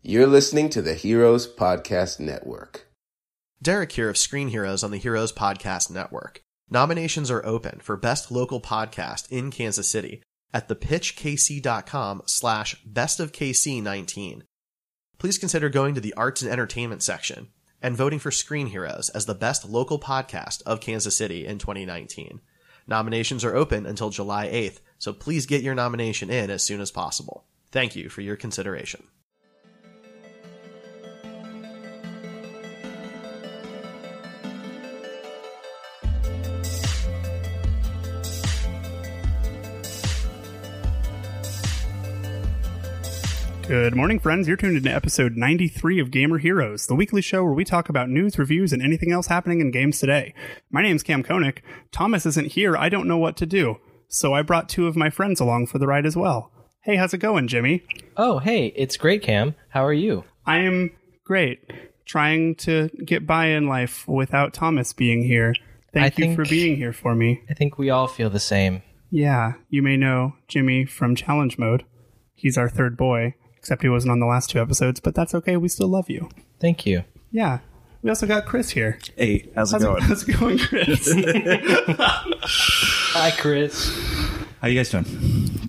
You're listening to the Heroes Podcast Network. Derek here of Screen Heroes on the Heroes Podcast Network. Nominations are open for Best Local Podcast in Kansas City at thepitchkc.com slash bestofkc19. Please consider going to the Arts and Entertainment section and voting for Screen Heroes as the best local podcast of Kansas City in 2019. Nominations are open until July 8th, so please get your nomination in as soon as possible. Thank you for your consideration. Good morning, friends. You're tuned into episode 93 of Gamer Heroes, the weekly show where we talk about news, reviews, and anything else happening in games today. My name's Cam Koenig. Thomas isn't here. I don't know what to do. So I brought two of my friends along for the ride as well. Hey, how's it going, Jimmy? Oh, hey, it's great, Cam. How are you? I am great. Trying to get by in life without Thomas being here. Thank I you for think- being here for me. I think we all feel the same. Yeah, you may know Jimmy from Challenge Mode. He's our third boy, except he wasn't on the last two episodes, but that's okay. We still love you. Thank you. Yeah. We also got Chris here. Hey, how's it How's it, going? how's it going, Chris? Hi, Chris. How you guys doing?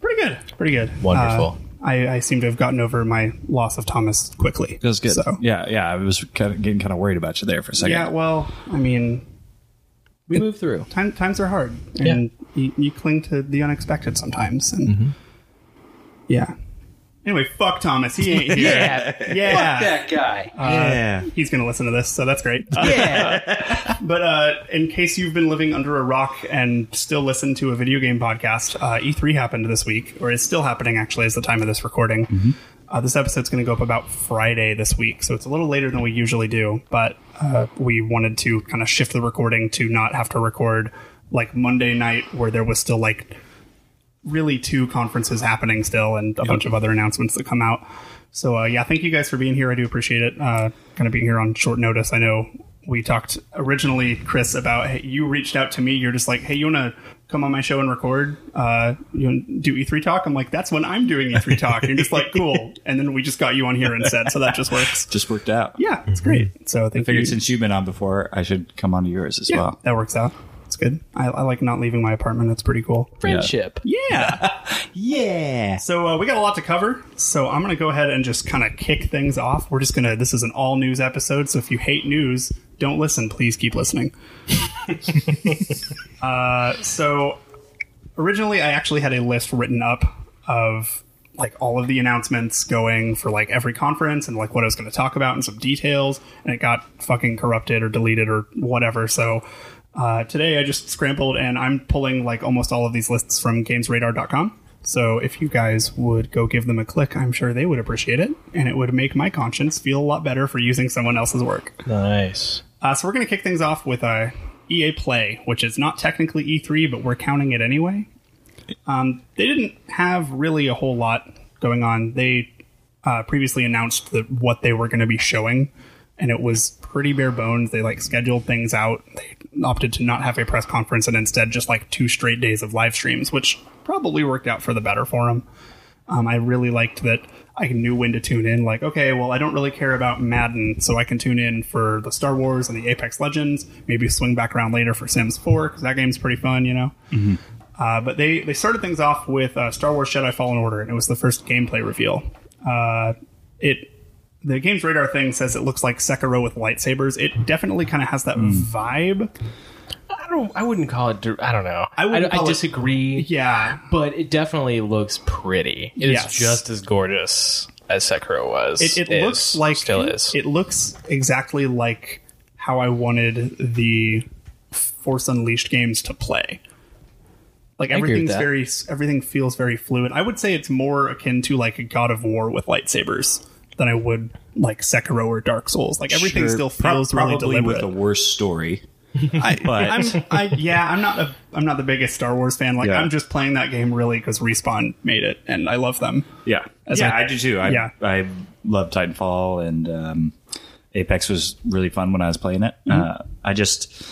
Pretty good. Pretty good. Wonderful. Uh, I, I seem to have gotten over my loss of Thomas quickly. Feels good. So, Yeah, yeah. I was kind of getting kind of worried about you there for a second. yeah, well, I mean, We move through. time, times are hard, and you, you cling to the unexpected sometimes. And Mm-hmm. yeah. Anyway, fuck Thomas. He ain't here. yeah. Yeah. guy. yeah. He's going to listen to this, so that's great. Yeah. but uh, in case you've been living under a rock and still listen to a video game podcast, uh, E3 happened this week, or is still happening actually, as the time of this recording. Uh, this episode's going to go up about Friday this week, so it's a little later than we usually do, but uh, we wanted to kind of shift the recording to not have to record like Monday night where there was still like really two conferences happening still and a bunch of other announcements that come out. So uh, yeah, thank you guys for being here. I do appreciate it. Uh, kind of being here on short notice. I know we talked originally, Chris, about hey, you reached out to me. You're just like, hey, you want to come on my show and record? Uh, you wanna do E3 talk? I'm like, that's when I'm doing E3 talk. You're just like, cool. And then we just got you on here instead, so that just works. Just worked out. Yeah, it's great. So I thank you. figured since you've been on before, I should come on to yours as yeah, well. that works out. It's good. I, I like not leaving my apartment. That's pretty cool. Friendship. Yeah. Yeah. So uh, we got a lot to cover. So I'm going to go ahead and just kind of kick things off. We're just going to. This is an all news episode. So if you hate news, don't listen. Please keep listening. uh, so originally, I actually had a list written up of like all of the announcements going for like every conference and like what I was going to talk about and some details, and it got fucking corrupted or deleted or whatever. So. Uh, today I just scrambled and I'm pulling like almost all of these lists from GamesRadar.com. So if you guys would go give them a click, I'm sure they would appreciate it, and it would make my conscience feel a lot better for using someone else's work. Nice. Uh, so we're going to kick things off with uh, EA Play, which is not technically E3, but we're counting it anyway. Um, they didn't have really a whole lot going on. They uh, previously announced that what they were going to be showing, and it was pretty bare bones. They like scheduled things out. They opted to not have a press conference and instead just like two straight days of live streams, which probably worked out for the better for them. Um, I really liked that I knew when to tune in. Like, okay, well, I don't really care about Madden, so I can tune in for the Star Wars and the Apex Legends. Maybe swing back around later for Sims 4 because that game's pretty fun, you know. Uh, but they they started things off with uh, Star Wars Jedi Fallen Order, and it was the first gameplay reveal. Uh, it the game's radar thing says it looks like Sekiro with lightsabers. It definitely kind of has that vibe. I don't. I wouldn't call it. dir- I don't know. I I, wouldn't I call it- disagree. Yeah, but it definitely looks pretty. It's Yes. just as gorgeous as Sekiro was. it, it is, looks like still is. It looks exactly like how I wanted the Force Unleashed games to play. Like I agree with everything's that. very everything feels very fluid. I would say it's more akin to like a God of War with lightsabers than I would like Sekiro or Dark Souls. Like everything Sure, still pro- feels really probably deliberate. with the worst story. I, But- I'm, I, yeah, I'm not a, I'm not the biggest Star Wars fan. Like Yeah. I'm just playing that game really because Respawn made it, and I love them. Yeah, As yeah, I- I, do too. I, yeah. I love Titanfall, and um, Apex was really fun when I was playing it. Mm-hmm. Uh, I just,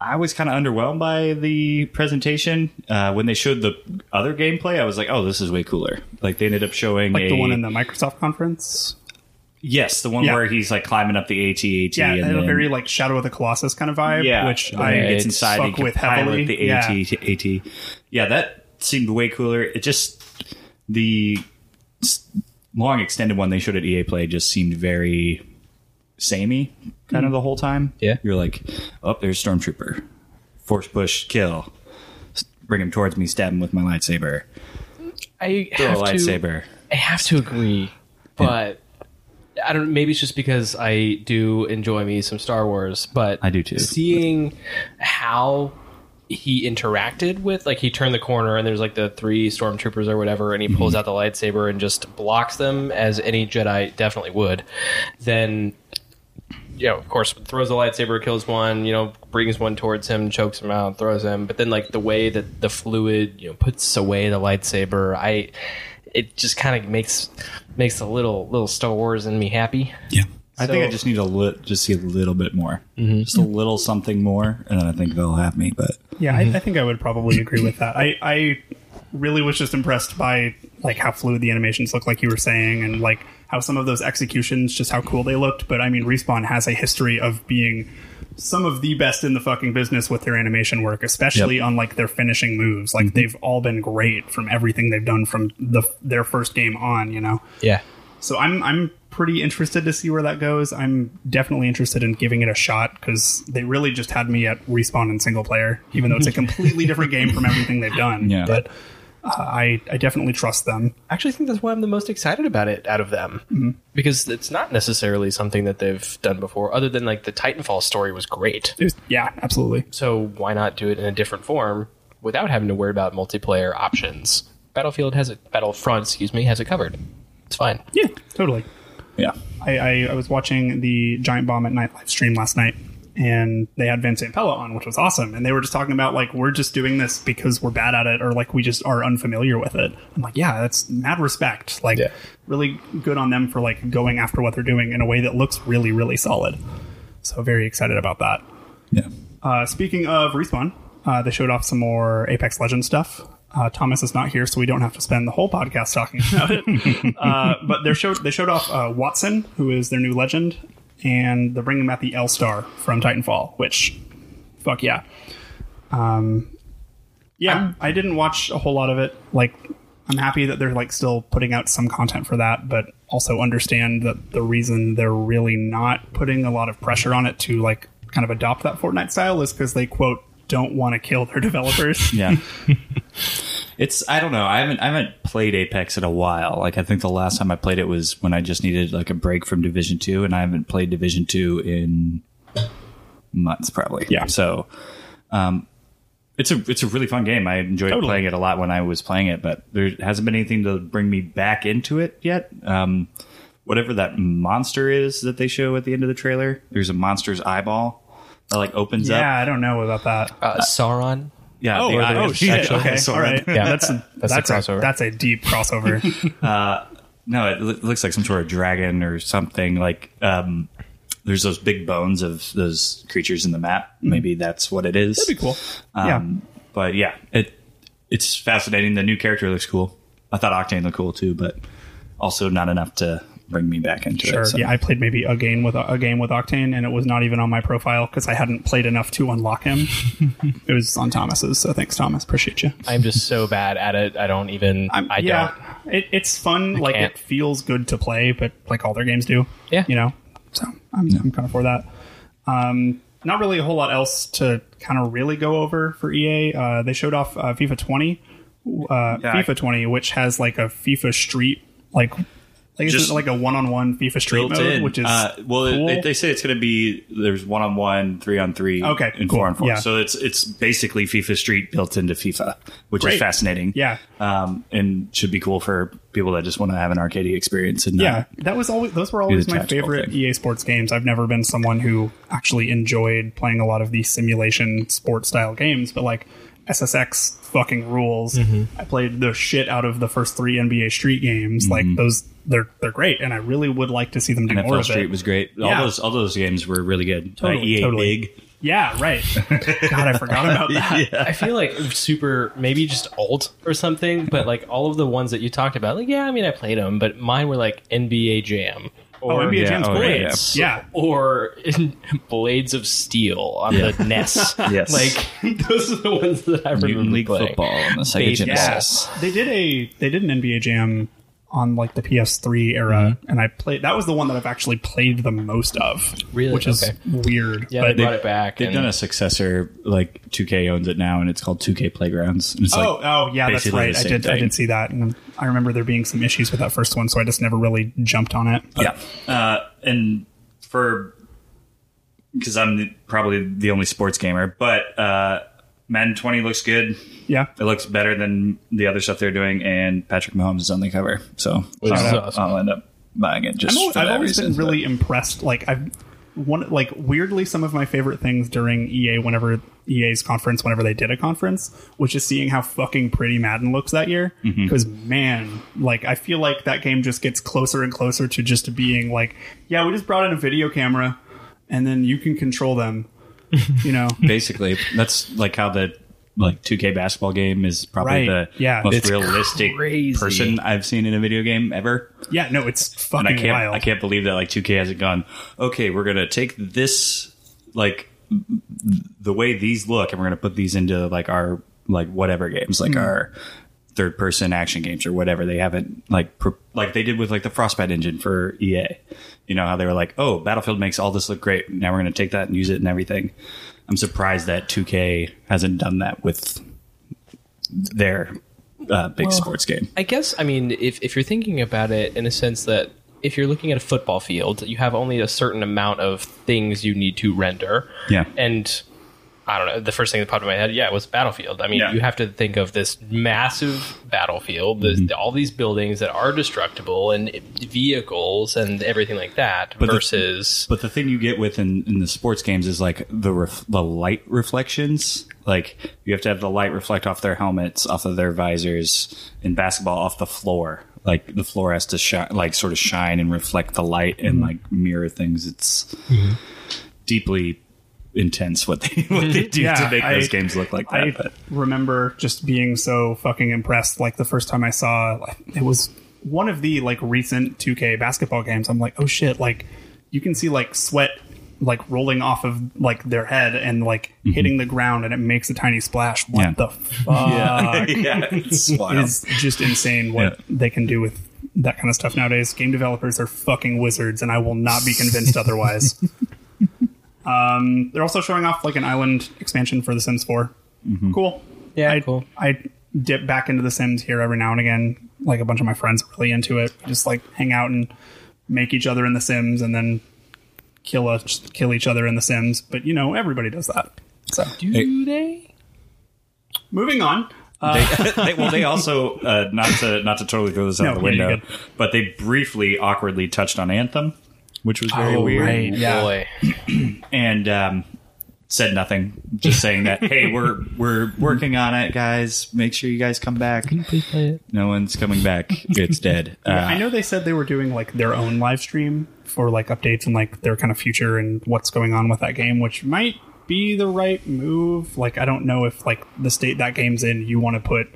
I was kind of underwhelmed by the presentation uh, when they showed the other gameplay. I was like, oh, this is way cooler. Like they ended up showing Like a, the one in the Microsoft conference. yes, the one Yeah. where he's like climbing up the AT-AT. Yeah, and it had a then- very like Shadow of the Colossus kind of vibe, yeah, which when I he gets gets inside fuck and can with pilot heavily. The AT, yeah. AT, yeah, that seemed way cooler. It just the s- long extended one they showed at EA Play just seemed very samey, kind of Mm. the whole time. Yeah. you're like, oh, there's stormtrooper, force push, kill, S- bring him towards me, stab him with my lightsaber, I throw a have to- lightsaber. I have to agree, but I don't. Maybe it's just because I do enjoy me some Star Wars, but I do too. Seeing how he interacted with, like, he turned the corner and there's like the three stormtroopers or whatever, and Mm-hmm. he pulls out the lightsaber and just blocks them as any Jedi definitely would. Then. You know, of course, throws the lightsaber, kills one. You know, brings one towards him, chokes him out, throws him. But then, like the way that the fluid, you know, puts away the lightsaber, I it just kind of makes makes a little little Star Wars in me happy. Yeah. I think I So- just need to li- just see a little bit more, Mm-hmm. just a little something more, and then I think they'll have me. But Yeah, I, I think I would probably agree with that. I, I really was just impressed by like how fluid the animations look, like you were saying, and like how some of those executions, just how cool they looked. But I mean, Respawn has a history of being some of the best in the fucking business with their animation work, especially on like their finishing moves. Like Mm-hmm. they've all been great from everything they've done from the their first game on. You know. Yeah, So I'm I'm pretty interested to see where that goes. I'm definitely interested in giving it a shot because they really just had me at respawn in single player, even though it's a completely different game from everything they've done. Yeah. But uh, I I definitely trust them. I actually think that's why I'm the most excited about it out of them Mm-hmm. because it's not necessarily something that they've done before. Other than like the Titanfall story was great, There's- yeah, absolutely. so why not do it in a different form without having to worry about multiplayer options? Battlefield has it. Battlefront, excuse me, has it covered. It's fine. Yeah, totally. yeah, I, I, I was watching the Giant Bomb at Night live stream last night, and they had Van Sampella on, which was awesome. And they were just talking about like we're just doing this because we're bad at it, or like we just are unfamiliar with it. I'm like, yeah, that's mad respect. Like, Yeah. really good on them for like going after what they're doing in a way that looks really, really solid. So very excited about that. yeah. Uh, speaking of respawn, uh, they showed off some more Apex Legends stuff. Uh, Thomas is not here, so we don't have to spend the whole podcast talking about it. uh, but they showed they showed off uh, Watson, who is their new legend, and they're bringing back the L Star from Titanfall, which fuck yeah. Um, yeah, I didn't watch a whole lot of it. Like, I'm happy that they're like still putting out some content for that, but also understand that the reason they're really not putting a lot of pressure on it to like kind of adopt that Fortnite style is because they quote don't want to kill their developers. Yeah. it's I don't know. I haven't I haven't played Apex in a while. Like I think the last time I played it was when I just needed like a break from Division 2 and I haven't played Division 2 in months probably. Yeah. So um it's a it's a really fun game. I enjoyed Totally. playing it a lot when I was playing it, but there hasn't been anything to bring me back into it yet. Um whatever that monster is that they show at the end of the trailer, there's a monster's eyeball that like opens up. yeah, I don't know about that. Uh, Sauron. Yeah. the eye- oh shit! actual- Okay, sorry. all right. Yeah, that's a, that's that's, the a crossover. that's a deep crossover. no, it loo- looks like some sort of dragon or something. Like um, there's those big bones of those creatures in the map. Maybe that's what it is. Hmm. That'd be cool. Um, But yeah, it it's fascinating. The new character looks cool. I thought Octane looked cool too, but also not enough to bring me back into yeah, sure. it. so- Yeah, I played maybe a game with a game with Octane, and it was not even on my profile because I hadn't played enough to unlock him. it was on Thomas's. So thanks, Thomas. Appreciate you. I'm just so bad at it. I don't even. I'm, I yeah, don't. It, it's fun. like can't. it feels good to play, but like all their games do. Yeah. you know. So I'm, I'm kind of for that. Um, not really a whole lot else to kind of really go over for EA. Uh, they showed off uh, FIFA 20, uh, Yeah, I- FIFA 20, which has like a FIFA Street like. Like Just it's like a one-on-one FIFA Street built mode, in. which is uh, well, it- cool. they, they say it's going to be there's one on one, three on three, Okay, and cool. four on four. Yeah. So it's it's basically FIFA Street built into FIFA, which Great. is fascinating. Yeah. um, and should be cool for people that just want to have an arcade experience. And not- yeah, that was always those were always the my tactical favorite thing. EA Sports games. I've never been someone who actually enjoyed playing a lot of these simulation sports style games, but like SSX fucking rules. Mm-hmm. I played the shit out of the first three NBA Street games. Mm-hmm. Like those, they're they're great, and I really would like to see them do more NFL of Street it. was great. Yeah. All those all those games were really good. Uh, Totally, EA totally. Big. yeah, right. God, I forgot about that. I feel like super, maybe just alt or something, but like all of the ones that you talked about, like, yeah, I mean, I played them, but mine were like NBA Jam. Oh, Or NBA yeah, Jam's oh, great. yeah, yeah. Or Blades of Steel on the NES. Yes. Like, those are the ones that I remember Mutant League playing. Football on the Sega Baby Genesis. They did a they did an NBA Jam on like the PS3 era, Mm-hmm. and I played. That was the one that I've actually played the most of. Really? which is Okay. weird. Yeah, but they brought it back. They've and- done a successor like 2K owns it now, and it's called 2K Playgrounds. And it's oh, like, oh yeah, that's basically right. the I same did I thing. did see that, and I remember there being some issues with that first one, so I just never really jumped on it. But yeah uh, and for because i'm the- probably the only sports gamer but uh, madden 20 looks good yeah, it looks better than the other stuff they're doing and patrick mahomes is on the cover so is I'll, awesome. I'll end up buying it just I'm al- for I've that always reason, been really impressed. Like I've one like weirdly some of my favorite things during EA whenever EA's conference, whenever they did a conference, was just seeing how fucking pretty Madden looks that year. Mm-hmm. Because man, like I feel like that game just gets closer and closer to just being like, yeah, we just brought in a video camera, and then you can control them. You know, but basically that's like how the like 2K basketball game is probably Right. the Yeah. most It's realistic crazy. person I've seen in a video game ever. yeah, no, it's fucking and I can't wild. I can't believe that like 2K hasn't gone. Okay, we're gonna take this like th- the way these look, and we're gonna put these into like our like whatever games, Hmm. like our third person action games or whatever. They haven't like pro- like they did with like the Frostbite engine for EA. You know how they were like, oh, Battlefield makes all this look great. Now we're gonna take that and use it and everything. I'm surprised that 2K hasn't done that with their uh, big sports game. I guess I mean if if you're thinking about it in a sense that if you're looking at a football field, you have only a certain amount of things you need to render. Yeah. And I don't know, the first thing that popped in my head, yeah, was battlefield. I mean, Yeah. you have to think of this massive battlefield, this, Mm-hmm. all these buildings that are destructible and vehicles and everything like that the- versus But the thing you get with in, in the sports games is like the ref, the light reflections. Like you have to have the light reflect off their helmets, off of their visors. In basketball, off the floor. Like the floor has to shine, like sort of shine and reflect the light and like mirror things. It's deeply intense what they what they do Yeah, to make those I- games look like that. I but remember just being so fucking impressed. Like the first time I saw it was one of the like recent 2K basketball games. I'm like, oh shit! Like you can see like sweat like rolling off of like their head and like hitting the ground, and it makes a tiny splash. What Mm-hmm. Yeah. the fuck? yeah, it's It wild. is just insane what Yeah. they can do with that kind of stuff nowadays. Game developers are fucking wizards, and I will not be convinced otherwise. Um, they're also showing off like an island expansion for The Sims 4. Cool. Yeah, I, cool. I dip back into The Sims here every now and again. Like a bunch of my friends are really into it. We just like hang out and make each other in The Sims, and then kill us, kill each other in The Sims. But you know, everybody does that. So do they? moving on. they, they, well, they also uh, not to not to totally throw this out No, the yeah, you're window, good. but they briefly awkwardly touched on Anthem, which was very Oh, weird. right. Yeah. Boy. And um, said nothing, just saying that hey, we're we're working on it, guys. Make sure you guys come back. Please play it. No one's coming back. It's dead. Uh, I know they said they were doing like their own live stream for like updates and like their kind of future and what's going on with that game, which might be the right move. Like I don't know if like the state that game's in, you want to put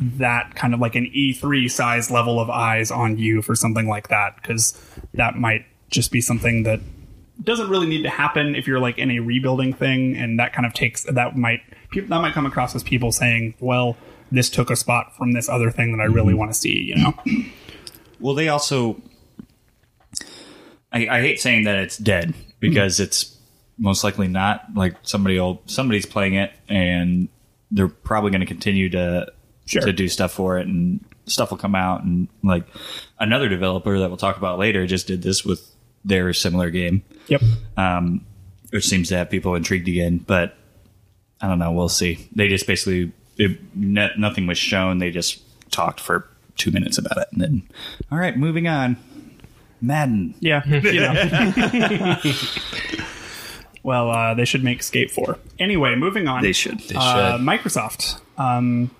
that kind of like an E3 size level of eyes on you for something like that because that might just be something that doesn't really need to happen if you're like in a rebuilding thing and that kind of takes that might people that might come across as people saying well this took a spot from this other thing that i really want to see you know Well, they also. I, I hate saying that it's dead because it's most likely not. Like somebody will, somebody's playing it, and they're probably going to continue to Sure. to do stuff for it, and stuff will come out. And like another developer that we'll talk about later just did this with their similar game, yep um, which seems to have people intrigued again. But I don't know. We'll see. They just basically it, no, nothing was shown. They just talked for two minutes about it, and then all right, moving on. Madden. yeah you know. well uh, they should make skate 4 anyway moving on They should. They Uh, Microsoft. Um,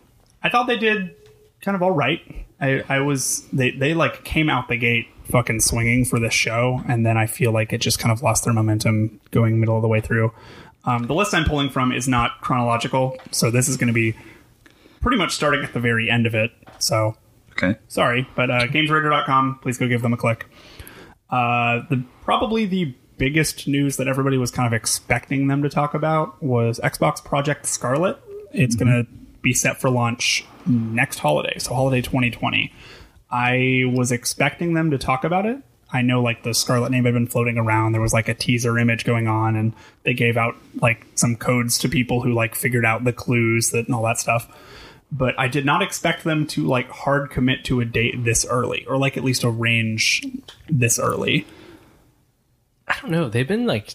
I thought they did kind of all right. I, I was they they like came out the gate fucking swinging for this show, and then I feel like it just kind of lost their momentum going middle of the way through. Um, the list I'm pulling from is not chronological, so this is going to be pretty much starting at the very end of it. So Okay. sorry, but uh, GamesRadar.com, please go give them a click. Uh, the probably the biggest news that everybody was kind of expecting them to talk about was Xbox Project Scarlet. It's going to be set for launch next holiday, so holiday 2020. I was expecting them to talk about it. I know like the Scarlet name had been floating around. There was like a teaser image going on, and they gave out like some codes to people who like figured out the clues that and all that stuff but I did not expect them to like hard commit to a date this early, or like at least a range this early. I don't know. They've been like,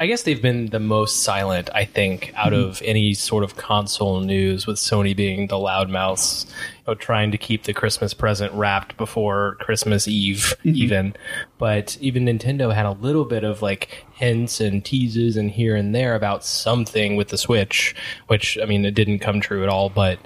I guess they've been the most silent. I think out of any sort of console news, with Sony being the loudmouth, you know, trying to keep the Christmas present wrapped before Christmas Eve, even. But even Nintendo had a little bit of like hints and teases and here and there about something with the Switch, which I mean, it didn't come true at all, but.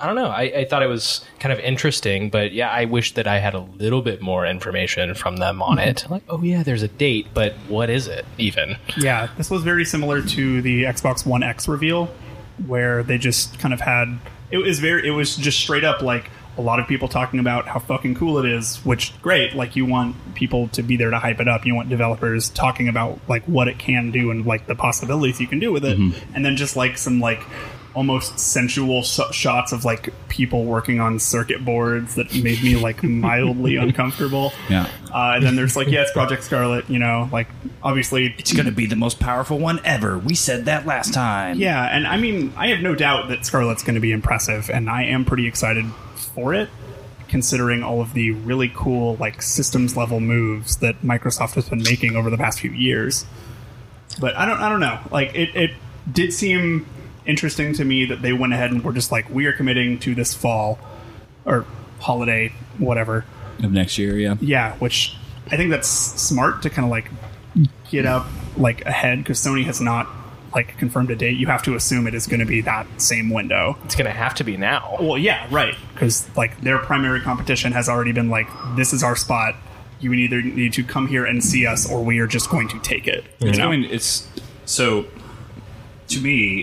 I don't know. I, I thought it was kind of interesting, but yeah, I wish that I had a little bit more information from them on it. Like, oh yeah, there's a date, but what is it even? Yeah, this was very similar to the Xbox One X reveal, where they just kind of had it was very it was just straight up like a lot of people talking about how fucking cool it is, which great, like you want people to be there to hype it up. You want developers talking about like what it can do and like the possibilities you can do with it, and then just like some like almost sensual sh- shots of like people working on circuit boards that made me like mildly uncomfortable. Yeah. Uh, and then there's like, yeah, it's Project Scarlet, you know, like obviously It's going to be the most powerful one ever. We said that last time. Yeah, and I mean, I have no doubt that Scarlet's going to be impressive, and I am pretty excited for it, considering all of the really cool, like, systems level moves that Microsoft has been making over the past few years. But I don't, I don't know. Like, it, it did seem interesting to me that they went ahead and were just like, we are committing to this fall or holiday, whatever. Of next year, yeah. Yeah, which I think that's smart to kind of like get up like ahead because Sony has not like confirmed a date. You have to assume it is going to be that same window. It's gonna have to be now. Well, yeah, right. Because like their primary competition has already been like, this is our spot. You either need to come here and see us, or we are just going to take it. you It's know? going it's so to me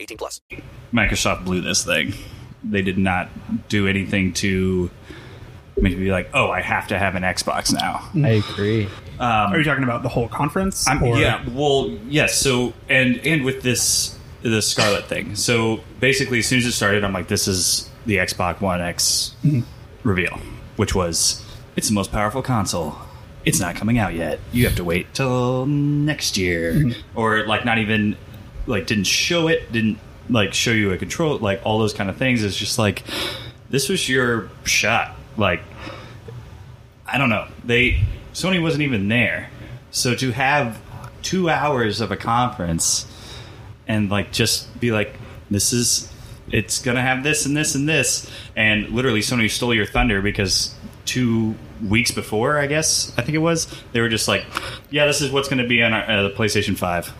18 plus. Microsoft blew this thing. They did not do anything to make me be like, oh, I have to have an Xbox now. I agree. Are you talking about the whole conference? I'm, or- yeah, well, yes. So and and with this the Scarlet thing. So basically, as soon as it started, I'm like, this is the Xbox One X reveal, which was it's the most powerful console. It's not coming out yet. You have to wait till next year, or like not even like didn't show it, didn't like show you a control, like all those kind of things. It's just like this was your shot. Like I don't know. They Sony wasn't even there, so to have two hours of a conference and like just be like, this is it's gonna have this and this and this, and literally Sony stole your thunder because two weeks before, I guess I think it was, they were just like, yeah, this is what's gonna be on our, uh, the PlayStation Five,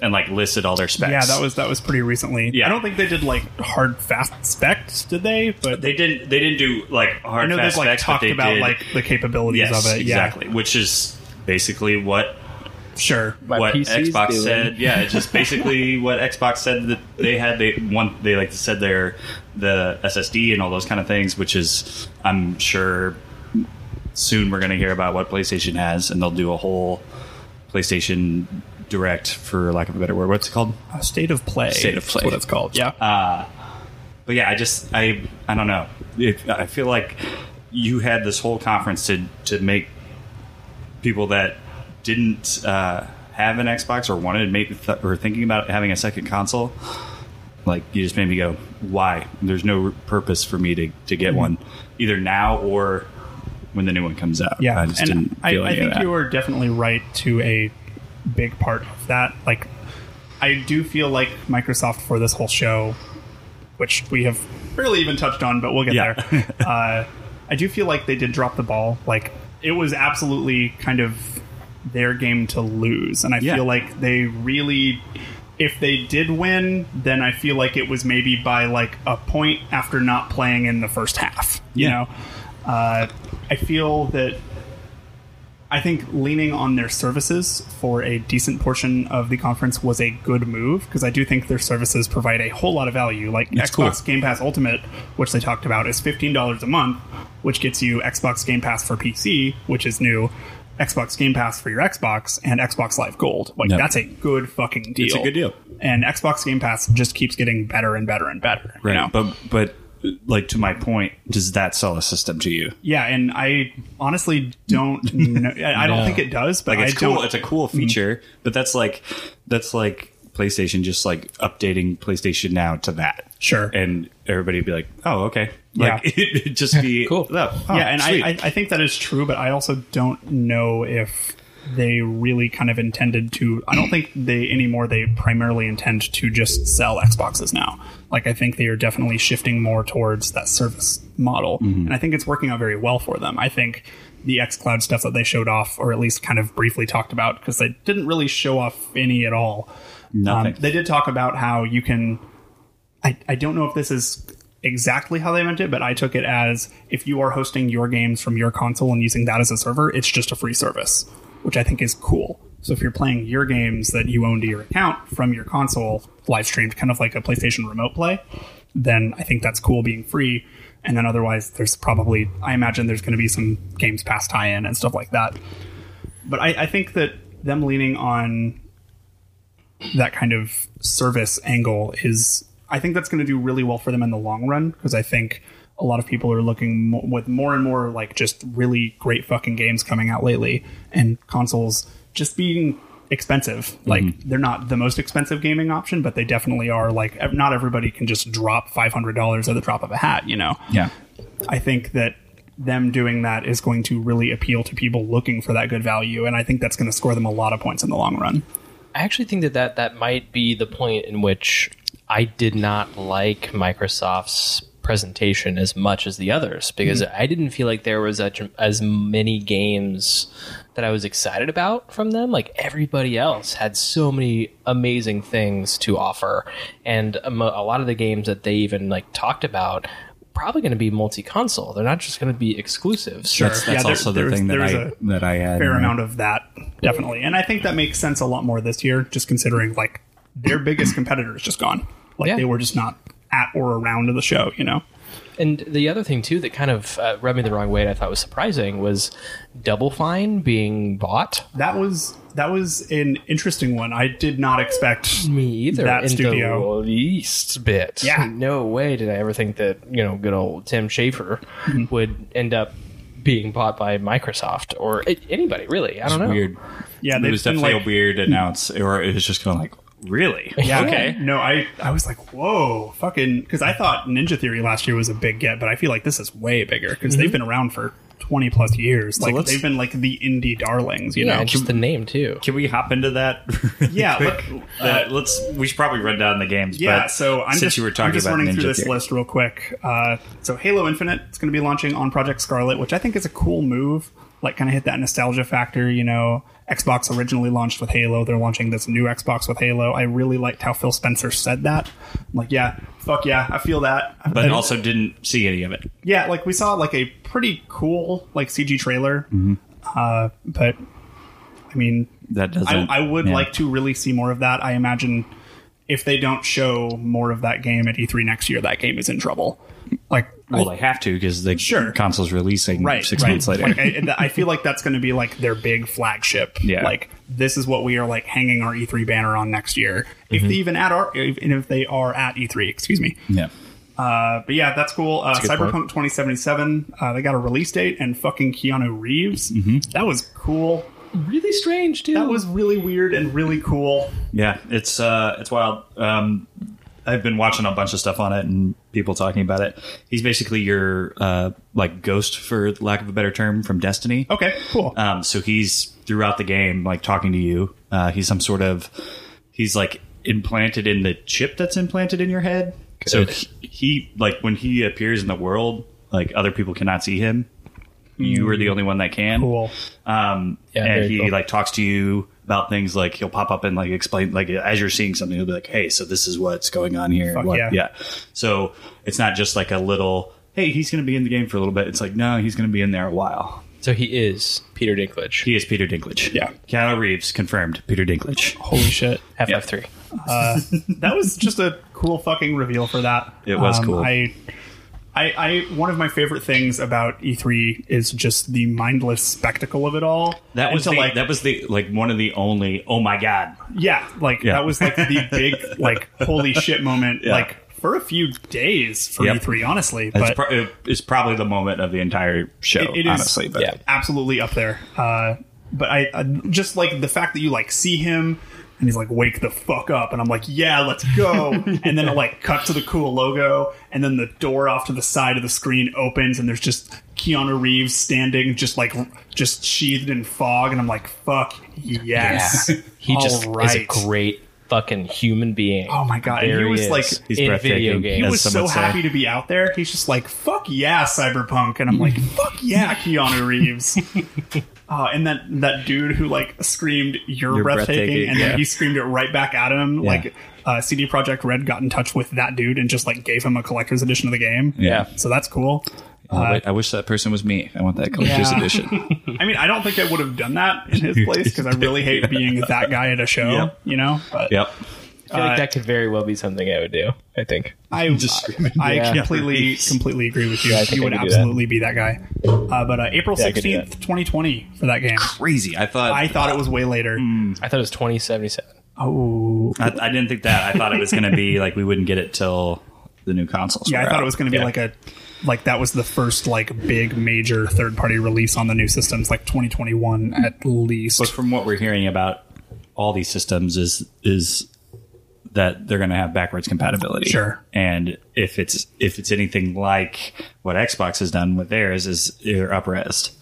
and like listed all their specs. Yeah, that was that was pretty recently. Yeah. I don't think they did like hard fast specs, did they? But They didn't. They didn't do like hard. I know fast they've like specs, but talked they about did- like the capabilities yes, of it. Yeah. exactly, which is basically what Sure. what PC's Xbox doing. said. Yeah, it's just basically what Xbox said that they had. They one they like said their the SSD and all those kind of things, which is I'm sure soon we're going to hear about what PlayStation has, and they'll do a whole PlayStation direct, for lack of a better word. What's it called? Uh, state of play. State of is play. what it's called. Yeah. But yeah, I just I I don't know. It, I feel like you had this whole conference to to make people that didn't uh, have an Xbox or wanted to make th- or thinking about having a second console. Like you just made me go, why? There's no purpose for me to to Mm-hmm. get one either now or when the new one comes out. yeah. I just and didn't I, feel I any of think that. you were definitely right to a big part of that. Like, I do feel like Microsoft for this whole show, which we have barely even touched on, but we'll get Yeah. there. uh, I do feel like they did drop the ball. Like, it was absolutely kind of their game to lose, and I Yeah. feel like they really. If they did win, then I feel like it was maybe by like a point after not playing in the first half. You Yeah. know, uh, I feel that I think leaning on their services for a decent portion of the conference was a good move because I do think their services provide a whole lot of value. Like It's Xbox cool. Game Pass Ultimate, which they talked about, is fifteen dollars a month, which gets you Xbox Game Pass for PC, which is new. Xbox Game Pass for your Xbox and Xbox Live Gold. Like Yep. that's a good fucking deal. It's a good deal. And Xbox Game Pass just keeps getting better and better and better. you right, know? but but like to my point, does that sell a system to you? Yeah, and I honestly don't know. I I don't No. think it does, but Mm-hmm. like it's I cool. don't. It's a cool feature, but that's like that's like PlayStation just like updating PlayStation Now to that. Sure. and everybody would be like, "Oh, okay." Like Yeah. it, would just be Cool. Oh, oh, yeah, and sweet. I, I, I think that is true, but I also don't know if they really kind of intended to. I don't think they anymore. They primarily intend to just sell Xboxes now. Like I think they are definitely shifting more towards that service model, Mm-hmm. and I think it's working out very well for them. I think the XCloud stuff that they showed off, or at least kind of briefly talked about, because they didn't really show off any at all. Um, nothing. they did talk about how you can. I, I don't know if this is exactly how they meant it, but I took it as if you are hosting your games from your console and using that as a server, it's just a free service, which I think is cool. So if you're playing your games that you own to your account from your console, live streamed, kind of like a PlayStation Remote Play, then I think that's cool being free. And then otherwise, there's probably, I imagine there's going to be some Games Pass tie in and stuff like that. But I, I think that them leaning on that kind of service angle is i think that's going to do really well for them in the long run because i think a lot of people are looking mo- with more and more like just really great fucking games coming out lately and consoles just being expensive. Like they're not the most expensive gaming option, but they definitely are. Like ev- not everybody can just drop five hundred dollars at the drop of a hat. You know. Yeah. I think that them doing that is going to really appeal to people looking for that good value, and I think that's going to score them a lot of points in the long run. I actually think that, that that might be the point in which I did not like Microsoft's presentation as much as the others because I didn't feel like there was a, as many games that I was excited about from them. Like everybody else had so many amazing things to offer, and um, a, mo- a lot of the games that they even like talked about probably going to be multi-console. They're not just going to be exclusives. That's, Yeah, that's there- also the there's- thing that there's I a that I had. Mm-hmm. fair amount of that definitely and i think that makes sense a lot more this year just considering like their biggest competitor is just gone like Yeah. they were just not at or around the show you know And the other thing too that kind of uh, rubbed me the wrong way, and I thought was surprising, was Double Fine being bought. that was that was an interesting one i did not expect Me either. that in studio the least bit. Yeah. No way did I ever think that you know good old Tim Schafer would end up being bought by Microsoft or a- anybody really. I don't know. weird. yeah it they've was been definitely like hmm. a weird announce, or it was just kind of like, really? yeah, Okay. no i i was like whoa fucking because i thought ninja theory last year was a big get but i feel like this is way bigger because Mm-hmm. they've been around for 20 plus years like let's- they've been like the indie darlings you Yeah, know and just the name too. Can we hop into that? really Yeah, quick? let- Uh, let's. We should probably run down the games. Yeah, but so I'm since just, you were talking I'm just about running Ninja through this Theory- list real quick. Uh, so Halo Infinite is going to be launching on Project Scarlet, which I think is a cool move. Like, kind of hit that nostalgia factor, you know. Xbox originally launched with Halo. They're launching this new Xbox with Halo. I really liked how Phil Spencer said that. I'm like, yeah, fuck yeah, I feel that. but And- also didn't see any of it. yeah, like we saw like a pretty cool like CG trailer, Mm-hmm. uh, but I mean, That doesn't. I, I would yeah. like to really see more of that. I imagine if they don't show more of that game at E3 next year, that game is in trouble. Like, Well, they have to because the Sure. console's releasing right, Mm, six right. months later. Like, I, I feel like that's going to be like their big flagship. Yeah. Like, this is what we are like hanging our E3 banner on next year. Mm-hmm. If they even at our, if, and if they are at E3, excuse me. yeah. Uh, but yeah, that's cool. Uh, a good Cyberpunk 2077, uh, they got a release date and fucking Keanu Reeves. Mm-hmm. That was cool. Really strange too. That was really weird and really cool. Yeah, it's uh, it's wild. Um, I've been watching a bunch of stuff on it and people talking about it. He's basically your uh, like ghost, for lack of a better term, from Destiny. Okay, cool. Um, so he's throughout the game, like talking to you. Uh, he's some sort of he's like implanted in the chip that's implanted in your head. So he, he like when he appears in the world, like other people cannot see him. You are the only one that can. cool. Um, Yeah, and very he cool. like talks to you about things like he'll pop up and like explain like as you're seeing something he'll be like hey so this is what's going on here Fuck What- yeah. so it's not just like a little hey he's going to be in the game for a little bit it's like no he's going to be in there a while so he is Peter Dinklage. he is Peter Dinklage Yeah. Keanu Reeves confirmed Peter Dinklage Holy shit. Half Life Three. that was just a cool fucking reveal for that. Um, It was cool. I, I, I, one of my favorite things about E3 is just the mindless spectacle of it all. that was the, Until, like that was the like one of the only oh my god yeah, like Yeah. that was like the big like holy shit moment Yeah. like for a few days for Yep. E3 honestly, it's, but pro- it's probably the moment of the entire show It- it is- honestly but yeah. absolutely up there. Uh, but I, I just like the fact that you like see him and he's like wake the fuck up and I'm like yeah let's go and then it like cut to the cool logo and then the door off to the side of the screen opens and there's just Keanu Reeves standing just like just sheathed in fog and I'm like fuck yes He just All is a right. great fucking human being. Oh my God, and he There was, is, like- He's in breathtaking. video He he games. as was so someone said. happy to be out there he's just like fuck yeah cyberpunk and I'm like fuck yeah Keanu Reeves Uh, and that that dude who like screamed "You're, You're breathtaking,", breathtaking, and then yeah. he screamed it right back at him. Like uh, CD Projekt Red got in touch with that dude and just like gave him a collector's edition of the game. Yeah. so that's cool. Oh, wait, I wish that person was me I want that collector's Uh, Yeah. edition I mean, I don't think I would have done that in his place because I really hate being that guy at a show. Yep. You know, but yep I feel like that could very well be something I would do. I think. I I, Yeah. completely completely agree with you. I think you I would could do that. absolutely be that guy. Uh, but uh, April Yeah, I could do sixteenth, twenty twenty, for that game. crazy I thought I thought it was way later. I thought it was twenty seventy seven. Oh, I, I didn't think that. I thought it was going to be like we wouldn't get it till the new consoles. Yeah, I were thought out. it was going to be Yeah. like a like that was the first like big major third party release on the new systems like 2021 at least. But from what we're hearing about all these systems is is that they're going to have backwards compatibility. Sure. And if it's if it's anything like what Xbox has done with theirs is they're upresed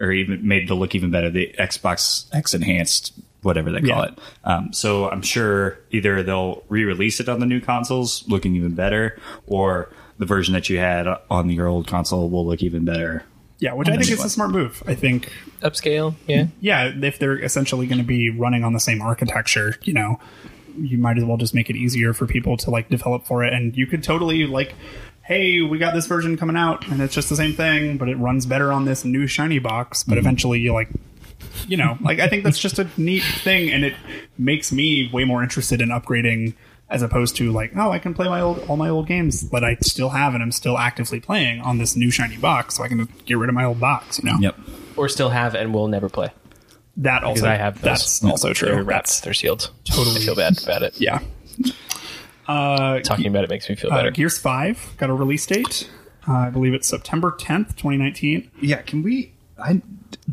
or even made to look even better the Xbox X enhanced whatever they call Yeah. it. Um, so I'm sure either they'll re-release it on the new consoles looking even better or the version that you had on your old console will look even better. Yeah, which I think is a smart move. I think Upscale, yeah. yeah, if they're essentially going to be running on the same architecture, you know, you might as well just make it easier for people to like develop for it. And you could totally like, hey, we got this version coming out, and it's just the same thing, but it runs better on this new shiny box. But eventually, you like, you know, like I think that's just a neat thing, and it makes me way more interested in upgrading as opposed to like, oh, I can play my old all my old games that I still have and I'm still actively playing on this new shiny box, so I can get rid of my old box, you know. Or still have and will never play That also because I have. Those. that's also true. They're That's- wrapped. They're sealed. Totally. I feel bad about it. Yeah. Uh, Talking about it makes me feel uh, better. Gears 5 got a release date. Uh, I believe it's September 10th, 2019. Yeah, can we? I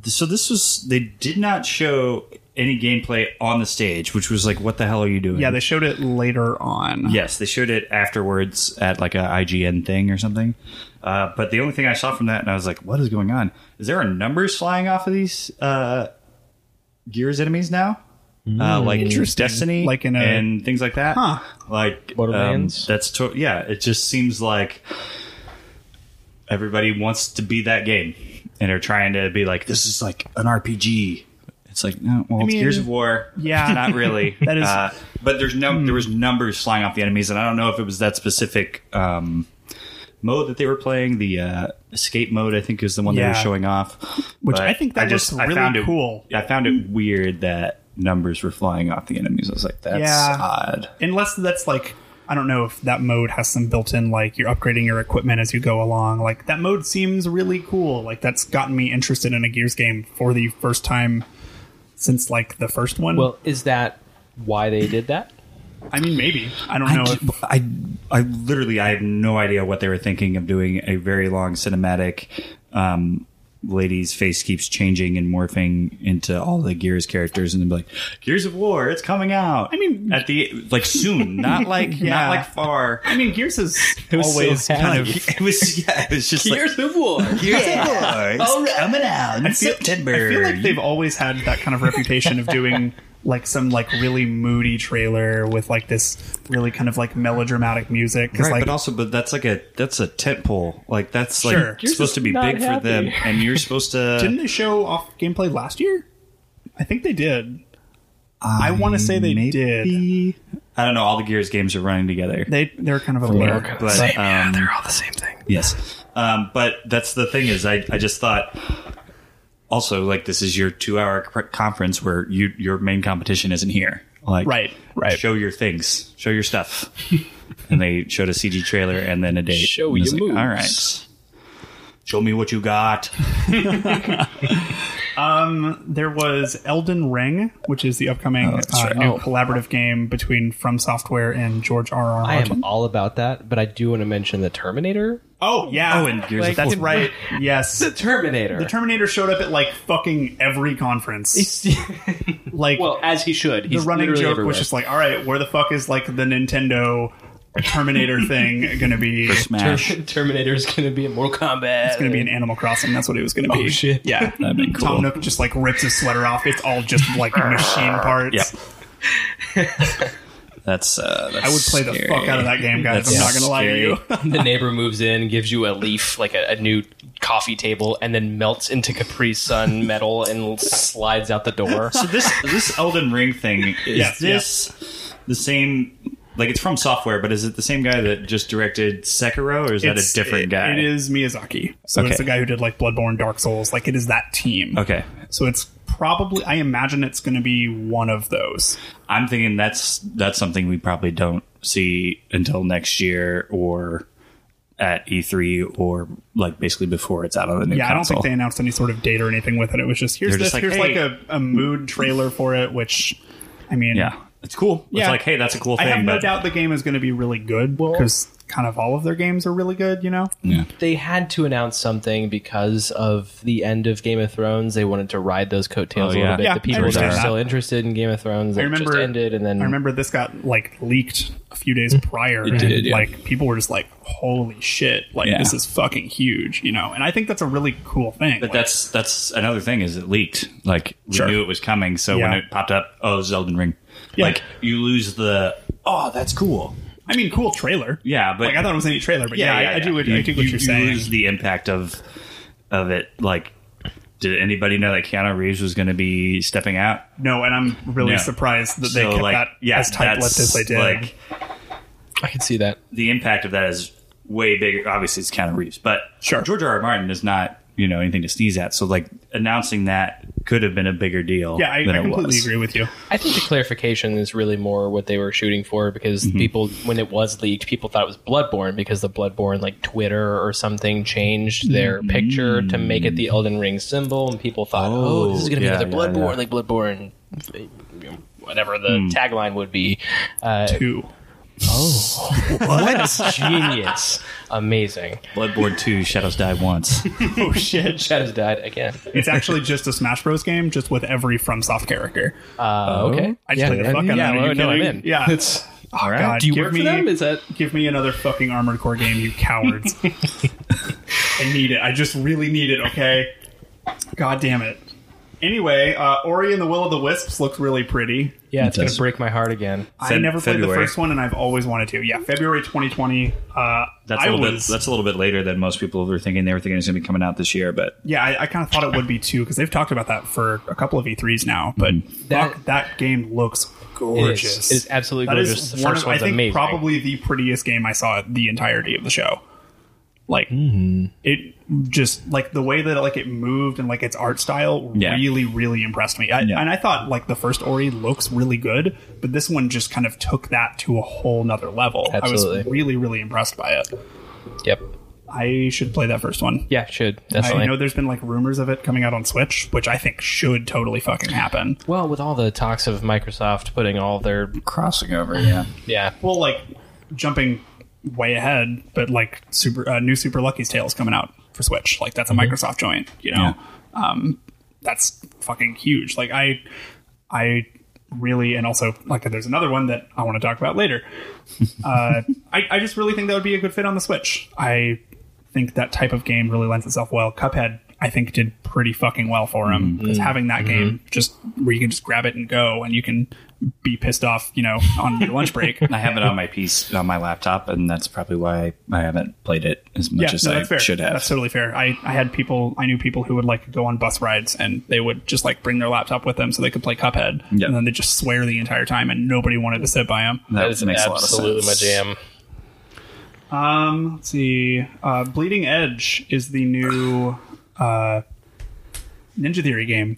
so this was they did not show any gameplay on the stage, which was like, what the hell are you doing? Yeah, they showed it later on. yes, they showed it afterwards at like a IGN thing or something. Uh, but the only thing I saw from that, and I was like, what is going on? Is there are numbers flying off of these uh, Gears enemies now? Uh, like True Destiny, Hmm, Like in a- and things like that. Huh. Like um, Borderlands? that's to- yeah. It just seems like everybody wants to be that game and are trying to be like this is like an rpg it's like no, well it's mean, gears of war yeah. not really That is- Hmm. uh, but there's no there was numbers flying off the enemies and i don't know if it was that specific um mode that they were playing the uh escape mode i think is the one they Yeah. were showing off Which But I think that looks really found it- cool. i found it weird that numbers were flying off the enemies i was like that's Yeah. odd Unless that's like, I don't know if that mode has some built in, like, you're upgrading your equipment as you go along. Like, that mode seems really cool. Like, that's gotten me interested in a Gears game for the first time since, like, the first one. well, is that why they did that? I mean, maybe. I don't I, know d- if. I, I literally I have no idea what they were thinking of doing a very long cinematic um lady's face keeps changing and morphing into all the gears characters and then be like gears of war it's coming out i mean- at the like soon not like Yeah. not like far I mean, Gears is was so always kind of. it was yeah it was just like of War. gears of war it's coming out in september I feel like they've always had that kind of reputation of doing like some like really moody trailer with like this really kind of like melodramatic music. 'Cause, Right, like, but also, but that's like a that's a tent pole. Like that's like Sure. Yours supposed to be not big for happy. them, and you're supposed to. didn't they show off gameplay last year? I think they did. I want to say they did. I don't know. All the Gears games are running together. They they're kind of a blur. but, um, They're all the same thing. yes, um, but that's the thing is, I, I just thought. Also, like this is your two-hour cr- conference where you your main competition isn't here. Like, Right, right. Show your things. Show your stuff. and they showed a CG trailer and then a date. Show And it's your All right. moves." Show me what you got. There was Elden Ring, which is the upcoming that's uh, right. new Oh. collaborative game between From Software and George R. R. I Martin. am all about that, but I do want to mention the Terminator. Oh yeah. Oh, and Gears of that's War. right. Yes. Terminator. The Terminator showed up at like fucking every conference. Like well, as he should. He's the running literally joke everywhere. was just like, all right, where the fuck is like the Nintendo Terminator thing going to be? It's Smash. Terminator is going to be in Mortal Kombat. It's going to be an Animal Crossing. That's what it was going to be. shit. Yeah, That'd be Oh, cool. Tom Nook just like rips his sweater off. It's all just like machine parts. Yep. That's, uh, that's I would play the scary. fuck out of that game, guys. I'm not going to lie to scary. you. the neighbor moves in, gives you a leaf, like a, a new coffee table, and then melts into Capri Sun metal and slides out the door. so this this Elden Ring thing is Yes, this the same? Like it's from software, but is it the same guy that just directed Sekiro, or is that a It's- different it- guy? It is Miyazaki. So Okay. it's the guy who did like Bloodborne, Dark Souls. Like it is that team. Okay, So it's probably. I imagine it's going to be one of those. I'm thinking that's that's something we probably don't see until next year or at E3 or like basically before it's out on the new Yeah, I don't console. think they announced any sort of date or anything with it. It was just here's They're this, just like, here's "Hey." like a, a mood trailer for it, which I mean, yeah, it's cool. Yeah. It's like hey, that's a cool I thing. have no but doubt the game is going to be really good because kind of all of their games are really good, you know? Yeah. They had to announce something because of the end of Game of Thrones. They wanted to ride those coattails a Oh, yeah. little bit. Yeah, the I people that understand are that. still interested in Game of Thrones that I remember just ended, and then Hmm. I remember this got like leaked a few days prior. and, did, yeah. Like people were just like, "Holy shit! Like Yeah. this is fucking huge," you know. And I think that's a really cool thing. But Like, that's that's another thing is it leaked. Like we Sure. knew it was coming, so when Yeah. it popped up, oh, it's Elden Ring. Yeah. Like you lose the oh, that's cool. I mean, cool trailer. Yeah, but like I thought it was any trailer, but yeah, I, I do. What, I do what you- you're you saying. Lose the impact of of it. Like, did anybody know that Keanu Reeves was going to be stepping out? no, and I'm really No. surprised that they So, kept like, that yeah, as tight lipped that's, as they did. Like I could see that. the impact of that is way bigger. Obviously, it's Keanu Reeves, but Sure. George R. R. Martin is not you know anything to sneeze at. So like announcing that could have been a bigger deal. yeah, I, I than it completely was. agree with you. I think the clarification is really more what they were shooting for because Mm-hmm. people, when it was leaked, people thought it was Bloodborne because the Bloodborne like Twitter or something changed their Mm-hmm. picture to make it the Elden Ring symbol, and people thought, oh, Oh, this is going to yeah, be another yeah, Bloodborne, yeah. like Bloodborne, you know, whatever the Mm. tagline would be. Uh, Two. what genius, amazing. Bloodborne Two: Shadows Die Once. Oh shit! Shadows died again. it's actually just a Smash Bros. game, just with every FromSoft character. Uh, okay, I just played the fuck out of yeah, that. Are well, you no, I'm kidding? in. Yeah. it's All right. God, do you give work me, for them? Is that Give me another fucking Armored Core game, you cowards. I need it. I just really need it, okay? God damn it. Anyway, uh, Ori and the Will of the Wisps looked really pretty. yeah, it's going does. to break my heart again. I Feb- never played the February. first one, and I've always wanted to. Yeah, February 2020. Uh, That's I a little was- bit. That's a little bit later than most people were thinking. They were thinking it's going to be coming out this year, but yeah, I, I kind of thought it would be too, because they've talked about that for a couple of E3s now. But That- fuck, that game looks It gorgeous. is, Mm-hmm. it is absolutely That is gorgeous. The one first of, one's I think amazing. probably the prettiest game I saw at the entirety of the show. Like Mm-hmm. it just like the way that like it moved and like its art style Yeah. really really impressed me. I, Yeah. And I thought like the first Ori looks really good, but this one just kind of took that to a whole nother level. I was Absolutely. really really impressed by it. Yep. I should play that first one. Yeah, should definitely. I know there's been like rumors of it coming out on Switch, which I think should totally fucking happen. Well, with all the talks of Microsoft putting all their crossing over. Yeah, yeah, Well, like jumping way ahead, but like super uh, new Super Lucky's Tale is coming out for Switch. Like that's a Mm-hmm. Microsoft joint, you know. Um, that's fucking huge. Like I, I really and also like there's another one that I want to talk about later. Uh, I, I just really think that would be a good fit on the Switch. I think that type of game really lends itself well. Cuphead, I think, did pretty fucking well for Mm-hmm. him because having that game just where you can just grab it and go, and you can be pissed off, you know, on your lunch break. I have it on my piece on my laptop, and that's probably why I haven't played it as much as no, I that's fair. should have. That's totally fair. I, I had people, I knew people who would like go on bus rides and they would just like bring their laptop with them so they could play Cuphead. Yeah. And then they just swear the entire time and nobody wanted to sit by them. that is absolutely my jam. Um, let's see. Uh, Bleeding Edge is the new uh, Ninja Theory game.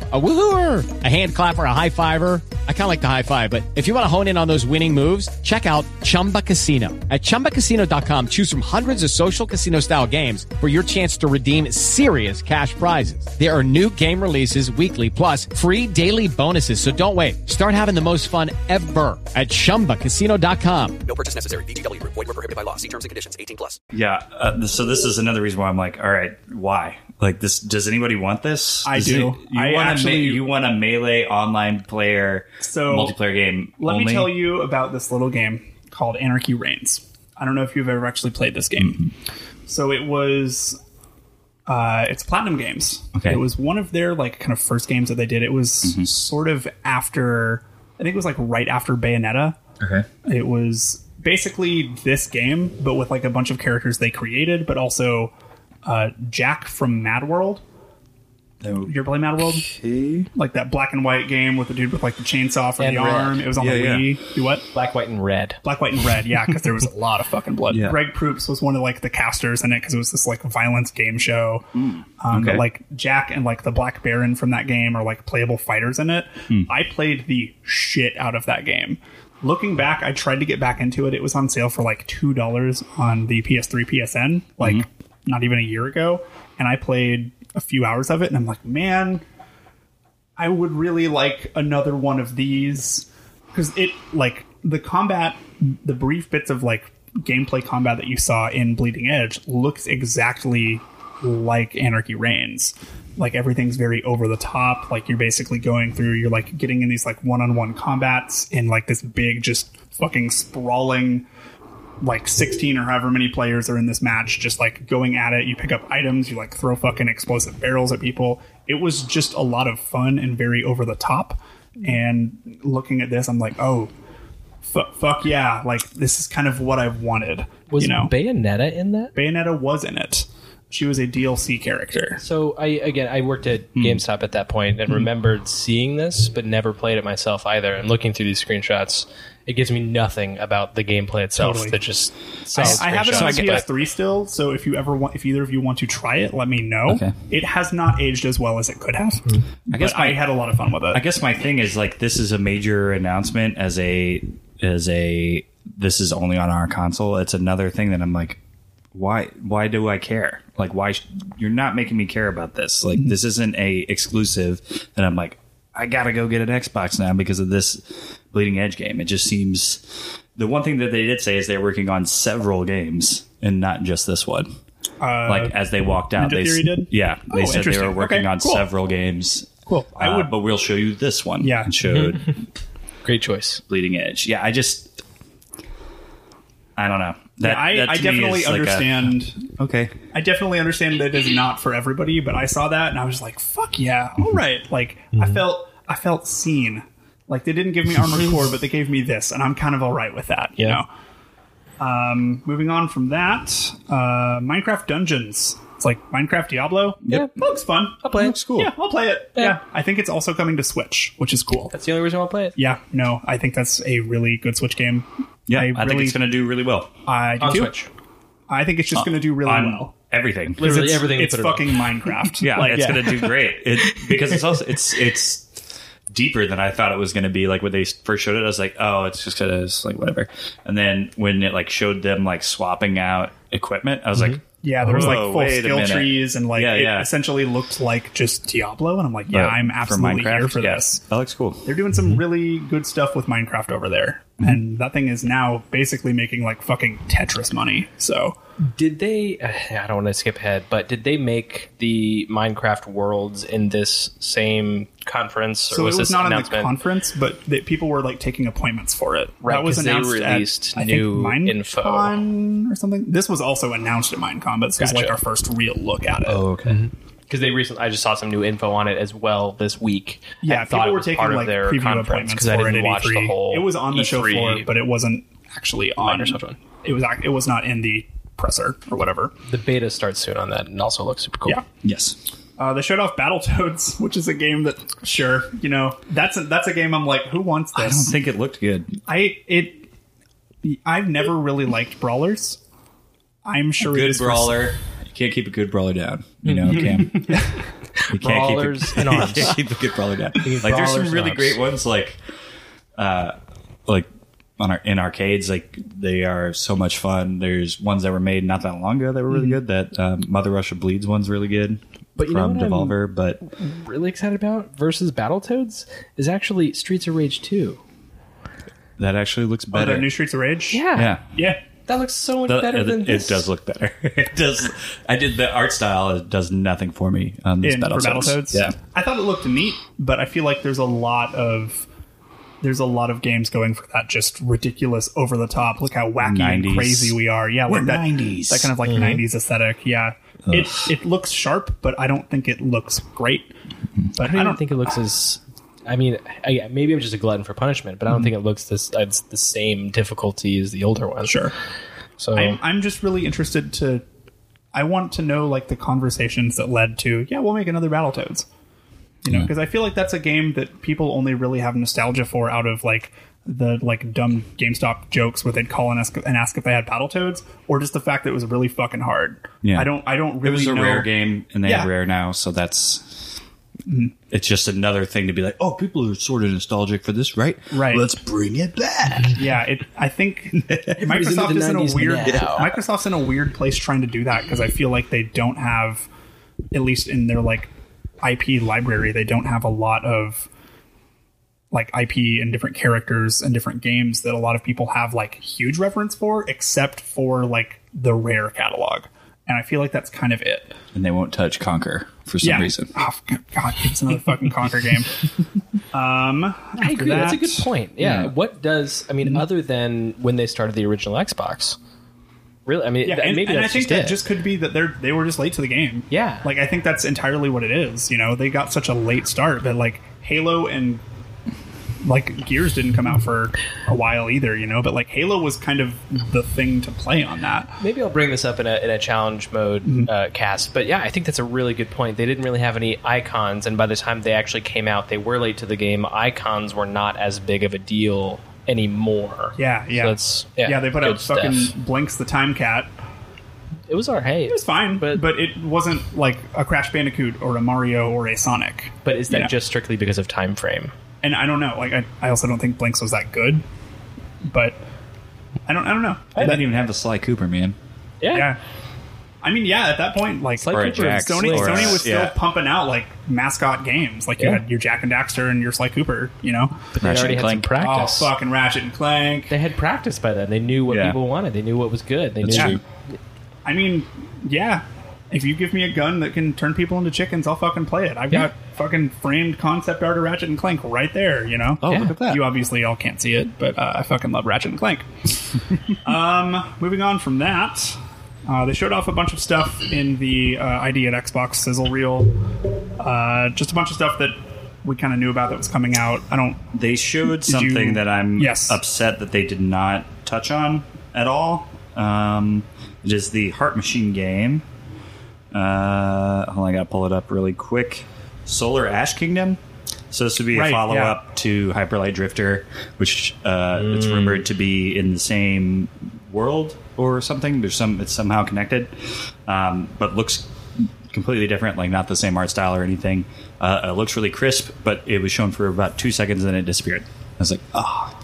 A woohooer, a hand clapper, a high fiver. I kind of like the high five, but if you want to hone in on those winning moves, check out Chumba Casino. At chumbacasino.com, choose from hundreds of social casino style games for your chance to redeem serious cash prizes. There are new game releases weekly, plus free daily bonuses. So don't wait. Start having the most fun ever at chumbacasino.com. No purchase necessary. VGW Group. Void were prohibited by law. See terms and conditions. 18 plus. Yeah. Uh, so this is another reason why I'm like, all right, why? Like this? Does anybody want this? I Does do. any- you I want a actually- me- you want a melee online player So, multiplayer game? Let only? me tell you about this little game called Anarchy Reigns. I don't know if you've ever actually played this game. Mm-hmm. So it was, uh, it's Platinum Games. Okay. Mm-hmm. It was one of their like kind of first games that they did. It was sort of after, I think it was like right after Bayonetta. Okay. It was basically this game, but with like a bunch of characters they created, but also uh, Jack from Mad World. Did you ever play Mad World? Like that black and white game with the dude with like the chainsaw for And the red. arm. It was on the Yeah, Wii. Do what? Black, white, and red. Black, white, and red. Yeah, because there was a lot of fucking blood. Yeah. Greg Proops was one of like the casters in it because it was this like violence game show. um, okay. but, like Jack and like the Black Baron from that game are like playable fighters in it. Hmm. I played the shit out of that game. Looking back, I tried to get back into it. It was on sale for like two dollars on the PS3 PSN, like Mm-hmm. not even a year ago, and I played a few hours of it, and I'm like, man, I would really like another one of these because it like the combat, the brief bits of like gameplay combat that you saw in Bleeding Edge looks exactly like Anarchy Reigns. Like everything's very over the top. Like you're basically going through, you're like getting in these like one on one combats in like this big, just fucking sprawling like 16 or however many players are in this match just like going at it you pick up items you like throw fucking explosive barrels at people it was just a lot of fun and very over the top and looking at this i'm like oh fu fuck yeah like this is kind of what i've wanted Was you know Bayonetta in that? bayonetta was in it she was a dlc character So I again, I worked at GameStop at that point and remembered seeing this, but never played it myself either. And looking through these screenshots, it gives me nothing about the gameplay itself. Totally. That just I, solid I have it screenshots, on but- PS3 still, so if you ever want, if either of you want to try it, let me know. Okay. It has not aged as well as it could have. I guess guess I my- had a lot of fun with it. I guess my thing is like this is a major announcement as a as a this is only on our console. It's another thing that I'm like why why do I care? Like why sh- you're not making me care about this. Mm-hmm. Like this isn't a exclusive that I'm like I got to go get an Xbox now because of this bleeding edge game. It just seems the one thing that they did say is they're working on several games and not just this one. Uh, like as they walked out, Oh. Ninja they s- Theory did? yeah, they Oh, said they interesting. were working Okay, on cool. several games. Cool. I I would, would- but we'll show you this one. Uh, Yeah. and showed Great choice. bleeding edge. Yeah, I just, I don't know. That, I, that to I me definitely is like a- understand. okay, I definitely understand that it is not for everybody, but I saw that and I was like, "Fuck yeah, all right!" Like Mhm. I felt, I felt seen. Like they didn't give me armored core, but they gave me this, and I'm kind of all right with that. You Yeah. know. Um, moving on from that, uh, Minecraft Dungeons. It's like Minecraft Diablo. Yep. That looks fun. I'll play it. Looks cool. Yeah, I'll play it. Yeah. I think it's also coming to Switch, which is cool. That's the only reason I'll play it. Yeah, no, I think that's a really good Switch game. yeah, I, I think really- it's going to do really well I do On too. Switch. I think it's just going to do really Uh, on well. everything. 'Cause Literally it's, everything we It's put it on. fucking Minecraft. Yeah, Like, it's yeah. going to do great it, because it's also it's it's deeper than I thought it was going to be. Like when they first showed it, I was like, oh, it's just going to like whatever. And then when it like showed them like swapping out equipment, I was like. Yeah, there was like Whoa, full wait a skill minute. trees and like Yeah, it yeah. essentially looked like just Diablo, and I'm like, yeah, but I'm "Oh, for absolutely Minecraft, here for yeah, Mm-hmm. this. That looks cool. They're doing some really good stuff with Minecraft over there, Mm-hmm. and that thing is now basically making like fucking Tetris money. So Did they? I don't want to skip ahead, but did they make the Minecraft worlds in this same conference, or so was it was this not in the announcement? conference, but that people were like taking appointments for it. Right, that was 'cause they announced at, released I new think, info. MineCon or something. This was also announced at MineCon, but this was Gotcha. Oh, like our first real look at it. Oh, okay. Because Mm-hmm. they recently, I just saw some new info on it as well this week. Yeah, I thought people it were was taking part like of their preview conference appointments because I for it didn't at watch E3. the whole. E It was on the show E3. floor, but it wasn't actually on. Microsoft one. It was ac- it was not in the presser or whatever. the beta starts soon on that, and also looks super cool. Yeah. Yes. Uh, they showed off Battletoads, which is a game that sure you know that's a, that's a game I'm like, who wants I don't this? think it looked good. I, it I've never really liked brawlers. I'm sure it Good is for- brawler. You can't keep a good brawler down. You know, Cam. you can't Mm-hmm. Brawlers keep and a, you arms. can't keep a good brawler down. Like there's brawlers some and really arms. great ones like uh like on our in arcades, like they are so much fun. There's ones that were made not that long ago that were really good. That um, Mother Russia Bleeds one's really good. Mm-hmm. But you know from what I'm- Devolver, but Really excited about versus Battletoads is actually Streets of Rage 2. that actually looks Oh, better. the new Streets of Rage. yeah. yeah. That looks so much The- better it, than it this. does look better. it does. I did the art style. It does nothing for me on this in battle. for Battletoads. Yeah. I thought it looked neat, but I feel like there's a lot of there's a lot of games going for that just ridiculous, over the top. Look how wacky and 90s. crazy we are. Yeah, like We're Mm-hmm. that 90s. that kind of like 90s aesthetic. Yeah, it it looks sharp, but I don't think it looks great. Mm-hmm. But I don't, think it looks as. I mean, I, maybe I'm just a glutton for punishment, but I don't think it looks this. It's the same difficulty as the older one. sure. So I'm, I'm just really interested to. I want to know like the conversations that led to yeah we'll make another Battletoads, you know because I feel like that's a game that people only really have nostalgia for out of like the like dumb GameStop jokes where they'd call and ask and ask if they had Battletoads or just the fact that it was really fucking hard. Yeah. I don't I don't It really was a know. rare game, and they Yeah. have rare now, so that's. It's just another thing to be like, oh, people are sort of nostalgic for this, right? Right. Mm-hmm. Let's bring it back. Yeah, it, I think Microsoft is in a 90s weird now. Microsoft's in a weird place trying to do that because I feel like they don't have, at least in their like IP library, they don't have a lot of like IP and different characters and different games that a lot of people have like huge reference for, except for like the rare catalog. And I feel like that's kind of it. and they won't touch Conquer for some reason. Oh, God, it's another fucking Conquer game. Um, I agree. That's a that- good point. Yeah. Mm-hmm. Yeah. What does I mean other than when they started the original Xbox? Really? I mean, Yeah, that- and, maybe and I that's think just that it. just could be that they're they were just late to the game. Yeah. like I think that's entirely what it is. You know, they got such a late start that like Halo and like Gears didn't come out for a while either. You know, but like Halo was kind of the thing to play on that. maybe I'll bring this up in a, in a challenge mode Mm-hmm. uh, cast. But yeah, I think that's a really good point. They didn't really have any icons, and by the time they actually came out, they were late to the game. Icons were not as big of a deal anymore. Yeah, yeah, So that's, yeah, They put good out fucking stuff. Blinks the Time Cat. It was our hey. It was fine, but but it wasn't like a Crash Bandicoot or a Mario or a Sonic. But is that Yeah. just strictly because of time frame? and I don't know. Like I, I also don't think Blinks was that good, but I don't I don't know. They didn't even have the Sly Cooper, man. yeah. I mean, yeah. At that point, like Or a Cooper, Jack Sony, Slater. Sony was still Yeah. pumping out like mascot games. Like you Yeah. had your Jack and Daxter and your Sly Cooper. You know, They Ratchet already and had some Clank. oh practice. fucking Ratchet and Clank. They had practice by then. They knew what Yeah. people wanted. They knew what was good. They yeah. knew I mean, yeah. If you give me a gun that can turn people into chickens, I'll fucking play it. I've Yeah. got fucking framed concept art of Ratchet and Clank right there. You know. Oh, Yeah. look at that. You obviously all can't see it, but uh, I fucking love Ratchet and Clank. um, moving on from that, uh, they showed off a bunch of stuff in the uh, ID at Xbox sizzle reel. Uh, just a bunch of stuff that we kind of knew about that was coming out. I don't. they showed you- something that I'm Yes. upset that they did not touch on at all. Um, it is the Heart Machine game. Uh, hold on, I gotta pull it up really quick. Solar Ash Kingdom. So this would be Right, a yeah. follow up to Hyperlight Drifter, which uh, it's rumored to be in the same world or something. There's some it's somehow connected, um, but looks completely different. Like not the same art style or anything. Uh, it looks really crisp, but it was shown for about two seconds and then it disappeared. I was like, ah.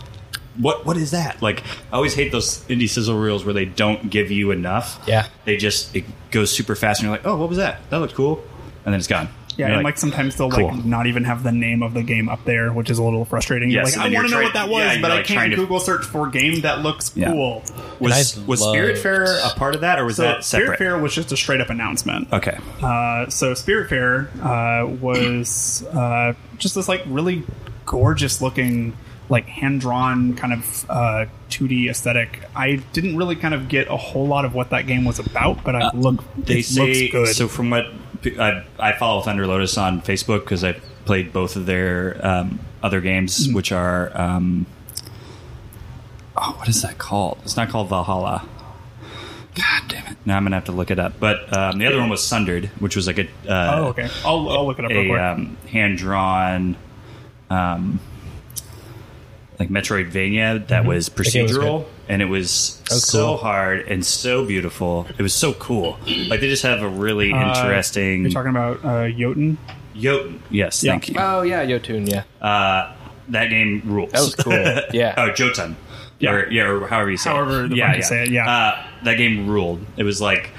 What what is that? Like I always hate those indie sizzle reels where they don't give you enough. Yeah. They just it goes super fast and you're like, "Oh, what was that? That looked cool." And then it's gone. Yeah, You're and like sometimes they'll cool. like not even have the name of the game up there, which is a little frustrating. You're Yes, like, and I then want to know you're what that trying- was, yeah, you're, but I like, can't trying to- Google search for game that looks Yeah. cool. was And I was Spirit loved- Fair a part of that, or was So that Spirit separate? Fair was just a straight up announcement. Okay, Uh, so Spirit Fair uh, was uh, just this like really gorgeous looking like hand drawn kind of uh, 2D aesthetic. I didn't really kind of get a whole lot of what that game was about, but I look Uh, they it say looks good. so. From what I, I follow Thunder Lotus on Facebook because I played both of their um, other Mm. games, which are um, oh, what is that called? It's not called Valhalla. God damn it! Now I'm gonna have to look it up. But um, the other one was Sundered, which was like a uh, oh, okay. I'll, I'll look it up real a quick. um, hand drawn. Um, like Metroidvania, that was game was procedural, and it was, so cool. hard and so beautiful. It was so cool. Like they just have a really interesting. You're talking about uh, Jotun? Jotun. Yes, Yeah. thank you. Oh yeah, Yotun. Yeah, that game rules. that was cool. yeah. oh, Jotun. Yeah, or, yeah, or however you say However it. the fuck you say it, yeah. Uh, that game ruled. It was like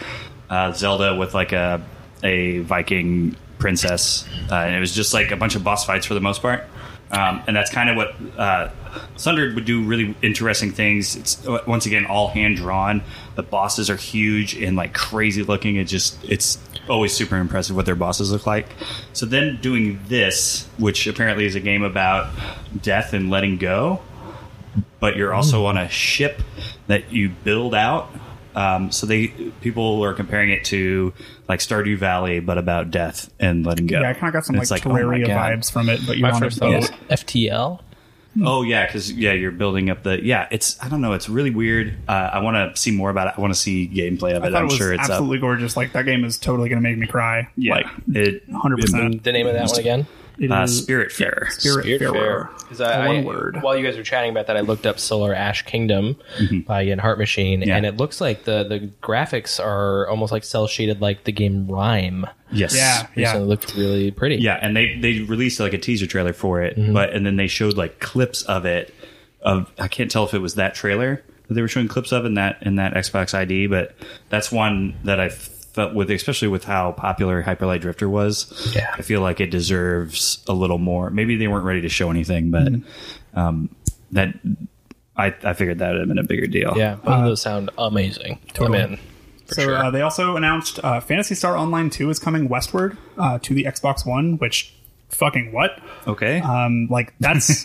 uh, Zelda with like a a Viking princess, uh, and it was just like a bunch of boss fights for the most part. Um, and that's kind of what uh, Sundered would do really interesting things. It's uh, once again all hand drawn. The bosses are huge and like crazy looking. It just it's always super impressive what their bosses look like. So then doing this, which apparently is a game about death and letting go, but you're also Mm. on a ship that you build out. Um, so they people are comparing it to like Stardew Valley, but about death and letting go. Yeah, I kind of got some And like, it's oh my Terraria God. vibes from it, but you're My on a first thought was boat. FTL. Oh yeah, because yeah, you're building up the yeah. It's I don't know. It's really weird. Uh, I want to see more about it. I want to see gameplay of I it. thought I'm it was sure it's up. absolutely gorgeous. Like that game is totally going to make me cry. Yeah, like it 100. percent The name of that one again? Uh, Spirit Fair. Spirit Farer. Because I, One I- word. While you guys were chatting about that, I looked up Solar Ash Kingdom Mm-hmm. by Ian Heart Machine, Yeah. and it looks like the, the graphics are almost like cell shaded, like the game Rhyme. Yes. Yeah, Yeah. yeah. So it looked really pretty. Yeah, and they they released like a teaser trailer for it, Mm-hmm. but and then they showed like clips of it. Of I can't tell if it was that trailer that they were showing clips of in that in that Xbox ID, but that's one that I felt with, especially with how popular Hyperlight Drifter was. Yeah. I feel like it deserves a little more. Maybe they weren't ready to show anything, but Mm-hmm. um, that I I figured that would have been a bigger deal. Yeah. Both Uh, of those sound amazing. I'm in. For So sure. uh, they also announced uh, Fantasy Star Online 2 is coming westward uh, to the Xbox One, which fucking what? Okay. Um, like that's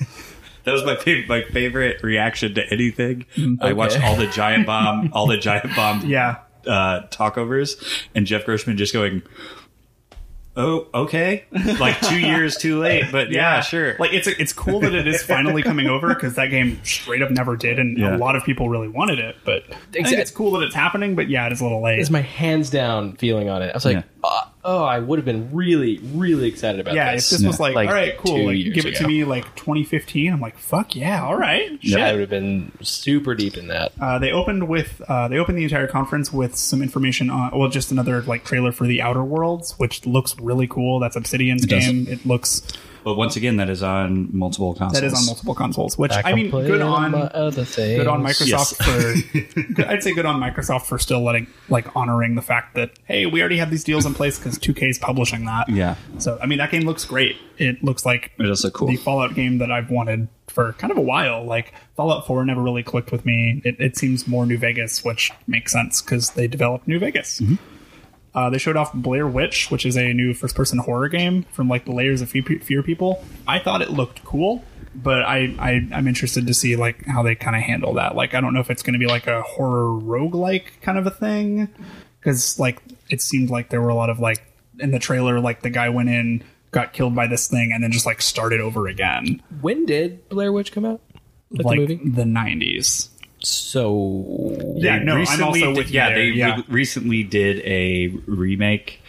That was my favorite, my favorite reaction to anything. I watched all the giant bomb, all the giant bomb, Mm, Yeah. uh, talkovers, and Jeff Gershman just going, "Oh, okay," like two years too late, but yeah, sure. Like it's it's cool that it is finally coming over because that game straight up never did, and Yeah. a lot of people really wanted it. But I Exact- think it's cool that it's happening. But yeah, it is a little late. is my hands down feeling on it. I was like, Yeah. "Uh, oh, I would have been really, really excited about yeah, if this. this was like, Like, all right, two cool, like, years give it to ago. me like 2015. I'm like, fuck yeah, all right. Yeah, I would have been super deep in that. Uh, they opened with uh, they opened the entire conference with some information on well, just another like trailer for the Outer Worlds, which looks really cool. That's Obsidian's does. game. It looks But once again, that is on multiple consoles. that is on multiple consoles, which Back I on mean, play good my on other things. good on Microsoft for good- I'd say good on Microsoft for still letting like honoring the fact that hey, we already have these deals in place because 2K is publishing that. Yeah. So I mean, that game looks great. It looks like It does look cool. the Fallout game that I've wanted for kind of a while. Like Fallout 4 never really clicked with me. It, it seems more New Vegas, which makes sense because they developed New Vegas. Uh, they showed off Blair Witch, which is a new first-person horror game from like the layers of Fe- Fear people. I thought it looked cool, but I, I I'm interested to see like how they kind of handle that. Like I don't know if it's going to be like a horror roguelike kind of a thing, because like it seemed like there were a lot of like in the trailer, like the guy went in, got killed by this thing, and then just like started over again, when did Blair Witch come out? Like, like the movie? the '90s. So Yeah, no, I'm Recently also did- with you yeah. there, They re- yeah. recently did a remake,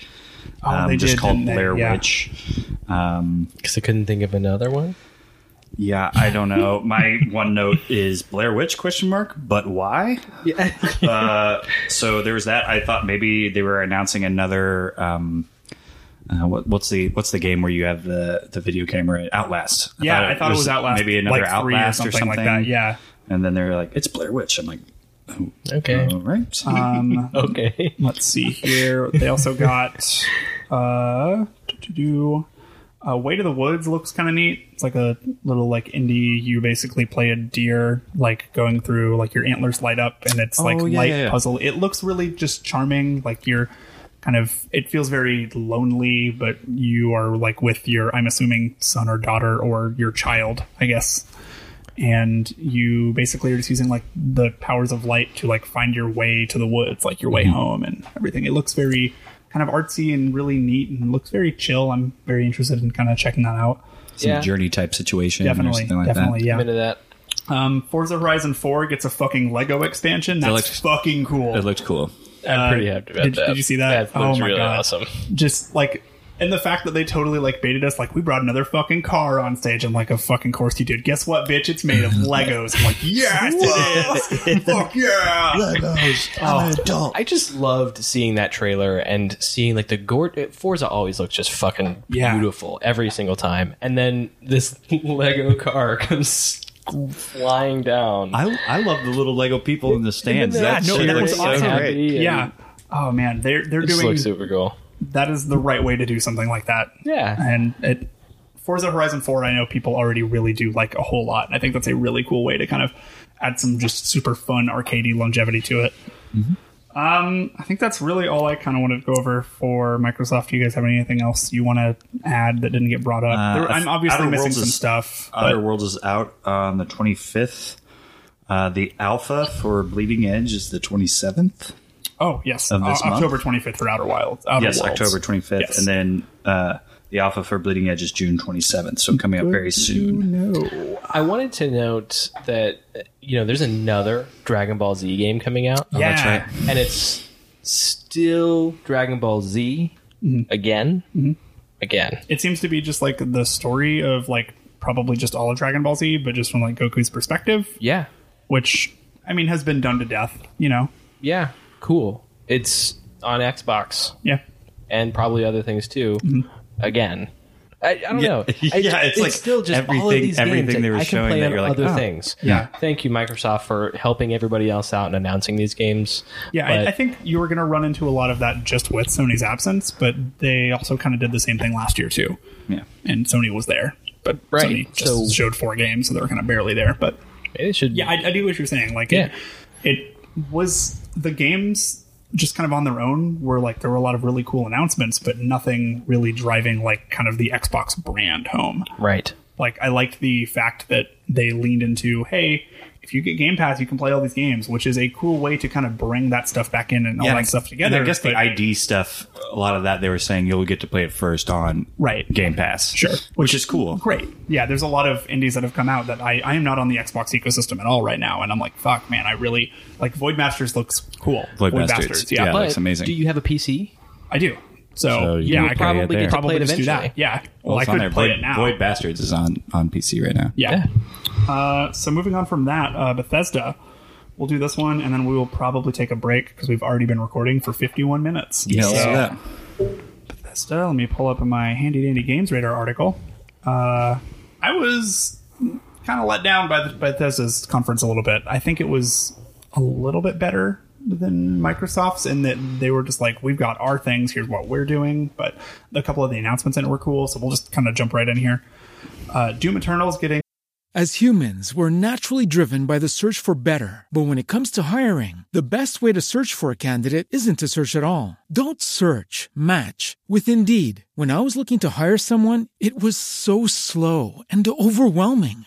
Oh, um, they just did, called didn't they? Blair Yeah. Witch. Um, because I couldn't think of another one. Yeah, I don't know. My one note is Blair Witch question mark, but why? Yeah. uh, so there was that. I thought maybe they were announcing another. Um, uh, what, what's the what's the game where you have the the video camera? Outlast. Yeah, I thought it was Outlast. Maybe another like, three Outlast or something, like that. Yeah. And then they're like, it's Blair Witch. I'm like, oh, Okay. all right. Um, Okay. let's see here. They also got uh to do uh, Way to the Woods looks kind of neat. It's like a little like indie. You basically play a deer like going through like your antlers light up and it's like Oh, yeah, light yeah, yeah. puzzle. It looks really just charming. Like you're kind of it feels very lonely, but you are like with your I'm assuming son or daughter or your child, I guess and you basically are just using like the powers of light to like find your way to the woods, like your way Mm-hmm. home and everything. It looks very kind of artsy and really neat and looks very chill. I'm very interested in kind of checking that out. Some yeah. journey type situation or Definitely, something like definitely, that. I'm yeah. into that. Um, Forza Horizon 4 gets a fucking Lego expansion. That's looks- fucking cool. It looked cool. I'm pretty happy about uh, did- that. did you see that? That was Oh my really God. awesome. just like and the fact that they totally like baited us, like we brought another fucking car on stage. I'm like, of fucking course you did. Guess what, bitch? It's made of Legos. I'm like, yes, it is. Fuck yeah, Legos. Oh, I just loved seeing that trailer and seeing like the gord Forza always looks just fucking Yeah. beautiful every single time. And then this Lego car comes flying down. I, I love the little Lego people in the stands. Yeah, That no, shit that was so awesome. great. happy and- yeah. Oh man, they're they're It just doing looks super cool. that is the right way to do something like that. Yeah. and it Forza Horizon 4, I know people already really do like a whole lot. I think that's a really cool way to kind of add some just super fun arcadey longevity to it. Um, I think that's really all I kind of wanted to go over for Microsoft. Do you guys have anything else you want to add that didn't get brought up? Uh, There- I'm obviously Outer missing Worlds some is- stuff. Outer but- Worlds is out on the 25th. Uh, the alpha for Bleeding Edge is the 27th. oh, yes. of this O- month? October 25th for Outer Wilds. Outer yes, Worlds. October 25th. Yes. And then uh, the alpha for Bleeding Edge is June 27th. So coming up very soon. I wanted to note that you know there's another Dragon Ball Z game coming out, yeah. Oh, That's right. and it's still Dragon Ball Z again, again. It seems to be just like the story of like probably just all of Dragon Ball Z, but just from like Goku's perspective, Yeah, which I mean has been done to death, you know. yeah, cool. It's on Xbox Yeah. and probably other things too. Mm-hmm. Again, I, I don't know. I- Yeah, it's like still just all of everything- these everything games that they were I can showing play that on you're like, other oh, things. yeah. thank you Microsoft for helping everybody else out and announcing these games. Yeah, But- I, I think you were going to run into a lot of that just with Sony's absence, but they also kind of did the same thing last year too. Yeah. And Sony was there, but Right, Sony just so- showed four games, so they were kind of barely there. But Maybe it should. yeah, I, I do what you're saying. Like, Yeah. it, it was the games just kind of on their own were like there were a lot of really cool announcements, but nothing really driving like kind of the Xbox brand home. right. Like, I liked the fact that they leaned into, hey, if you get Game Pass, you can play all these games, which is a cool way to kind of bring that stuff back in and all and I- that stuff together. and I guess the but- ID stuff, a lot of that they were saying you'll get to play it first on Right. Game Pass. Sure. Which, is cool. great. Yeah, there's a lot of indies that have come out that I, I am not on the Xbox ecosystem at all right now, and I'm like, fuck, man, I really like Void Masters looks cool. Void Bastards, yeah. but But looks amazing. do you have a PC? I do. So, So you yeah, would I could probably probably, get to probably play it just do that. eventually. Yeah, well, Well, I it's on could there. play Void, it now. Void Bastards is on, on PC right now. yeah. Uh, so moving on from that, uh, Bethesda. We'll do this one, and then we will probably take a break because we've already been recording for 51 minutes. Yeah, let's So- do that. Bethesda. Let me pull up my handy dandy Games Radar article. Uh, I was kind of let down by the by Bethesda's conference a little bit. I think it was a little bit better than Microsoft's in that they were just like, we've got our things, here's what we're doing. But a couple of the announcements in it were cool, so we'll just kind of jump right in here. Uh, Doom Eternal's getting As humans, we're naturally driven by the search for better. But when it comes to hiring, the best way to search for a candidate isn't to search at all. Don't search, match with Indeed. When I was looking to hire someone, it was so slow and overwhelming.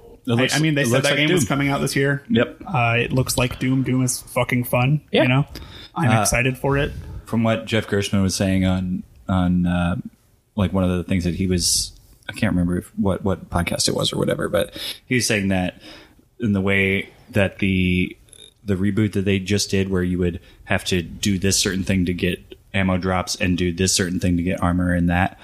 It looks- I, I mean, they it said looks that like game was Doom. coming out this year. Yep. Uh, it looks like Doom. Doom is fucking fun. Yeah. You know, I'm excited for it. from what Jeff Gershman was saying on on uh, like one of the things that he was I can't remember if, what what podcast it was or whatever, but he was saying that in the way that the the reboot that they just did, where you would have to do this certain thing to get ammo drops and do this certain thing to get armor and that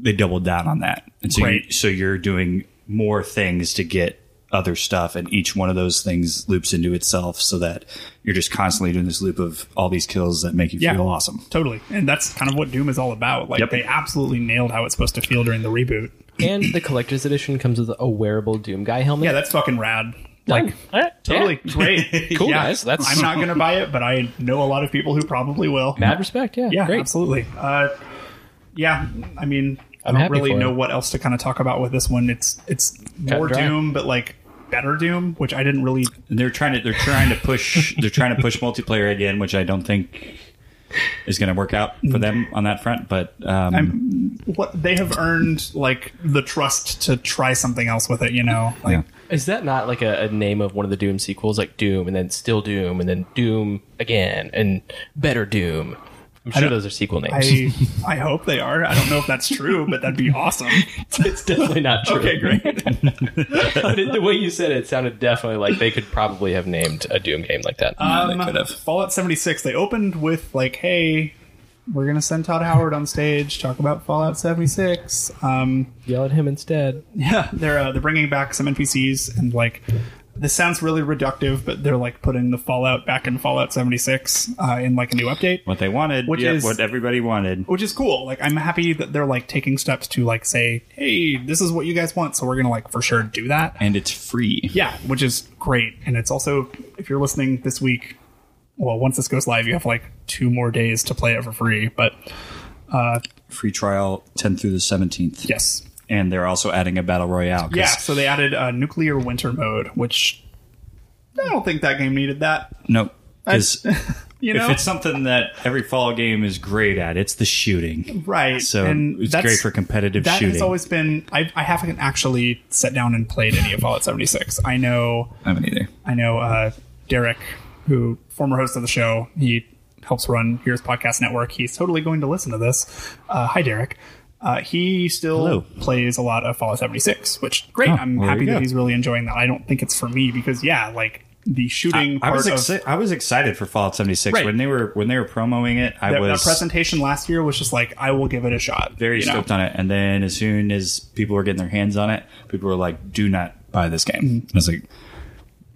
they doubled down on that, and so you, Great. so you're doing more things to get other stuff and each one of those things loops into itself so that you're just constantly doing this loop of all these kills that make you Yeah. feel awesome Totally. And that's kind of what Doom is all about. Like Yep. they absolutely nailed how it's supposed to feel during the reboot. and the collector's edition comes with a wearable Doom guy helmet. Yeah, that's fucking rad. Like Yeah. totally great. Cool, Yeah. guys. That's- I'm not gonna buy it, but I know a lot of people who probably will. Mad respect. Yeah, Yeah, great. absolutely. Uh, yeah, I mean, I'm I don't happy really for know it. what else to kind of talk about with this one. It's it's more dry. Doom, but like better Doom, which I didn't really. They're trying to they're trying to push they're trying to push multiplayer again, which I don't think is going to work out for them on that front. But um, What they have earned like the trust to try something else with it, you know. Like, Is that not like a, a name of one of the Doom sequels, like Doom and then Still Doom and then Doom again and Better Doom? I'm sure I don't- those are sequel names. I I hope they are. I don't know if that's true, but that'd be awesome. it's definitely not true. Okay, great. But it- the way you said it, sounded definitely like they could probably have named a Doom game like that. Um, Fallout 76. They opened with like, "Hey, we're gonna send Todd Howard on stage, talk about Fallout 76." Um, Yell at him instead. Yeah, they're uh, they're bringing back some NPCs and like, this sounds really reductive, but they're like putting the Fallout back in Fallout 76 uh, in like a new update. what they wanted, Which yeah, is- what everybody wanted. Which is cool. Like, I'm happy that they're like taking steps to like say, "Hey, this is what you guys want," so we're gonna like for sure do that. and it's free. Yeah, which is great. And it's also, if you're listening this week, well, once this goes live, you have like two more days to play it for free. But uh, Free trial 10 through the 17th. Yes. And they're also adding a battle royale. 'cause yeah, so they added uh, nuclear winter mode, which I don't think that game needed that. No. 'cause You if know? it's something that every fall game is great at, it's the shooting. Right, So and it's that's- great for competitive that shooting. has always been. I, I haven't actually sat down and played any of Fallout 76. I know. I haven't either. I know uh, Derek, who former host of the show, he helps run Here's Podcast Network. He's totally going to listen to this. Uh, hi, Derek. Uh, he still Hello. plays a lot of Fallout 76, which great. Oh, I'm well, there happy that you go. he's really enjoying that. I don't think it's for me because yeah, like the shooting I part was, of exci- I was excited for Fallout 76 Right. when they were when they were promoting it. I that, that was presentation last year was just like, I will give it a shot. very you know? stoked on it. And then as soon as people were getting their hands on it, people were like, "Do not buy this game." I was like,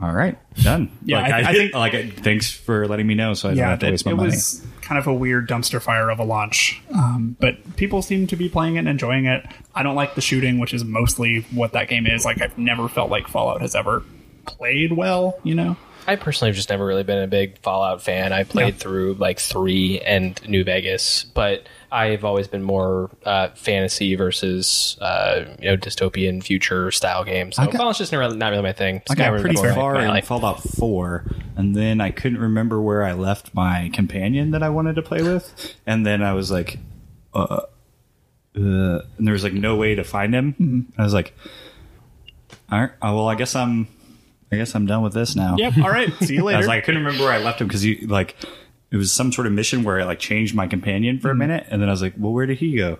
"All right, done." Yeah, like, I- I, I think- think like I- thanks for letting me know, so I don't have to it, waste my it money. was kind of a weird dumpster fire of a launch. Um, but people seem to be playing it and enjoying it. I don't like the shooting, which is mostly what that game is. Like I've never felt like Fallout has ever played well. You know, I personally have just never really been a big Fallout fan. I played through like three and New Vegas, but I've always been more uh, fantasy versus uh, you know dystopian future style games. So I got- Fallout's just never, not really my thing. I got Skyrim's pretty more far my in alley. Fallout 4, and then I couldn't remember where I left my companion that I wanted to play with, and then I was like, uh, uh and there was like no way to find him. I was like, all right, oh, well, I guess I'm, I guess I'm done with this now. Yep, all right, see you I was later. like, I couldn't remember where I left him because he like, it was some sort of mission where I like changed my companion Mm-hmm. for a minute, and then I was like, well, where did he go?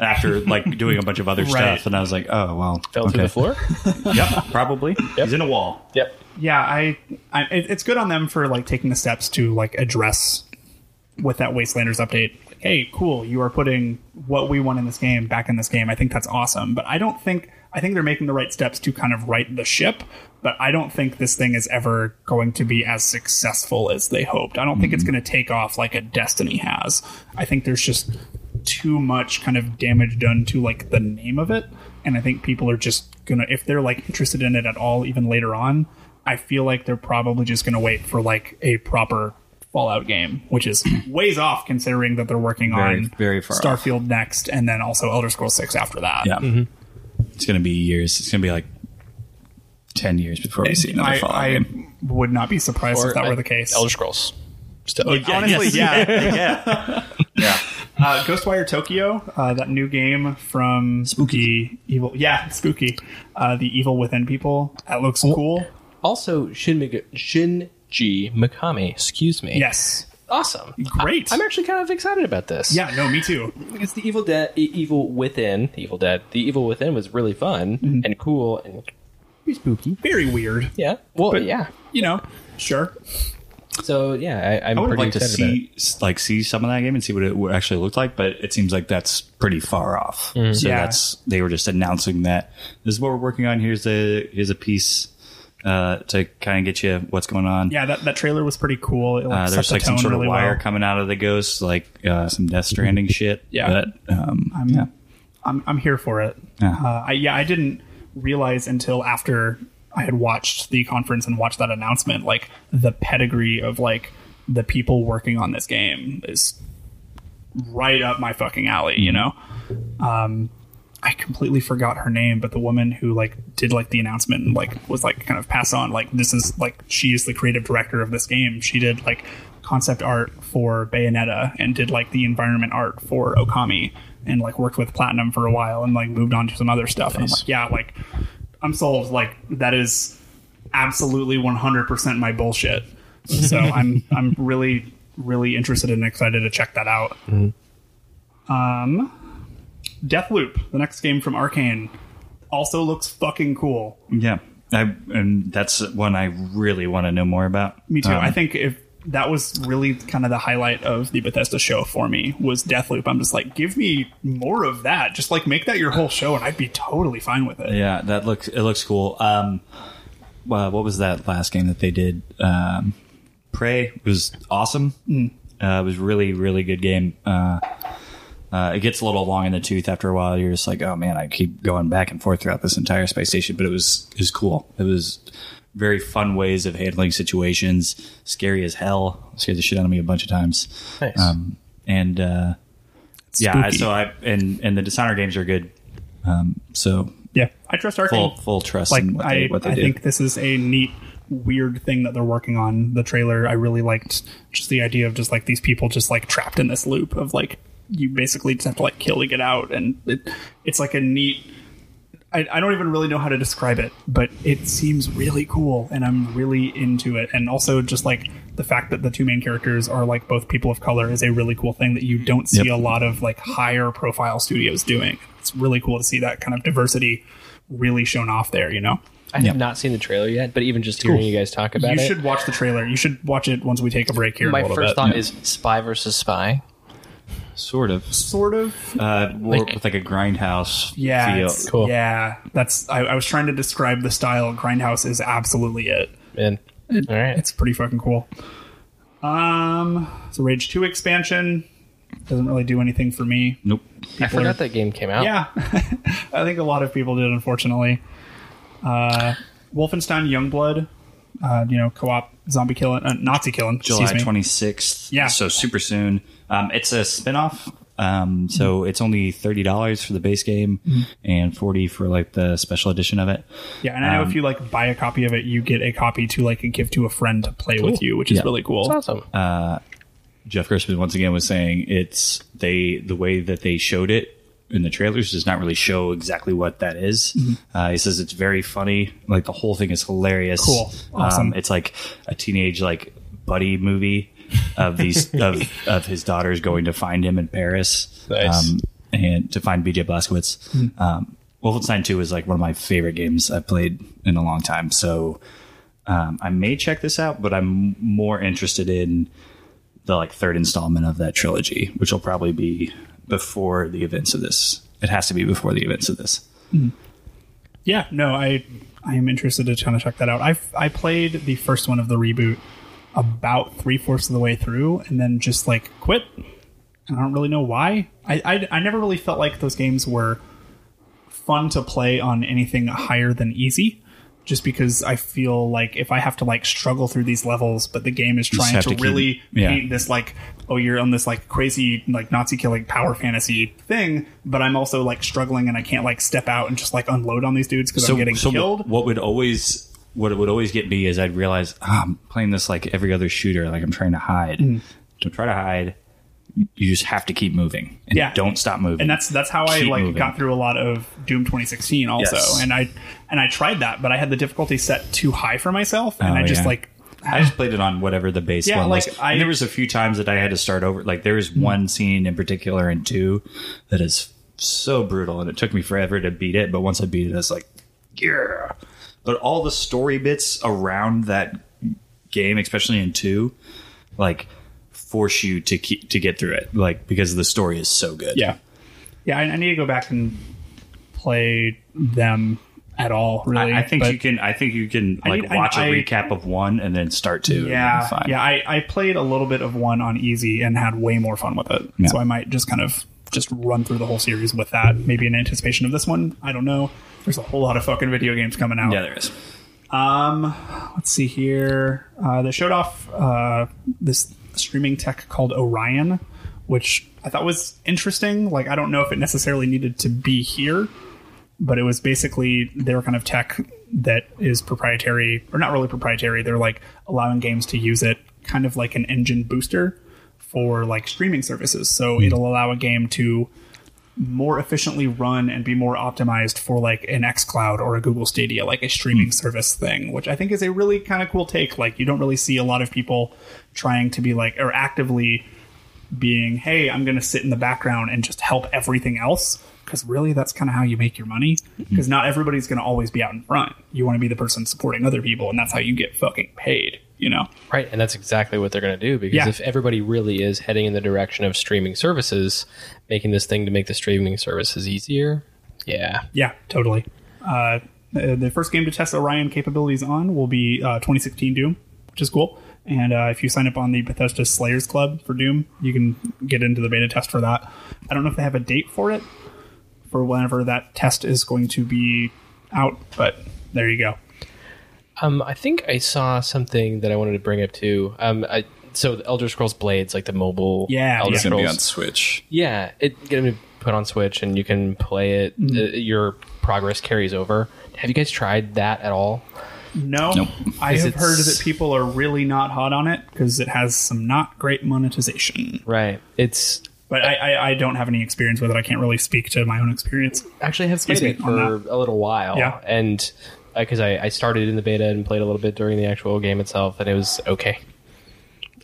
After like doing a bunch of other Right. stuff, and I was like, oh well, Fell through the floor? yep, probably. He's in a wall. Yep. yeah, I, I it, it's good on them for like taking the steps to like address with that Wastelanders update. like, Hey, cool! You are putting what we want in this game back in this game. I think that's awesome. But I don't think I think they're making the right steps to kind of right the ship. But I don't think this thing is ever going to be as successful as they hoped. I don't think it's going to take off like a Destiny has. I think there's just too much kind of damage done to like the name of it, and I think people are just gonna if they're like interested in it at all, even later on. I feel like they're probably just going to wait for like a proper Fallout game, which is ways off considering that they're working Very- on very far off. Starfield next, and then also Elder Scrolls Six after that. Yeah. Mm-hmm. It's going to be years. It's going to be like 10 years before we see another I, Fallout I game. would not be surprised Or if that I- were the case. Elder Scrolls. Yeah, honestly, yes. yeah, yeah. Uh, Ghostwire Tokyo, uh, that new game from Spooky Evil, yeah, Spooky, uh, the Evil Within people. That looks Oh. cool. Also, Shin, Meg- Shin G Mikami, excuse me. Yes. Awesome. Great. I, am actually kind of excited about this. Yeah, no, me too. Because the Evil Dead, e- Evil Within, the Evil Dead, the Evil Within was really fun Mm-hmm. and cool and spooky, very weird. Yeah. Well, But, yeah. You know, sure. So yeah, I, i I'm would pretty like to excited about it. see s- like see some of that game and see what it would actually looked like, but it seems like that's pretty far off. Mhm. So Yeah. that's they were just announcing that this is what we're working on. Here's a here's a piece uh, to kind of get you what's going on. Yeah, that, that trailer was pretty cool. It Uh, like, there's set like the some tone sort of really wire well. coming out of the ghost, like uh, some Death Mm-hmm. Stranding shit. Yeah. but, um, I'm, I'm I'm here for it. Uh-huh. Uh, I, yeah, I didn't realize until after I had watched the conference and watched that announcement, like the pedigree of like the people working on this game is right up my fucking alley, you know? Um, I completely forgot her name, but the woman who like did like the announcement and like was like kind of passed on, like this is like she is the creative director of this game. She did like concept art for Bayonetta and did like the environment art for Okami and like worked with Platinum for a while and like moved on to some other stuff. And I'm like, yeah, like I'm sold. Like that is absolutely 100% my bullshit. So I'm I'm really really interested and excited to check that out. Um, Deathloop, the next game from Arcane, also looks fucking cool. Yeah, I and that's one I really want to know more about. Me too. Um, I think if that was really kind of the highlight of the Bethesda show for me was Deathloop. I'm just like, give me more of that. Just like make that your whole show, and I'd be totally fine with it. Yeah, that looks it looks cool. Um, well, what was that last game that they did? Um, Prey was awesome. Mm. Uh, it was really really good game. Uh, uh, it gets a little long in the tooth after a while. You're just like, oh man, I keep going back and forth throughout this entire space station, but it was it was cool. It was very fun ways of handling situations. Scary as hell. Scared the shit out of me a bunch of times. Nice. Um, and uh, yeah, I- spooky. so I and and the Dishonor games are good. Um, so Yeah, I trust Arcane. Full, full trust like in what they, I, what they I do. think this is a neat weird thing that they're working on the trailer i really liked just the idea of just like these people just like trapped in this loop of like you basically just have to like kill to get out and it, it's like a neat I, I don't even really know how to describe it but it seems really cool and i'm really into it and also just like the fact that the two main characters are like both people of color is a really cool thing that you don't see Yep. a lot of like higher profile studios doing it's really cool to see that kind of diversity really shown off there you know I have not seen the trailer yet, but even just hearing you guys talk about you it, should watch the trailer. You should watch it once we take a break here. in my a little first bit. thought is spy versus spy. sort of sort of uh, more with like a grindhouse yeah, feel. it's- yeah. That's I, I was trying to describe the style. Grindhouse is absolutely it. Man. All right, it's pretty fucking cool. Um, so Rage Two expansion doesn't really do anything for me. Nope. I People forgot are- that game came out. Yeah, I think a lot of people did, unfortunately. Uh, Wolfenstein Youngblood, uh, you know, co-op zombie killing, uh, Nazi killing. July excuse me. twenty sixth. Yeah. so super soon. Um, it's a spinoff. Um, so it's only thirty dollars for the base game Mhm. and forty for like the special edition of it. Yeah, and I know Um, if you like buy a copy of it, you get a copy to like give to a friend to play with you, which is Yeah. really cool. awesome. Uh, Jeff Crispin once again was saying it's they the way that they showed it in the trailers does not really show exactly what that is. Mm-hmm. Uh, he says it's very funny, like the whole thing is hilarious. Cool. Awesome. Um, it's like a teenage like buddy movie of these of of his daughters going to find him in Paris, Nice. um, and to find BJ Blazkowicz. Um, Wolfenstein Two is like one of my favorite games I've played in a long time, so. Um, I may check this out, but I'm more interested in the like third installment of that trilogy, which will probably be before the events of this. It has to be before the events of this. Yeah, no, I I am interested to kind of check that out. I I played the first one of the reboot about three fourths of the way through, and then just like quit. And I don't really know why. I, I I never really felt like those games were fun to play on anything higher than easy. Just because I feel like if I have to like struggle through these levels, but the game is You just trying have to, to keep- really yeah. paint this like oh you're on this like crazy like nazi killing power fantasy thing but i'm also like struggling and i can't like step out and just like unload on these dudes because i'm getting killed What would always what would always get me is I'd realize "Ah, I'm playing this like every other shooter, like I'm trying to hide. Mm. Don't try to hide. You just have to keep moving. And Yeah. Don't stop moving. and that's that's how i Keep like moving. got through a lot of doom 2016 also Yes. and i and i tried that but i had the difficulty set too high for myself and Oh, i just yeah. like I just played it on whatever the base Yeah, one like, was. I- and there was a few times that I had to start over. Like there was one scene in particular in two that is so brutal, and it took me forever to beat it. But once I beat it, I was like, yeah. But all the story bits around that game, especially in two, like force you to keep to get through it, like because the story is so good. yeah yeah i, I need to go back and play them at all really I, I think but- you can. I think you can I like need- I- watch a I- recap of one and then start two. and Yeah, you're fine. yeah. I, I played a little bit of one on easy and had way more fun with it. Yeah. So I might just kind of just run through the whole series with that, maybe in anticipation of this one. I don't know. There's a whole lot of fucking video games coming out. yeah. There is. Um, let's see here. Uh, they showed off uh, this streaming tech called Orion, which I thought was interesting. Like, I don't know if it necessarily needed to be here, but it was basically their kind of tech that is proprietary, or not really proprietary. They're like allowing games to use it kind of like an engine booster for like streaming services. So it'll allow a game to more efficiently run and be more optimized for like an xcloud or a google stadia like a streaming service thing which i think is a really kind of cool take like you don't really see a lot of people trying to be like or actively being hey i'm going to sit in the background and just help everything else because really that's kind of how you make your money because not everybody's going to always be out in front you want to be the person supporting other people and that's how you get fucking paid you know Right, and that's exactly what they're going to do because Yeah. if everybody really is heading in the direction of streaming services, making this thing to make the streaming services easier, yeah, Yeah, totally. Uh, the the first game to test Orion capabilities on will be uh, 2016 Doom, which is cool. And uh, if you sign up on the Bethesda Slayers Club for Doom, you can get into the beta test for that. I don't know if they have a date for it, for whenever that test is going to be out, but there you go. Um, I think I saw something that I wanted to bring up too. Um, I, so the Elder Scrolls Blades, like the mobile, Yeah, Elder it's gonna be Scrolls. on Switch. Yeah, it's gonna be put on Switch, and you can play it. Mhm. Uh, your progress carries over. Have you guys tried that at all? No, Nope. I Is have it heard s- that people are really not hot on it because it has some not great monetization. Right. It's. But I, I, I don't have any experience with it. I can't really speak to my own experience. Actually, I have Excuse played it me, on for a little while, Yeah. and because I, I started in the beta and played a little bit during the actual game itself, and it was okay.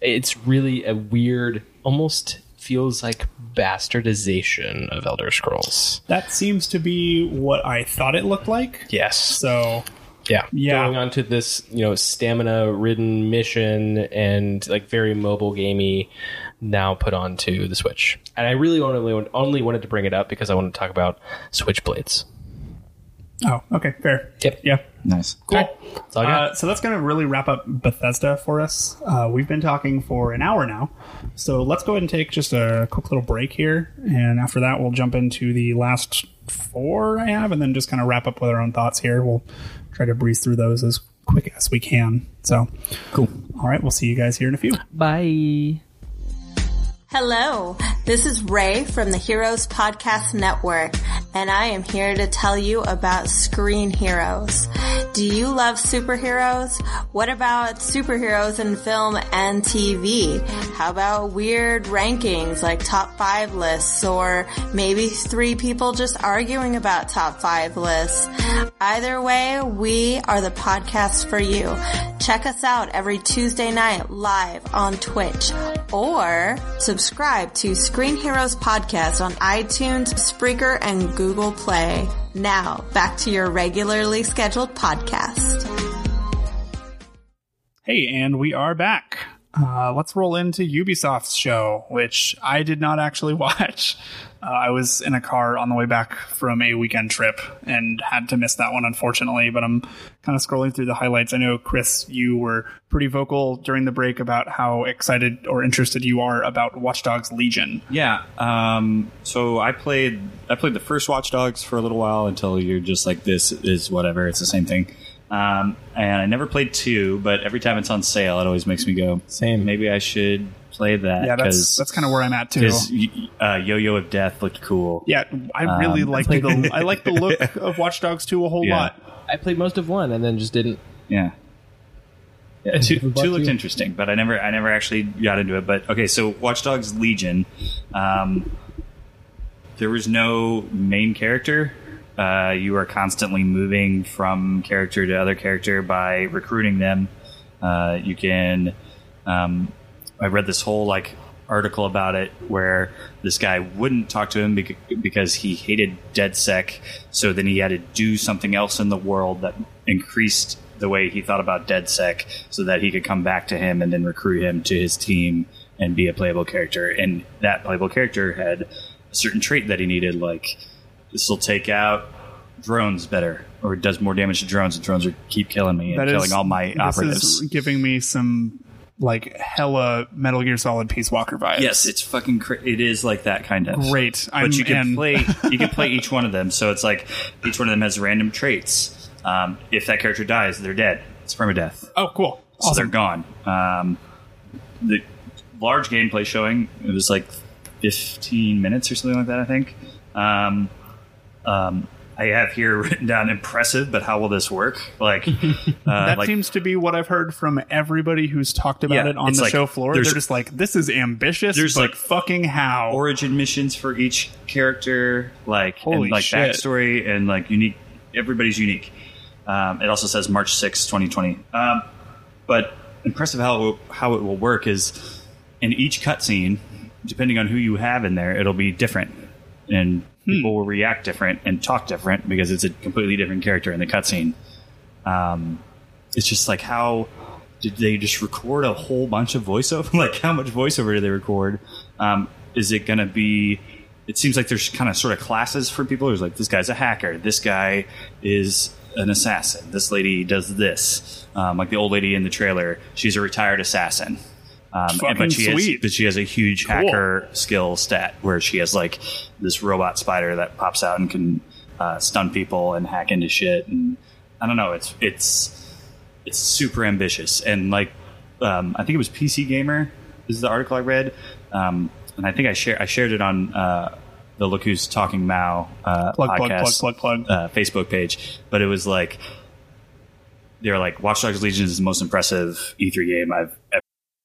It's really a weird, almost feels like bastardization of Elder Scrolls. That seems to be what I thought it looked like. Yes. So, yeah, yeah. Going on to this, you know, stamina-ridden mission and like very mobile gamey, now put onto the Switch. And I really only only wanted to bring it up because I wanted to talk about Switchblades. Oh, okay, fair. Yep. Yeah. Nice. Cool. all I got. Uh, so that's going to really wrap up Bethesda for us. Uh, we've been talking for an hour now, so let's go ahead and take just a quick little break here, and after that we'll jump into the last four I have, and then just kind of wrap up with our own thoughts here. We'll try to breeze through those as quick as we can. So, cool. All right, we'll see you guys here in a few. Bye. Hello, this is Ray from the Heroes Podcast Network, and I am here to tell you about Screen Heroes. Do you love superheroes? What about superheroes in film and TV? How about weird rankings like top five lists or maybe three people just arguing about top five lists? Either way, we are the podcast for you. Check us out every Tuesday night live on Twitch or subscribe to Screen Heroes Podcast on iTunes, Spreaker, and Google Play. Now, back to your regularly scheduled podcast. Hey, and we are back. Uh, let's roll into Ubisoft's show, which I did not actually watch. Uh, I was in a car on the way back from a weekend trip and had to miss that one, unfortunately. But I'm kind of scrolling through the highlights. I know, Chris, you were pretty vocal during the break about how excited or interested you are about Watch Dogs Legion. Yeah. Um, so I played I played the first Watch Dogs for a little while until you're just like this is whatever. It's the same thing. Um, and I never played two, but every time it's on sale, it always makes me go same. Maybe I should play that. Yeah, that's 'cause- that's kind of where I'm at too. 'cause, uh, Yo-Yo of Death looked cool. Yeah, I really Um, like the I like the look of Watch Dogs 2 a whole Yeah. lot. I played most of one and then just didn't. Yeah. Yeah, two, What about two looked you? interesting, but I never, I never actually got into it. But okay, so Watch Dogs Legion, um, there was no main character. Uh, you are constantly moving from character to other character by recruiting them. Uh, you can. Um, I read this whole like article about it where this guy wouldn't talk to him bec- because he hated DedSec. So then he had to do something else in the world that increased the way he thought about DedSec, so that he could come back to him and then recruit him to his team and be a playable character. And that playable character had a certain trait that he needed, like this will take out drones better or does more damage to drones and drones are keep killing me and That is killing all my this operatives Is giving me some like hella Metal Gear Solid Peace Walker vibes. Yes, it's fucking. Cra- it is like that kind of Great. But I'm you can in. play. You can play each one of them. So it's like each one of them has random traits. Um, if that character dies, they're dead. It's permadeath. Oh, cool. So they're gone. Um, the large gameplay showing it was like 15 minutes or something like that, I think. Um, um, I have here written down impressive, but how will this work? Like, uh, that like, seems to be what I've heard from everybody who's talked about Yeah, it on it's the like- show floor. They're there's- just like, this is ambitious, there's, but like, fucking how. origin missions for each character, like Holy and like shit. backstory and like unique. Everybody's unique. Um, it also says March sixth, 2020. Um, but impressive how how it will work is in each cutscene, depending on who you have in there, it'll be different, and Hmm. people will react different and talk different because it's a completely different character in the cutscene. Um, it's just like how did they just record a whole bunch of voiceover? like how much voiceover do they record? Um, is it going to be? It seems like there's kind of sort of classes for people. There's like this guy's a hacker. This guy is an assassin. This lady does this. Um, like the old lady in the trailer, she's a retired assassin. Um, and- Fucking but she sweet. Has, but she has a huge hacker skill stat where she has like this robot spider that pops out and can uh, stun people and hack into shit. And I don't know. It's it's it's super ambitious and like um, I think it was PC Gamer is the article I read, um, and I think I share I shared it on uh, the Look Who's Talking Mao uh, Plug, plug, podcast plug, plug, Uh, Facebook page, but it was like they're like Watch Dogs Legion is the most impressive E3 game I've ever.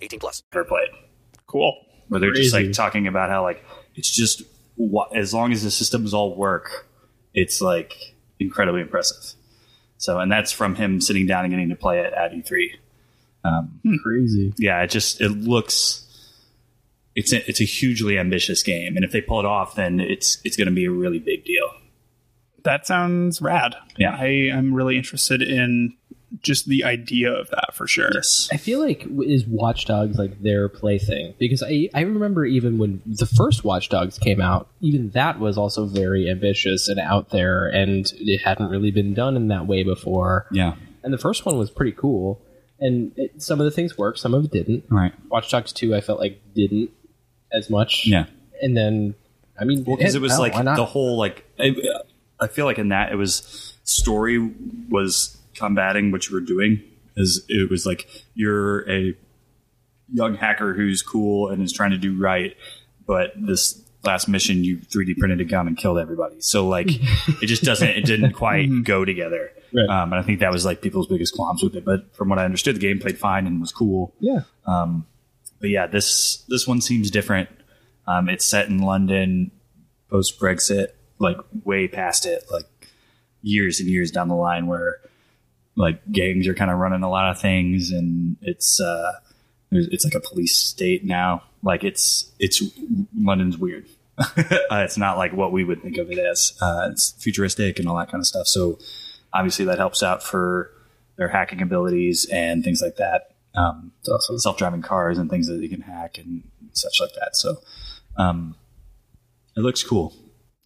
18 plus. played. Cool. Where they're just Crazy. like talking about how like it's just wha- as long as the systems all work, it's like incredibly impressive. So, and that's from him sitting down and getting to play it at E3. Um, Hmm. Crazy. yeah, it just it looks it's a, it's a hugely ambitious game, and if they pull it off, then it's it's going to be a really big deal. That sounds rad. Yeah. I am really interested in just the idea of that for sure. I feel like w- is Watch Dogs like their plaything because I I remember even when the first Watch Dogs came out, even that was also very ambitious and out there, and it hadn't really been done in that way before. Yeah, and the first one was pretty cool, and it, some of the things worked, some of it didn't. Right. Watch Dogs Two, I felt like didn't as much. Yeah. and then I mean, Well, because yeah, it was no, like why not? the whole like I, I feel like in that it was story was combating what you were doing is it was like you're a young hacker who's cool and is trying to do right, but this last mission you 3D printed a gun and killed everybody. So like it just doesn't it didn't quite Mm-hmm. go together. Um, and I think that was like people's biggest qualms with it. But from what I understood, the game played fine and was cool. Yeah. Um, but yeah, this this one seems different. Um, it's set in London post Brexit, like way past it, like years and years down the line, where like gangs are kind of running a lot of things, and it's uh, there's- it's like a police state now. Like it's it's London's weird. uh, it's not like what we would think of it as. Uh, it's futuristic and all that kind of stuff. So obviously that helps out for their hacking abilities and things like that. Um, Self-driving cars and things that you can hack and such like that. So um, it looks cool.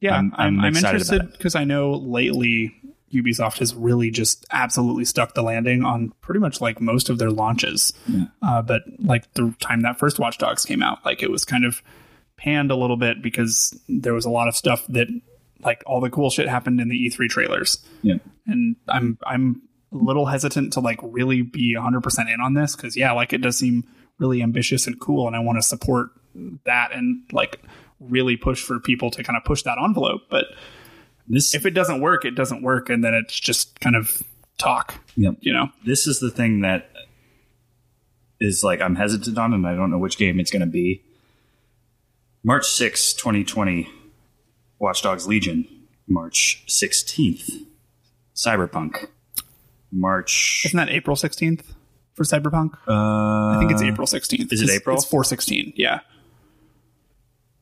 Yeah, I'm, I'm, excited about interested because I know lately Ubisoft has really just absolutely stuck the landing on pretty much like most of their launches. Uh, but like the time that first Watch Dogs came out, like it was kind of panned a little bit because there was a lot of stuff that like all the cool shit happened in the E3 trailers. Yeah. And I'm I'm a little hesitant to like really be 100% in on this cuz yeah, like it does seem really ambitious and cool and I want to support that and like really push for people to kind of push that envelope, but this if it doesn't work, it doesn't work and then it's just kind of talk. Yeah. You know, this is the thing that is like I'm hesitant on, and I don't know which game it's going to be. March 6, 2020, Watch Dogs Legion. March 16th, Cyberpunk. March. Isn't that April 16th for Cyberpunk? I Uh, think it's April 16th. Is it It's- April? It's 416. Yeah.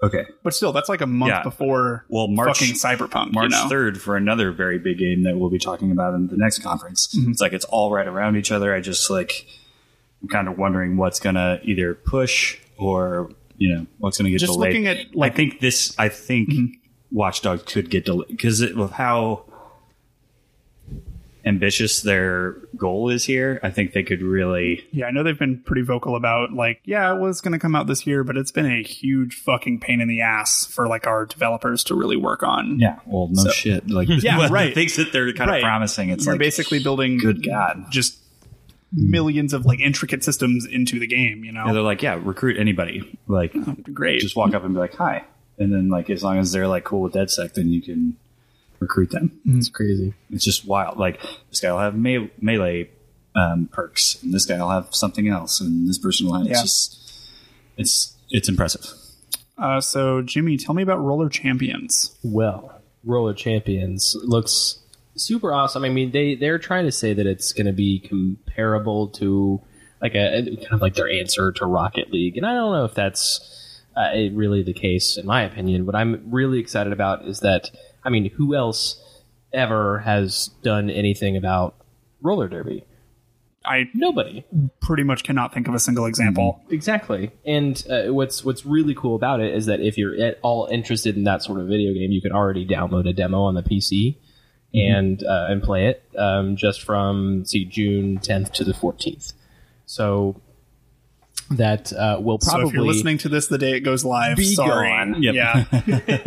Okay. But still, that's like a month Yeah. before Well, March fucking Cyberpunk. March you know? 3rd for another very big game that we'll be talking about in the next conference. Mhm. It's like it's all right around each other. I just like I'm kind of wondering what's going to either push or you know what's going to get Just delayed. looking at, like- Mm-hmm. I think this I think Watch Dogs could get delayed because of how ambitious their goal is here. I think they could really Yeah, I know they've been pretty vocal about like, yeah, it was going to come out this year, but it's been a huge fucking pain in the ass for like our developers to really work on. yeah. Well, no So- shit. Like yeah, well, the right. Things that they're kind Right. of promising. It's You're like basically building good god just millions of like intricate systems into the game. You know, Oh, Yeah, they're like, yeah, recruit anybody. Like, great. Just walk up and be like, hi. And then, like, as long as they're like cool with DedSec, then you can recruit them. It's crazy. It's just wild. Like, this guy will have me- melee um, perks, and this guy will have something else, and this person will have. It's Yeah. just, it's it's impressive. Uh, so, Jimmy, tell me about Roller Champions. Well, Roller Champions looks super awesome. I mean, they they're trying to say that it's going to be comparable to like a kind of like their answer to Rocket League, and I don't know if that's uh, really the case in my opinion. What I'm really excited about is that I mean, who else ever has done anything about roller derby? I nobody pretty much cannot think of a single example. Mm-hmm. Exactly. And uh, what's what's really cool about it is that if you're at all interested in that sort of video game, you can already download a demo on the PC Mhm. Mm-hmm. and uh, and play it um, just from see June 10th to the 14th. So that uh, will probably so, if you're listening to this the day it goes live, Be sorry. gone. Yeah. Yep.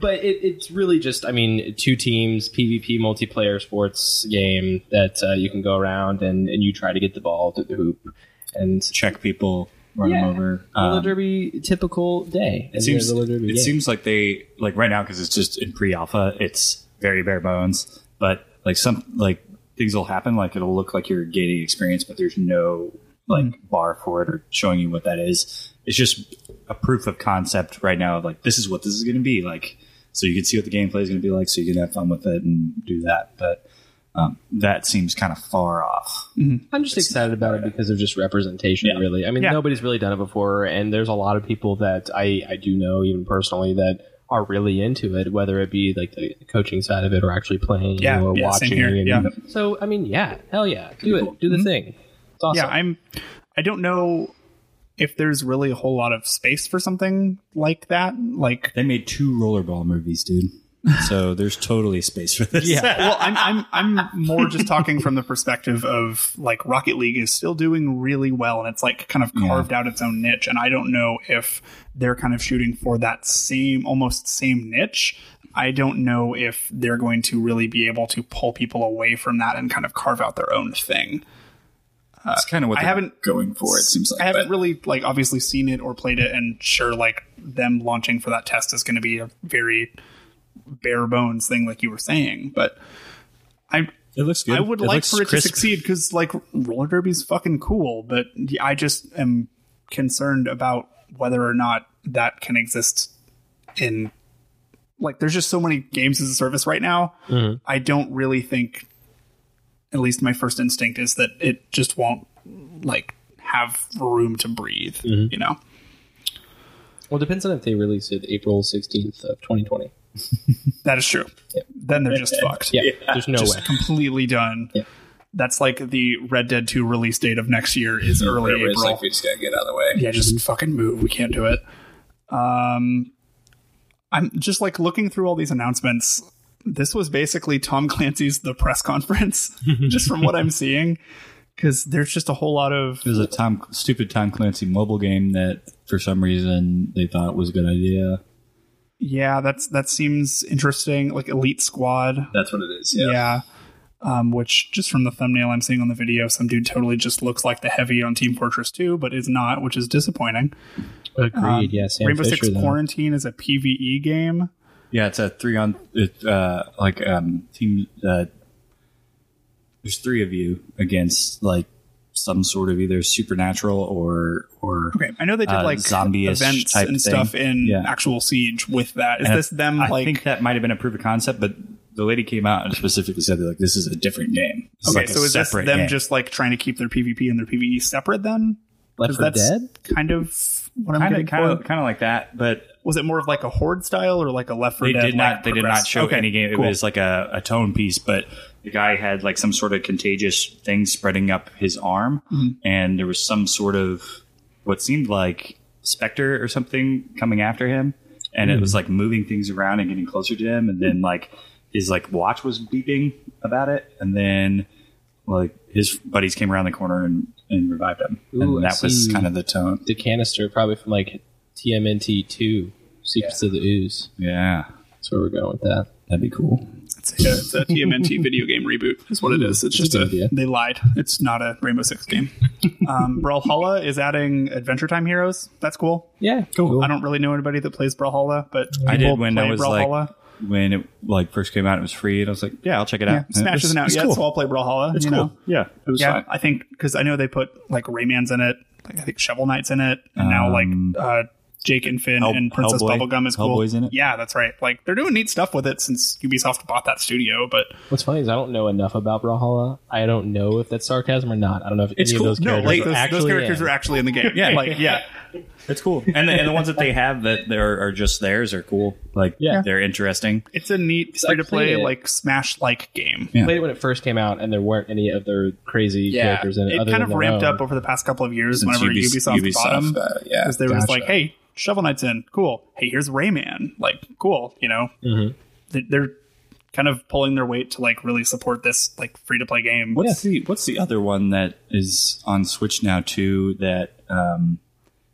but it, it's really just i mean two teams pvp multiplayer sports game that uh, you can go around and, and you try to get the ball through the hoop and check people run 'em over. roller Um, derby typical day It seems, roller derby it game. seems like they, like, right now, because it's just in pre alpha, it's very bare bones, but, like, some, like, things will happen. Like, it'll look like your gating experience, but there's no, like, bar for it or showing you what that is. It's just a proof of concept right now of, like, this is what this is going to be. Like, so you can see what the gameplay is going to be like, so you can have fun with it and do that. But um, that seems kind of far off. I'm just excited about it because of just representation, really. I mean, nobody's really done it before, and there's a lot of people that I, I do know, even personally, that are really into it, whether it be like the coaching side of it or actually playing Yeah, or yeah, same watching. here, and- yeah. Mm-hmm. So, I mean, yeah, hell yeah. Do it. Do the thing. It's awesome. Yeah, I'm. I don't know if there's really a whole lot of space for something like that. Like they made two rollerball movies, dude. So there's totally space for this. well, I'm I'm I'm more just talking from the perspective of like Rocket League is still doing really well, and it's like kind of carved out its own niche. And I don't know if they're kind of shooting for that same almost same niche. I don't know if they're going to really be able to pull people away from that and kind of carve out their own thing. That's kind of what I they're haven't going for, it seems like, I haven't but- really like obviously seen it or played it, and sure, like them launching for that test is going to be a very bare bones thing, like you were saying. But I it looks I would like for it to succeed because like roller derby's fucking cool, but yeah, I just am concerned about whether or not that can exist in like there's just so many games as a service right now. Mhm. I don't really think at least my first instinct is that it just won't like have room to breathe, you know. Well, it depends on if they release it April 16th of 2020. That is true. Then they're just fucked. Yeah, there's no Just way. completely done. That's like the Red Dead 2 release date of next year is early Whatever, April. it's like we just gotta get out of the way. Yeah, just fucking move. We can't do it. Um, I'm just like looking through all these announcements. This was basically Tom Clancy's the press conference, just from what I'm seeing. because there's just a whole lot of There's a Tom stupid Tom Clancy mobile game that for some reason they thought was a good idea. yeah. That's that seems interesting. Like Elite Squad. That's what it is. Yeah. Um, which just from the thumbnail I'm seeing on the video, some dude totally just looks like the heavy on Team Fortress 2, but is not, which is disappointing. Agreed. Um, yeah, Sam Rainbow Fisher, Six though. Quarantine is a PVE game. Yeah, it's a three on it, uh, like um, team. Uh, there's three of you against like some sort of either supernatural or or Okay, I know they did uh, like zombie-ish events type and stuff thing. in Yeah. actual Siege with that. Is And I- this them I like? think that might have been a proof of concept, but the lady came out and specifically said like this is a different game. This okay, like a so is this them separate game. just like trying to keep their PvP and their PVE separate then? Left 'Cause four that's dead? kind of what I'm Kinda- getting kinda- for. kinda like that, but was it more of like a horde style or like a Left 4 they Dead? did not like, they did not progressed? show Okay, any game. It cool. was like a, a tone piece, but the guy had like some sort of contagious thing spreading up his arm, Mhm. and there was some sort of what seemed like specter or something coming after him, and it Hmm. was like moving things around and getting closer to him, and then like his like watch was beeping about it, and then like his buddies came around the corner and, and revived him, Ooh, and I that was see. kind of the tone. The canister, probably from like TMNT two, Secrets of the Ooze. Yeah, that's where we're going with that. That'd be cool. Yeah, it's a TMNT video game reboot, is what it is. It's just a, they lied. It's not a Rainbow Six game. Um, Brawlhalla is adding Adventure Time heroes. That's cool. Yeah, cool. I don't really know anybody that plays Brawlhalla, but I people did when play I was Brawlhalla. like when it like first came out, it was free, and I was like, yeah, I'll check it out. yeah, And Smash it was- isn't out it's yet, cool. so I'll play Brawlhalla. It's you cool. know? Yeah, it was yeah, fine. I think because I know they put like Rayman's in it. Like I think Shovel Knight's in it, and now like Um, uh, Jake and Finn Hell- and Princess Hellboy- Bubblegum is cool. Hellboy's in it? Yeah, that's right. Like they're doing neat stuff with it since Ubisoft bought that studio. But What's funny is I don't know enough about Brawlhalla. I don't know if that's sarcasm or not. I don't know if any of those characters no, like are those, actually those characters in. are actually in the game. Yeah. like yeah, it's cool. And the, and the ones that they have that are, are just theirs are cool. Like Yeah. they're interesting. It's a neat I free to play played it. like Smash like game. Played it when it first came out, and there weren't any of their crazy characters in it. it other kind than uh, of their ramped own. up over the past couple of years. Since whenever Ubis- Ubisoft, bought Ubisoft, them, uh, yeah. because there was Gotcha. like, hey, Shovel Knight's in, cool. Hey, here's Rayman, like cool. You know, Mhm. They- they're kind of pulling their weight to like really support this like free to play game. What's the What's the other one that is on Switch now too? That um,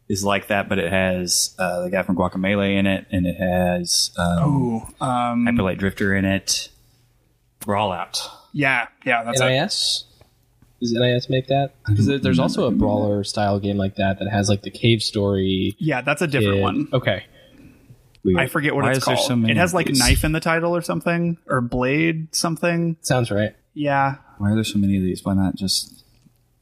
is like that, but it has uh, the guy from Guacamelee in it, and it has um, Ooh, um, Hyper Light Drifter in it. Brawlout. Yeah, yeah, that's it. NIS. Does NIS make that? Because there's also a brawler style game like that that has like the cave story. Yeah, that's a different kid. one. Okay. I forget what Why it's is there called. so many it has like of these? knife in the title or something, or blade something. Sounds right. Yeah, Why are there so many of these? Why not just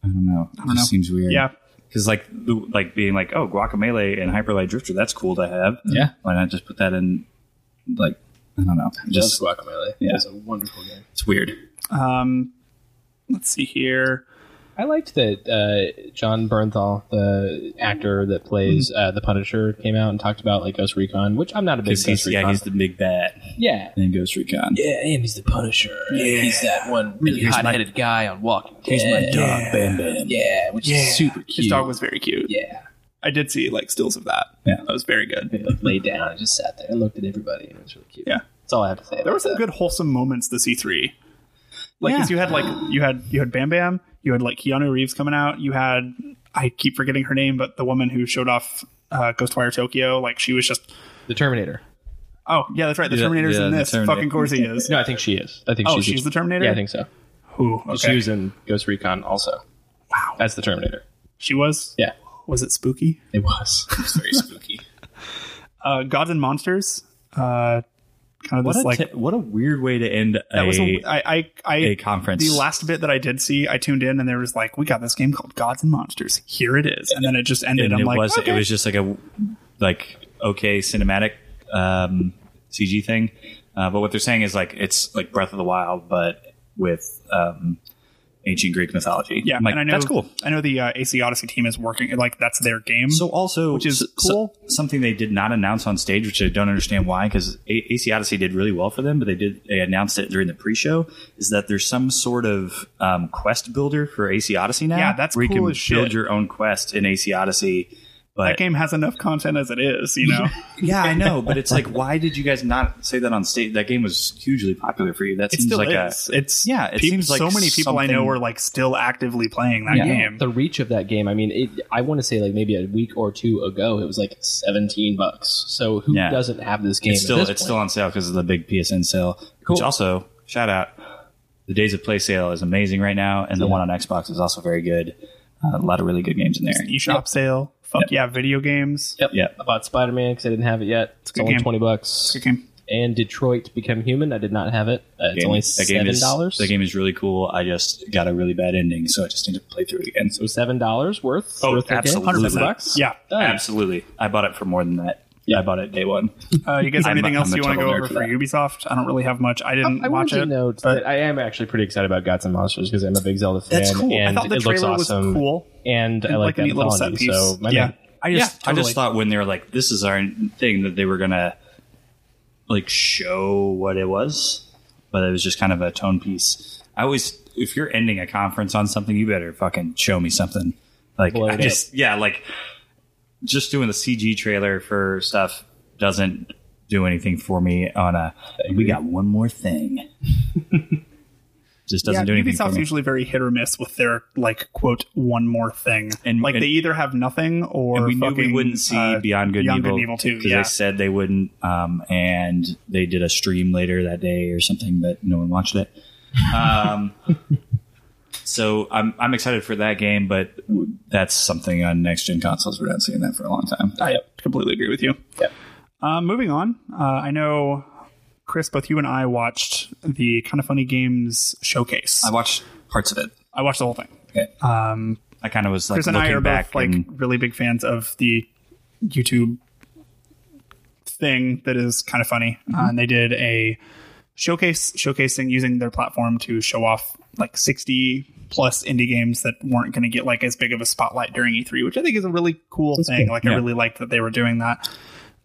I don't know. It know. just seems weird. Yeah. Because like the- like being like oh Guacamelee and Hyper Light Drifter that's cool to have. Yeah. Why not just put that in like I don't know. Just Guacamole. Yeah. It's a wonderful game. It's weird. Um, let's see here. I liked that uh, John Bernthal, the actor that plays Mm-hmm. uh, the Punisher, came out and talked about like Ghost Recon, which I'm not a big 'Cause Ghost he's- Recon. yeah, he's the big bad. Yeah. And Ghost Recon. Yeah, and he's the Punisher. Yeah. He's that one really here's my- hot-headed guy on Walking Dead. here's my dog, Bam Bam. Yeah, which is super cute. His dog was very cute. Yeah. I did see like stills of that. Yeah. That was very good. like, laid down and just sat there and looked at everybody. And it was really cute. Yeah. That's all I have to say. There were some good wholesome moments this E E3. Like 'cause you had like you had you had Bam Bam, you had like Keanu Reeves coming out, you had I keep forgetting her name, but the woman who showed off uh, Ghostwire Tokyo, like she was just The Terminator. Oh, yeah, that's right. The Terminator's in this. Fucking course he is. No, I think she is. I think Oh, she's, she's the Terminator? Yeah, I think so. Who? She okay. was in Ghost Recon also. Wow. That's the Terminator. She was? Yeah. Was it spooky? It was. It was very spooky. Uh, Gods and Monsters. Uh, kind of What this a like te- what a weird way to end That a, was a, I, I, I, a conference. The last bit that I did see, I tuned in and there was like, we got this game called Gods and Monsters. Here it is, and then it just ended. and I'm it like, was okay. it was just like a like okay cinematic um, CG thing. Uh, but what they're saying is like it's like Breath of the Wild, but with um, ancient Greek mythology. yeah, I'm like, and I know that's cool. I know the uh, AC Odyssey team is working like that's their game. So also, which is S- so- cool. something they did not announce on stage, which I don't understand why, because a- AC Odyssey did really well for them, but they did they announced it during the pre-show. Is that there's some sort of um, quest builder for AC Odyssey now? Yeah, that's where cool you can as shit. build your own quest in AC Odyssey, But that game has enough content as it is, you know. yeah, I know, but it's like, why did you guys not say that on stage? That game was hugely popular for you. That It seems still like is. a it's yeah. It peop- seems like so many people I know something- are like still actively playing that Yeah. game. The reach of that game. I mean, it, I want to say like maybe a week or two ago, it was like seventeen bucks. So who Yeah. doesn't have this game? It's at still this it's still on sale because of the big PSN sale. Which also shout out the Days of Play sale is amazing right now, and the one on Xbox is also very good. Uh, a lot of really good games in there. eShop sale. Fuck yeah, video games. Yep. Yep. I bought Spider Man because I didn't have it yet. It's, a good only game. twenty bucks. Good game. And Detroit Become Human. I did not have it. Uh, it's Game- only that game seven is- dollars. That game is really cool. I just got a really bad ending, so I just need to play through it again. So seven dollars worth. Oh, worth of game? absolutely. 100 bucks? Yeah, Done. absolutely. I bought it for more than that. Yeah, I bought it day one. Uh, you guys have I'm a- anything else I'm a you want to total go nerd over for for that. Ubisoft? I don't really have much. I didn't I watch wanted to it. note that I am actually pretty excited about Gods and Monsters because I'm a big Zelda fan. That's cool. I And thought the it looks trailer was awesome. cool. And, I like, a that neat little set mythology, piece. So my Yeah. man. I just Yeah, I totally. just thought when they were like, this is our thing that they were gonna like show what it was, but it was just kind of a tone piece. I always if you're ending a conference on something, you better fucking show me something. Like Blow it I up. just yeah, like just doing the CG trailer for stuff doesn't do anything for me on a we got one more thing. just doesn't yeah, do anything for Ubisoft's me. usually very hit or miss with their like quote one more thing. And- like and- they either have nothing or and we fucking, knew we wouldn't see uh, Beyond Good and Beyond Evil Good and Evil too. because Yeah. they said they wouldn't, um, and they did a stream later that day or something, but no one watched it. Um, so I'm I'm excited for that game, but w- that's something on next gen consoles. We're not seeing that for a long time. I completely agree with you. Um, moving on, uh, I know Chris, both you and I watched the kind of funny games showcase. I watched parts of it. I watched the whole thing. Okay. Um, I kind of was like Chris and I looking are back both like and- really big fans of the YouTube thing that is kind of funny, Mm-hmm. Uh, and they did a showcase showcasing using their platform to show off like 60 plus indie games that weren't going to get like as big of a spotlight during E3, which I think is a really cool That's thing. cool. Like I Yeah. really liked that they were doing that.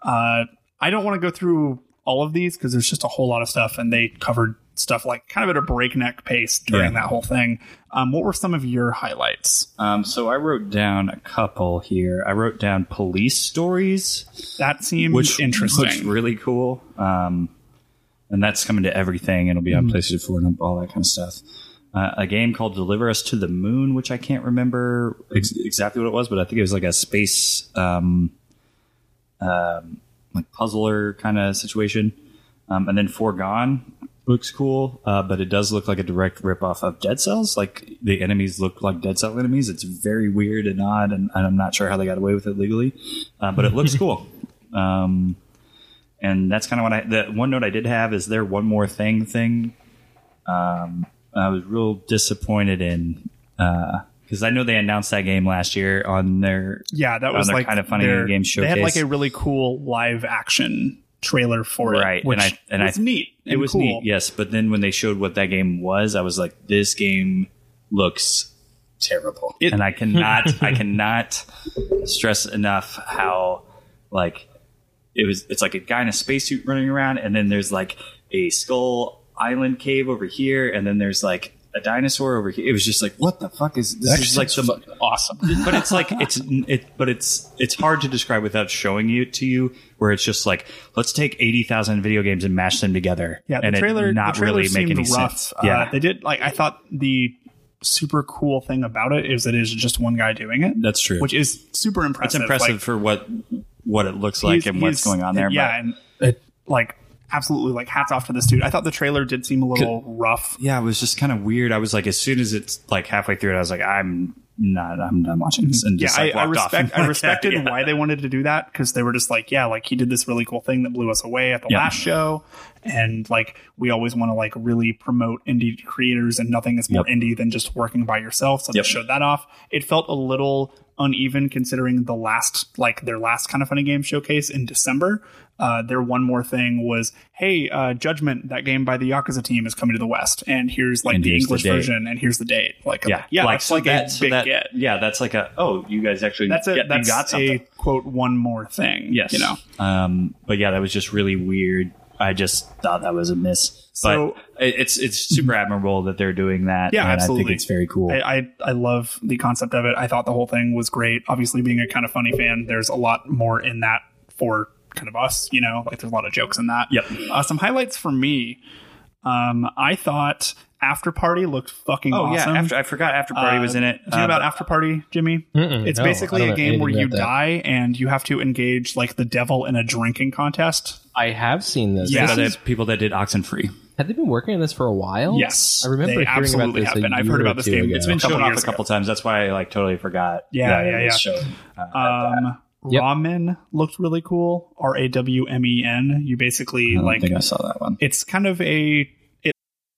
Uh, I don't want to go through all of these because there's just a whole lot of stuff, and they covered stuff like kind of at a breakneck pace during Yeah. that whole thing. Um, what were some of your highlights? Um, so I wrote down a couple here. I wrote down police stories. That seemed which interesting. looks really cool. Um, and that's coming to everything. It'll be on Mhm. PlayStation 4 and all that kind of stuff. Uh, a game called Deliver Us to the Moon, which I can't remember ex- exactly what it was, but I think it was like a space um, um, like puzzler kind of situation. Um, and then Foregone looks cool, uh, but it does look like a direct ripoff of Dead Cells. Like the enemies look like Dead Cell enemies. It's very weird and odd, and, and I'm not sure how they got away with it legally, uh, but it looks cool. Um, and that's kind of what I. The one note I did have is their one more thing thing. Um, I was real disappointed in because I know they announced that game last year on their Yeah, that on was their like kind of funny their- game showcase. They had like a really cool live action trailer for it, right Which and i and was i neat. it and was cool. neat yes but then when they showed what that game was i was like this game looks terrible and i cannot i cannot stress enough how like it was it's like a guy in a spacesuit running around and then there's like a skull island cave over here and then there's like a dinosaur over here it was just like what the fuck is this That is like sounds the awesome but it's like it's it but it's it's hard to describe without showing you to you where it's just like let's take 80,000 video games and mash them together Yeah, the and it trailer not the trailer really make seemed any rough. sense Uh, yeah they did like I thought the super cool thing about it is that it is just one guy doing it. That's true. Which is super impressive. it's impressive Like, for what what it looks he's- like and what's he's- going on there Yeah, but- and it, like absolutely like hats off to this dude. I thought the trailer did seem a little rough. yeah, it was just kind of weird. I was like, as soon as it's like halfway through it, I was like, I'm not, I'm done watching this, and just yeah, like I, I walked respect. off. I respected why they wanted to do that because they were just like, yeah, like he did this really cool thing that blew us away at the Yeah. last show, and like we always want to like really promote indie creators, and nothing is more Yep. indie than just working by yourself. So Yep. they showed that off. It felt a little uneven considering the last like their last kind of funny game showcase in December. Uh, their one more thing was, hey, uh, Judgment, that game by the Yakuza team is coming to the West, and here's like And the here's the English date. version, and here's the date. Like, yeah, yeah, like, that's so like that, a so big that- get. Yeah, that's like a oh, you guys actually That's a get, you that's got something. a quote one more thing. Yes. you know. Um, but yeah, that was just really weird. I just thought that was a miss. So- but it- it's it's super admirable that they're doing that. Yeah, and absolutely. I think it's very cool. I, I I love the concept of it. I thought the whole thing was great. Obviously, being a kind of funny fan, there's a lot more in that for kind of us. You know, like there's a lot of jokes in that. Yep. Uh, some highlights for me. Um, I thought After Party looked fucking Oh, yeah, awesome. after- I forgot After Party was in it. Do you know Uh, about but- After Party, Jimmy? Mm-mm, it's no, I basically don't a know game where anything you about that. die and you have to engage like the devil in a drinking contest. I have seen this. Yeah. This This is people that did Oxen Free. Have they been working on this for a while? Yes, I remember they hearing absolutely about have this. been. I've heard about this game. It's been shown off a couple times. That's why I like totally forgot. Yeah, that yeah, it yeah. was shown. Um, Ramen looked really cool. R A W M E N. You basically I don't like. think I saw that one. It's kind of a. It,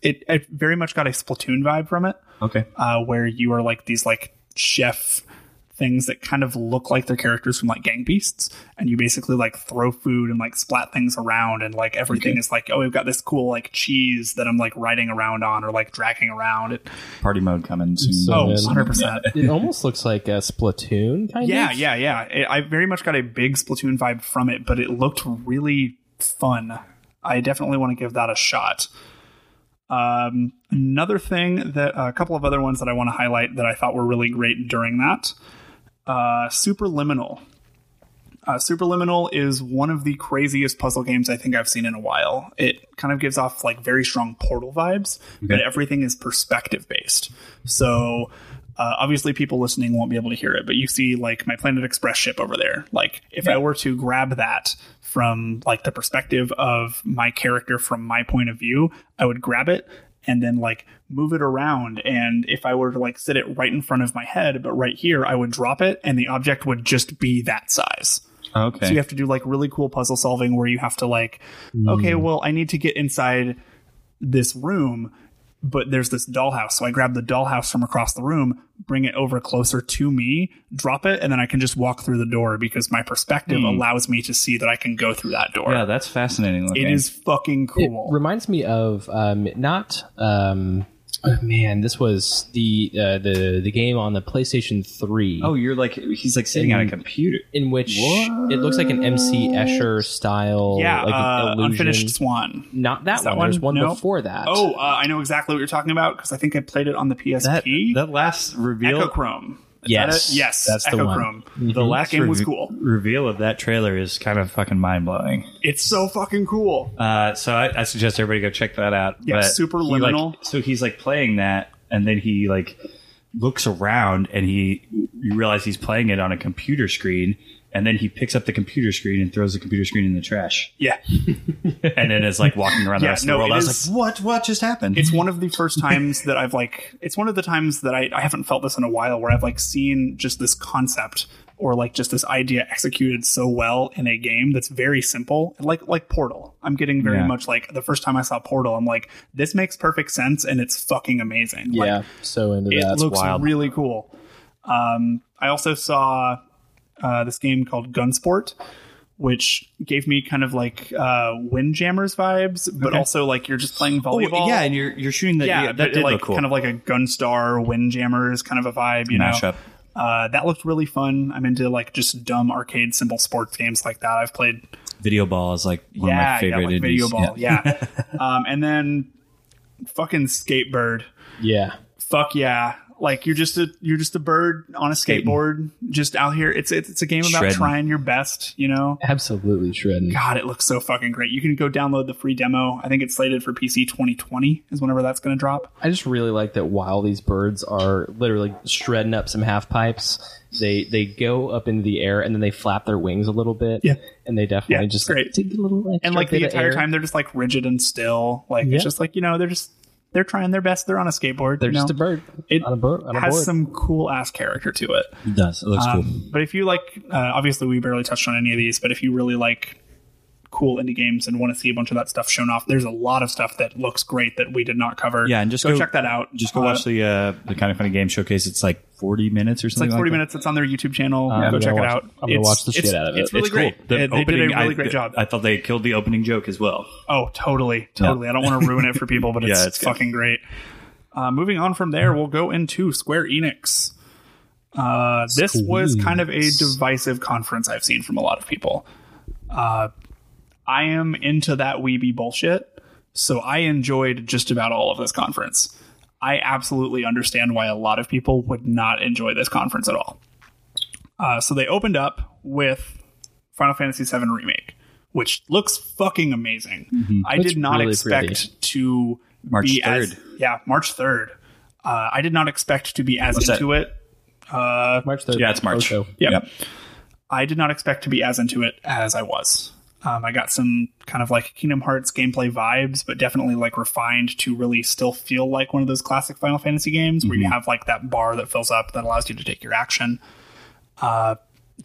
It, it very much got a Splatoon vibe from it, Okay. uh, where you are like these like chef things that kind of look like they're characters from like Gang Beasts, and you basically like throw food and like splat things around, and like everything Okay. is like, oh, we've got this cool like cheese that I'm like riding around on or like dragging around. It, Party mode coming soon. Oh, 100%. It almost looks like a Splatoon kind yeah, of. yeah, yeah. It, I very much got a big Splatoon vibe from it, but it looked really fun. I definitely want to give that a shot. Um, another thing that a couple of other ones that I want to highlight that I thought were really great during that uh, Superliminal. Uh, Superliminal is one of the craziest puzzle games I think I've seen in a while. It kind of gives off like very strong portal vibes, but Okay. everything is perspective based. So uh, obviously, people listening won't be able to hear it, but you see like my Planet Express ship over there. Like if I were to grab that from like the perspective of my character from my point of view, I would grab it and then like move it around and if i were to like sit it right in front of my head but right here i would drop it and the object would just be that size Okay. Oh, so you have to do like really cool puzzle solving where you have to like, okay, Mm. well, I need to get inside this room, but there's this dollhouse. So I grab the dollhouse from across the room, bring it over closer to me, drop it, and then I can just walk through the door because my perspective Hmm. allows me to see that I can go through that door. yeah, that's fascinating. Looking. It is fucking cool. It reminds me of um, not um, oh, man. This was the uh, the the game on the PlayStation Three. Oh, you're like he's like sitting on a computer in which it looks like an MC Escher style. yeah, like uh, an illusion. Unfinished Swan. Not that, Is that one. There's one No. before that. Oh, uh, I know exactly what you're talking about because I think I played it on the PSP. That, last reveal. Echochrome. Is Yes, that it? yes, that's the one. Echochrome. The last that game was rev- cool. Mhm. reveal of that trailer is kind of fucking mind blowing. It's so fucking cool. Uh, so I, I suggest everybody go check that out. Yeah, super he, like- liminal. so he's like playing that, and then he like looks around, and he you realize he's playing it on a computer screen, and then he picks up the computer screen and throws the computer screen in the trash, Yeah. and then is like walking around the Yeah, rest no, of the world. it I was is- like, what? What just happened? It's one of the first times that I've like it's one of the times that I, I haven't felt this in a while where I've like seen just this concept or like just this idea executed so well in a game that's very simple. Like like Portal. I'm getting very Yeah. much like the first time I saw Portal, I'm like, this makes perfect sense and it's fucking amazing. Like, yeah. so into it that. looks really cool. Um, I also saw uh, this game called Gunsport, which gave me kind of like uh, Windjammers vibes, but Okay. also like you're just playing Oh, volleyball. yeah, and you're you're shooting the yeah, yeah, that but did like look cool. kind of like a Gunstar Windjammers kind of a vibe, you Mashup. know. Uh, that looked really fun. I'm into like just dumb arcade simple sports games like that. I've played video ball is like one of yeah, my favorite yeah, like video indies. ball, yeah. um, and then fucking skatebird. yeah. Fuck yeah. Like you're just a you're just a bird on a skateboard, just out here. It's it's, it's a game about Shredding. trying your best, you know. Absolutely shredding. God, it looks so fucking great. You can go download the free demo. I think it's slated for PC 2020 is whenever that's going to drop. I just really like that while these birds are literally shredding up some half pipes, they they go up into the air and then they flap their wings a little bit. Yeah. And they definitely just Great, take a little and like the bit of entire air. time they're just like rigid and still. Like Yeah. it's just like you know they're just they're trying their best. They're on a skateboard. They're you just know? a bird. It on a bird. On a has board. some cool ass character to it. It does. It looks Um, cool. But if you like, uh, obviously we barely touched on any of these. But if you really like cool indie games and want to see a bunch of that stuff shown off, there's a lot of stuff that looks great that we did not cover. Yeah, and just go, check that out. Just go Uh, watch the uh, the kind of funny game showcase. It's like forty minutes or It's something. like 40 that. minutes. It's on their YouTube channel. Um, go I'm check gonna it watch- out. I'm gonna It's- watch the it's- shit out of it. It's really It's great. cool. The They- they did opening, a really I- great job. I thought they killed the opening joke as well. Oh, totally, totally. I don't want to ruin it for people, but Yeah, it's, it's good. fucking great. Uh, moving on from there, we'll go into Square Enix. Uh, this was kind of a divisive conference I've seen from a lot of people. Uh, I am into that weeby bullshit, so I enjoyed just about all of this conference. I absolutely understand why a lot of people would not enjoy this conference at all. Uh, so they opened up with Final Fantasy VII Remake, which looks fucking amazing. I Mm-hmm. Looks did not really expect pretty. to March be as 3rd. yeah March third. Uh, I did not expect to be as What's that? into it. Uh, March Yeah, it's March. Yep. I did not expect to be as into it as I was. Um, I got some kind of like Kingdom Hearts gameplay vibes, but definitely like refined to really still feel like one of those classic Final Fantasy games where you Mhm. have like that bar that fills up that allows you to take your action. Uh,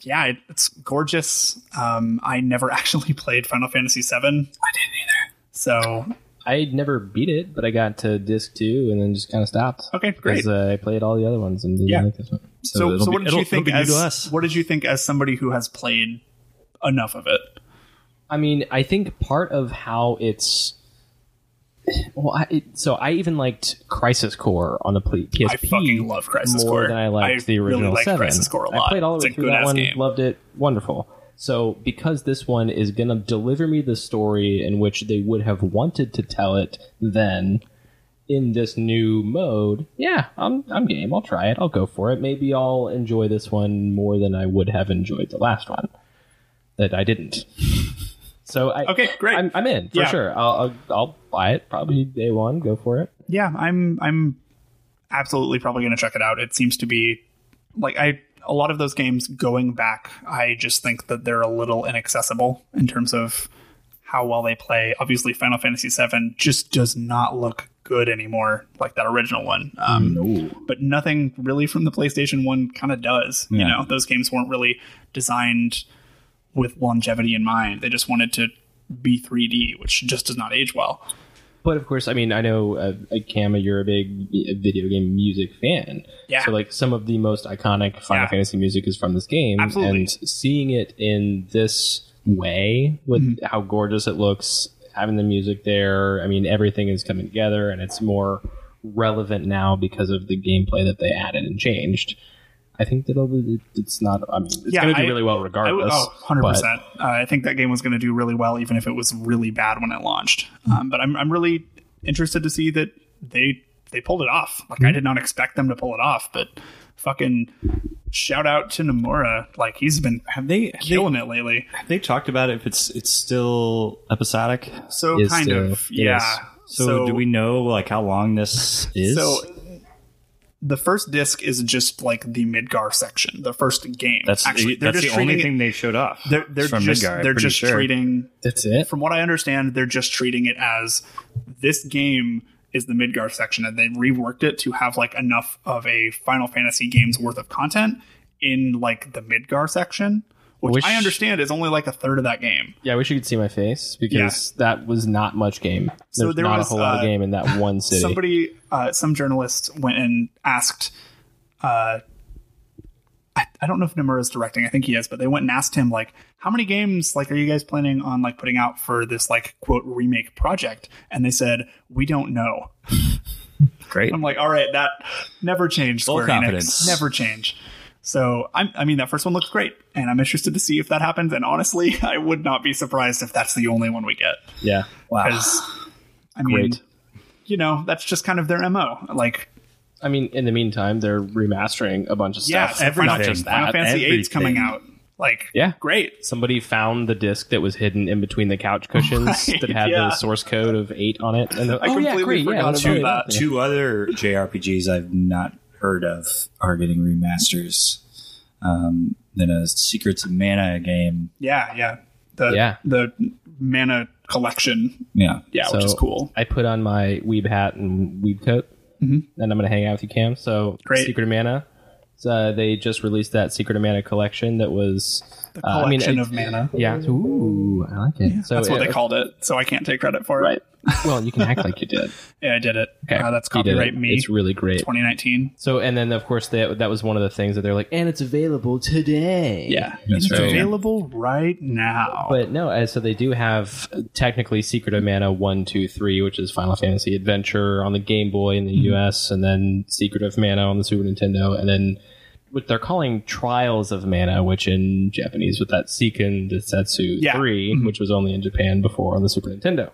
yeah, it, it's gorgeous. Um, I never actually played Final Fantasy VII. I didn't either. So I never beat it, but I got to disc two and then just kind of stopped. Okay, great. 'Cause, uh, I played all the other ones and didn't Yeah. like this one. So, so, what did you think as what did you think as somebody who has played enough of it? I mean, I think part of how it's well, I, it, so I even liked Crisis Core on the pl- PSP. I fucking love Crisis more Core. than I liked I the really original liked seven. Crisis Core a I lot. played all It's the way a through that good-ass one. game. Loved it. Wonderful. So because this one is going to deliver me the story in which they would have wanted to tell it, then in this new mode, yeah, I'm I'm game. I'll try it. I'll go for it. Maybe I'll enjoy this one more than I would have enjoyed the last one that I didn't. So I okay, great. I'm, I'm in for Yeah. sure. I'll, I'll I'll buy it probably day one. Go for it. Yeah, I'm I'm absolutely probably going to check it out. It seems to be like I a lot of those games going back. I just think that they're a little inaccessible in terms of how well they play. Obviously, Final Fantasy VII just does not look good anymore, like that original one. Um, But nothing really from the PlayStation one kind of does. You Yeah. know, those games weren't really designed with longevity in mind. They just wanted to be 3D, which just does not age well. But of course, I mean, I know uh, uh, Kama, you're a big vi- video game music fan. Yeah. So like some of the most iconic Final Fantasy music is from this game. Absolutely. And seeing it in this way, with how gorgeous it looks, having the music there, I mean, everything is coming together, and it's more relevant now because of the gameplay that they added and changed. I think that it'll- it's not. I mean, it's going to do I- really well I would- regardless. Oh, 100%. but- Uh, I think that game was going to do really well, even if it was really bad when it launched. Um, but I'm, I'm really interested to see that they they pulled it off. Like, Mm-hmm. I did not expect them to pull it off, but fucking shout out to Nomura. Like, he's been have they killing it lately. Have they talked about if it's it's still episodic? So Is kind still- of, it yeah. is. So, So- do we know like how long this is? So the first disc is just like the Midgar section, the first game. that's actually they're that's just the only treating it- thing they showed off. They're, they're It's from just Midgar, I'm they're pretty just sure. treating. That's it. From what I understand, they're just treating it as this game is the Midgar section, and they reworked it to have like enough of a Final Fantasy game's worth of content in like the Midgar section, which, Which- I understand is only like a third of that game. Yeah, I wish you could see my face because that was not much game. So There's there not was, a whole lot uh, of game in that one city. Somebody, uh, some journalist went and asked. Uh, I, I don't know if Nomura's directing. I think he is, but they went and asked him like, "How many games like are you guys planning on like putting out for this like quote remake project?" And they said, "We don't know." Great. I'm like, all right, that never changed. Full Square confidence. Enix. Never change. So I'm, I mean, that first one looks great, and I'm interested to see if that happens. And honestly, I would not be surprised if that's the only one we get. Yeah. Wow. I mean, you know, that's just kind of their mo. Like I mean, in the meantime, they're remastering a bunch of Yeah, stuff. Not everything. just that. Final Fantasy VIII's coming out. Like, Yeah, great. Somebody found the disc that was hidden in between the couch cushions Right, that had yeah. the source code of eight on it. And the, oh, I completely forgot that's two, uh, right. two other JRPGs I've not heard of are getting remasters. Um, then a Secrets of Mana game. Yeah, yeah. The, Yeah. The mana collection. Yeah, Yeah, which is cool. I put on my weeb hat and weeb coat, Mhm. and I'm going to hang out with you, Cam. So, Great. Secret of Mana. So, uh, they just released that Secret of Mana collection that was. The uh, I mean, collection it- of mana. Yeah. Ooh, I like it. so that's what it- they called it, so I can't take credit for it. Right. Well, you can act like you did. Yeah, I did it. Okay. Uh, Ah, that's You did it. copyright me. It's really great. 2019. So, and then of course that that was one of the things that they're like, and it's available today. Yeah, that's it's available right now. But no, uh, so they do have uh, technically Secret of Mana one, two, three, which is Final Fantasy Adventure on the Game Boy in the U.S., and then Secret of Mana on the Super Nintendo, and then what they're calling Trials of Mana, which in Japanese with that Seiken Detsetsu Yeah. three, which was only in Japan before on the Super Nintendo.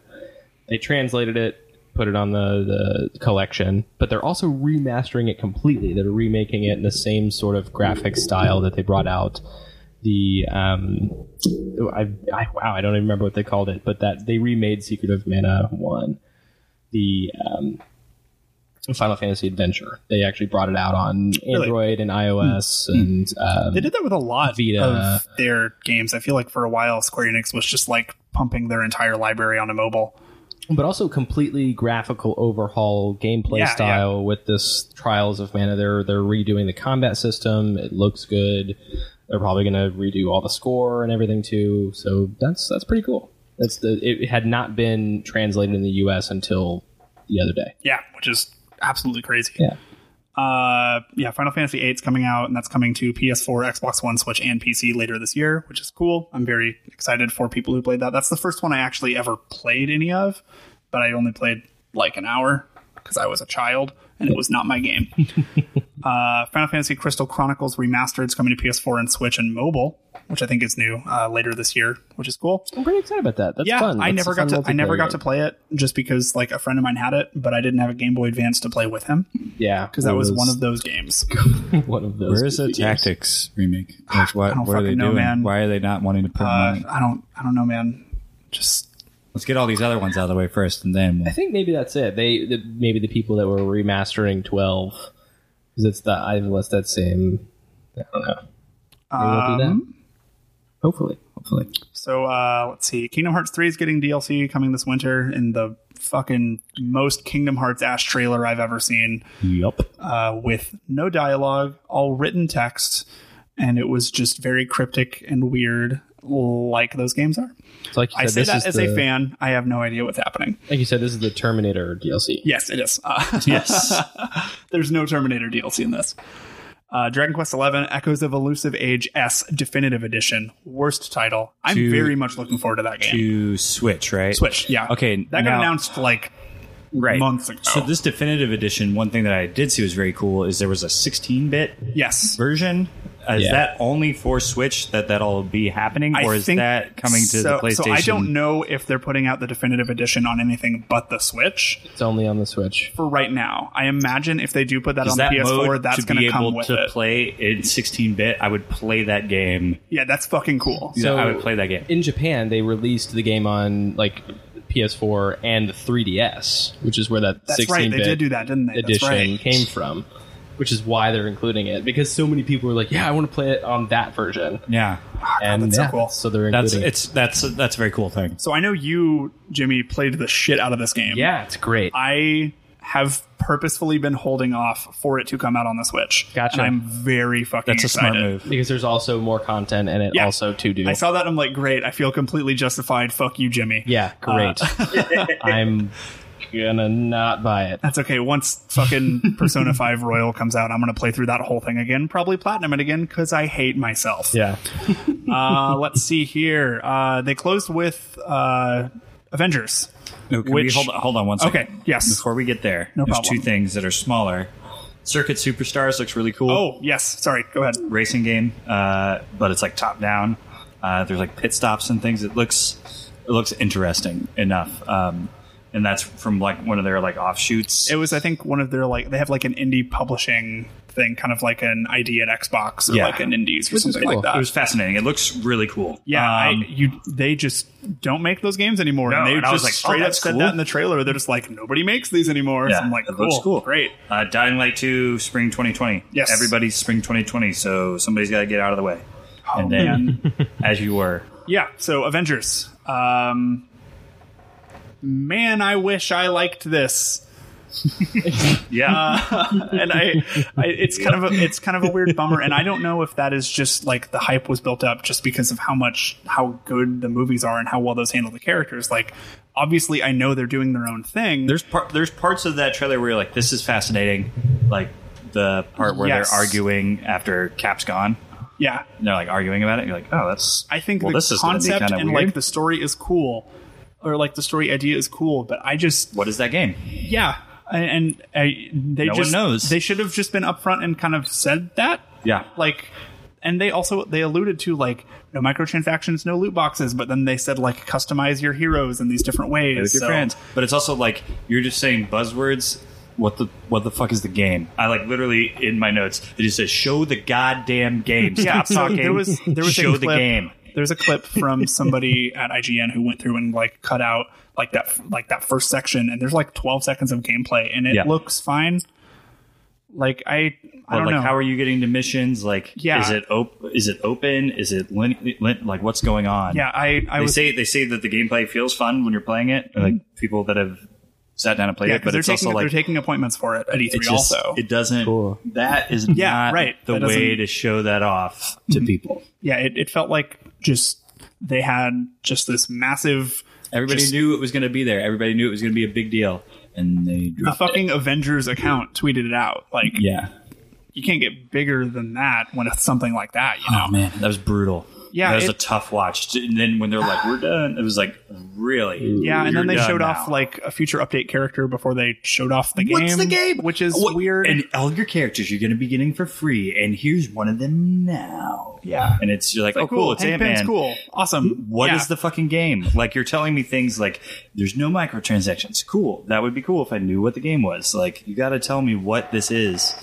They translated it, put it on the, the collection, but they're also remastering it completely. They're remaking it in the same sort of graphic style that they brought out the um I, I wow I don't even remember what they called it, but that they remade Secret of Mana one, the um, Final Fantasy Adventure. They actually brought it out on Really? Android and iOS, and um, They did that with a lot Vita. of their games. I feel like for a while, Square Enix was just like pumping their entire library onto mobile. but also completely graphical overhaul gameplay Yeah, style with this Trials of Mana. They're they're redoing the combat system. It looks good. They're probably going to redo all the score and everything too. So that's that's pretty cool. That's the it had not been translated in the U.S. until the other day. Yeah, which is absolutely crazy. Yeah. Uh, yeah, Final Fantasy VIII is coming out, and that's coming to PS4, Xbox One, Switch, and PC later this year, which is cool. I'm very excited for people who played that. That's the first one I actually ever played any of, but I only played like an hour because I was a child and it was not my game. uh, Final Fantasy Crystal Chronicles Remastered is coming to PS4 and Switch and mobile, which I think is new uh, later this year, which is cool. I'm pretty excited about that. That's yeah, fun. I That's never a got fun to I never multiplayer got to game. play it just because like a friend of mine had it, but I didn't have a Game Boy Advance to play with him Yeah, because that was, one of those games. one of those. Where is the Tactics remake? Like, what, Ah, I don't what are they fucking know, doing? man. Why are they not wanting to put Uh, them on? I don't I don't know, man. Just Let's get all these other ones out of the way first, and then I think maybe that's it. They the, maybe the people that were remastering twelve because it's the unless that same. I don't know. Maybe they'll do um, that. Hopefully, hopefully. so uh, let's see. Kingdom Hearts three is getting DLC coming this winter in the fucking most Kingdom Hearts Ash trailer I've ever seen. Yup. uh, with no dialogue, all written text, and it was just very cryptic and weird, like those games are. It's like you I said, say this that is as the- a fan. I have no idea what's happening. Like you said, this is the Terminator DLC. Yes, it is. Uh, Yes. There's no Terminator DLC in this. Uh, Dragon Quest XI Echoes of Elusive Age S Definitive Edition. Worst title. I'm To- very much looking forward to that game. to Switch, right? Switch, yeah. Okay, That got now- announced like months ago. So this definitive edition, one thing that I did see was very cool is there was a 16-bit yes version. Is Yeah. that only for Switch that that'll be happening, I or is think that coming to so- the PlayStation? So I don't know if they're putting out the definitive edition on anything but the Switch It's only on the Switch. for right now. I imagine if they do put that Is on that the PS4, mode that's to going be to come able with to it. play in 16-bit? I would play that game. Yeah, that's fucking cool. Yeah, I would play that game. In Japan, they released the game on like PS4 and the 3DS, which is where that That's 16 right. They did do that, didn't they? That's Edition right. came from, which is why they're including it because so many people were like, "Yeah, I want to play it on that version." Yeah, and Ah, that's so yeah, cool. they're that's including it. it's that's that's a very cool thing. So I know you, Jimmy, played the shit out of this game. Yeah, it's great. I have purposefully been holding off for it to come out on the Switch. Gotcha. And I'm very fucking That's a smart excited. move. because there's also more content in it Yeah. also to do. I saw that. I'm like, great. I feel completely justified. Fuck you, Jimmy. yeah, Uh, great. I'm gonna not buy it. That's okay. Once fucking Persona 5 Royal comes out, I'm going to play through that whole thing again, probably platinum it again because I hate myself. Yeah. uh, let's see here. Uh, they closed with uh, Avengers. No, can Which- we hold, hold on one second? Okay, yes. Before we get there, No there's problem. two things that are smaller. Circuit Superstars looks really cool. Oh, yes. Sorry. Go ahead. racing game, uh, but it's like top down. Uh, there's like pit stops and things. It looks it looks interesting enough. Um, and that's from like one of their like offshoots. It was, I think, one of their like they have like an indie publishing thing, kind of like an ID at Xbox or Yeah. like an Indies or Which is something cool. like that. It was fascinating. It looks really cool. Yeah, Um, I, you they just don't make those games anymore, No, and they and I just was like, oh, straight up that's said cool. that in the trailer. They're just like nobody makes these anymore. so I'm like, it cool, looks cool. great. Uh, Dying Light 2, Spring 2020. Yes. Everybody's Spring 2020, so somebody's got to get out of the way. Oh. and then, as you were. Yeah, so Avengers. Um, man, I wish I liked this. yeah, uh, and I, I it's kind of a, it's kind of a weird bummer, and I don't know if that is just like the hype was built up just because of how much how good the movies are and how well those handle the characters. Like, obviously, I know they're doing their own thing. There's part, there's parts of that trailer where you're like, this is fascinating. Like the part where Yes. they're arguing after Cap's gone. yeah, And they're like arguing about it. You're like, oh, that's. I think well, the this is gonna be concept kinda and weird. like the story is cool, or like the story idea is cool, but I just what is that game? Yeah, and, and I, they No one just knows. they should have just been upfront and kind of said that. Yeah. like and they also they alluded to like no microtransactions no loot boxes but then they said like customize your heroes in these different ways Play with your so- friends. But it's also like you're just saying buzzwords. What the what the fuck is the game? I like literally in my notes it just says show the goddamn game. Stop yeah, so talking. there was there was show a clip, the game. There's a clip from somebody at IGN who went through and like cut out like that like that first section, and there's like 12 seconds of gameplay, and it Yeah. looks fine. Like I, I Or, don't like know. how are you getting to missions? Like Yeah. is it op- is it open? Is it lin- lin- like what's going on? yeah, I I they was Mm-hmm. say they say that the gameplay feels fun when you're playing it. Like people that have sat down and played yeah, it, 'cause but they're it's taking also like they're taking appointments for it at E3 it's just- also. it doesn't. That is Yeah, not right. the That way doesn't- Mm-hmm. to show that off to people. yeah, it, it felt like just they had just this massive. Everybody just- knew it was going to be there. Everybody knew it was going to be a big deal, and they the dropped it. fucking Avengers account tweeted it out. Like, Yeah. you can't get bigger than that when it's something like that. You know? Oh man, that was brutal. Yeah, that was it- a tough watch. And then when they're like, "We're done," it was like, "Really?" Yeah, and then You're they done showed now. off like a future update character before they showed off the game. What's the game? Which is What- weird. And all your characters you're going to be getting for free, and here's one of them now. Yeah, and it's you're like, like, oh, cool, cool, it's Hank Ant Pym's Man. cool. Awesome. What is Yeah. the fucking game? Like you're telling me things like there's no microtransactions. Cool, that would be cool if I knew what the game was. Like you got to tell me what this is.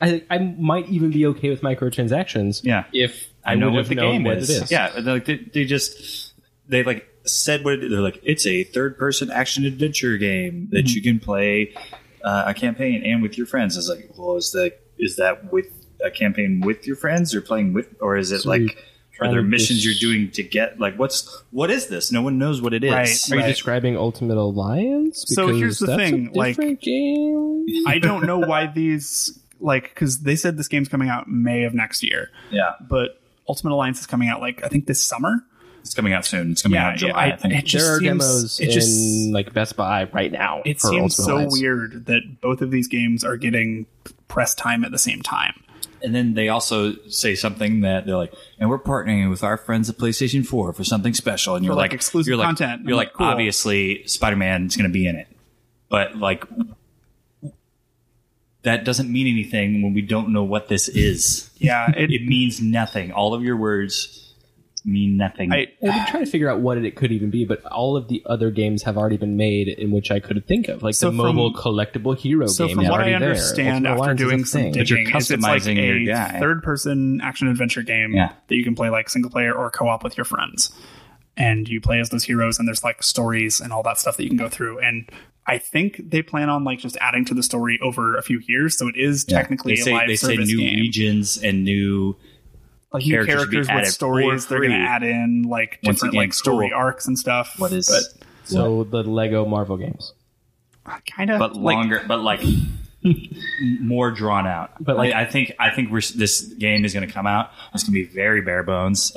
I, I might even be okay with microtransactions. Yeah. If I, I, know would what have the known game what is. It is. Yeah, and, like they, they just they like said what it, they're like. It's a third person action adventure game that Mm-hmm. you can play uh, a campaign and with your friends. It's like, well, is that is that with a campaign with your friends or playing with, or is it So you're like are there trying to missions dis- you're doing to get like what's what is this? No one knows what it is. Are you describing Ultimate Alliance? So here's the that's a thing, like- different game. I don't know why these like because they said this game's coming out May of next year, yeah, but Ultimate Alliance is coming out like I think this summer. it's coming out soon. It's coming Yeah, out in July. I, I- think. it just there are seems- demos it just- in like Best Buy right now. It for seems Ultimate so Alliance. weird that both of these games are getting press time at the same time. And then they also say something that they're like, and we're partnering with our friends at PlayStation 4 for something special. And For, you're like, like, exclusive you're like, content. You're I'm like, like, cool. obviously, Spider Man's going to be in it. But like, that doesn't mean anything when we don't know what this is. Yeah, it, it means nothing. All of your words mean nothing. I I've been trying to figure out what it could even be, but all of the other games have already been made in which I could think of, like So the from- mobile collectible hero So game. from is what I already there. understand, Ultimate after Alliance is a doing some thing. digging, you're is it's like customizing your a guy. third-person action-adventure game Yeah. that you can play like single-player or co-op with your friends, and you play as those heroes, and there's like stories and all that stuff that you can go through. And I think they plan on like just adding to the story over a few years, so it is Yeah. technically they say, a live they say service new game. regions and new like new characters characters be with added stories, for they're going to free. add in like Once different again, like story cool. arcs and stuff. What is- but So the Lego Marvel games. kind of but like, longer, but like more drawn out. But But, like, like- I think I think we're s- this game is going to come out. It's going to be very bare bones.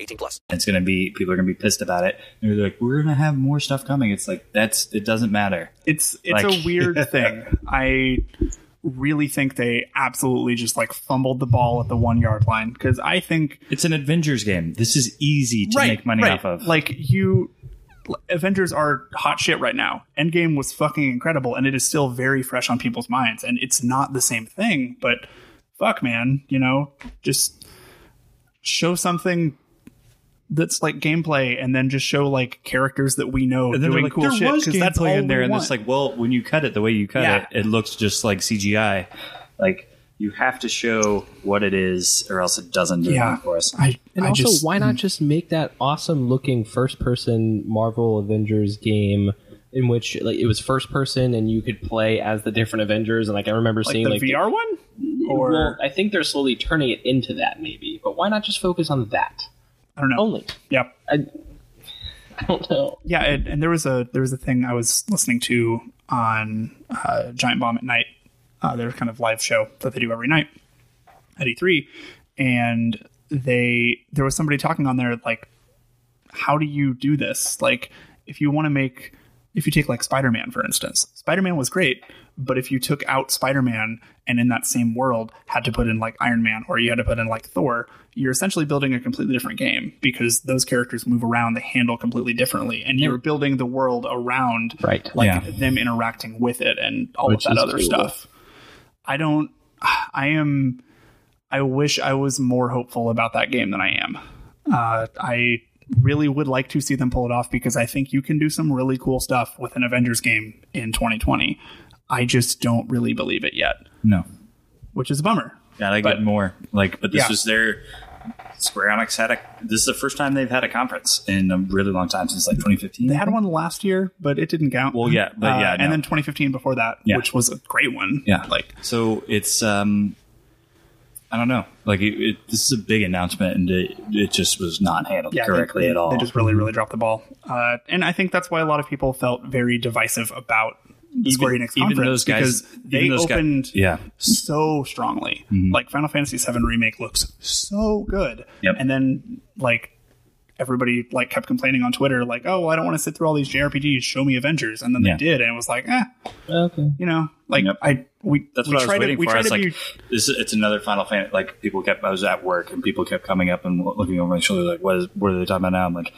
18 plus. It's going to be people are going to be pissed about it. They're like, we're going to have more stuff coming. It's like that's it doesn't matter. It's it's a weird thing. I really think they absolutely just like fumbled the ball at the one yard line because I think it's an Avengers game. This is easy to Right, make money right. off of. Like you, Avengers are hot shit right now. Endgame was fucking incredible, and it is still very fresh on people's minds. And it's not the same thing, but fuck, man, you know, just show something that's like gameplay, and then just show like characters that we know and then they're doing like, cool there shit was because that's all gameplay in there, we and want. it's like, well, when you cut it the way you cut Yeah. it, it looks just like CGI. Like you have to show what it is, or else it doesn't do Yeah. anything for us. And also, why not just make that awesome looking first person Marvel Avengers game in which like it was first person and you could play as the different Avengers and like I remember Like seeing the like VR one, or well, I think they're slowly turning it into that maybe. But why not just focus on that? I don't know. Only. Yeah. I, I don't know. Yeah, and, and there was a there was a thing I was listening to on uh, Giant Bomb at Night, uh, their kind of live show that they do every night at E3, and they there was somebody talking on there like, how do you do this? Like, if you want to make if you take like Spider Man for instance, Spider Man was great, but if you took out Spider Man and in that same world had to put in like Iron Man or you had to put in like Thor, you're essentially building a completely different game because those characters move around, they handle completely differently, and you're building the world around right. like Yeah. them interacting with it and all Which of that is other cool. stuff. I don't. I am. I wish I was more hopeful about that game than I am. Uh, I really would like to see them pull it off because I think you can do some really cool stuff with an Avengers game in 2020. I just don't really believe it yet, No, which is a bummer. gotta get more. Like, but this Yeah. was their Square Enix had a. This is the first time they've had a conference in a really long time since like 2015. They had one last year, but it didn't count. Well, yeah, but yeah, no. and then 2015 before that, Yeah. which was a great one. Yeah. Like so, it's um, I don't know. Like it, it, this is a big announcement, and it, it just was not handled Yeah, they- correctly they- at all. Mm-hmm. They just really, really dropped the ball. Uh, and I think that's why a lot of people felt very divisive about the Square Enix even conference those guys- because even they those guys- opened yeah. so strongly. Mhm. Like Final Fantasy VII remake looks so good, Yep. and then like everybody like kept complaining on Twitter, like, "Oh, well, I don't want to sit through all these JRPGs. Show me Avengers." And then Yeah. they did, and it was like, eh, okay, you know, like I we That's we what I was try to- waiting we for. try I was to like, be- this is, it's another Final Fantasy. Like people kept, I was at work and people kept coming up and lo- looking over my shoulder, like, what, is, what are they talking about now? I'm like,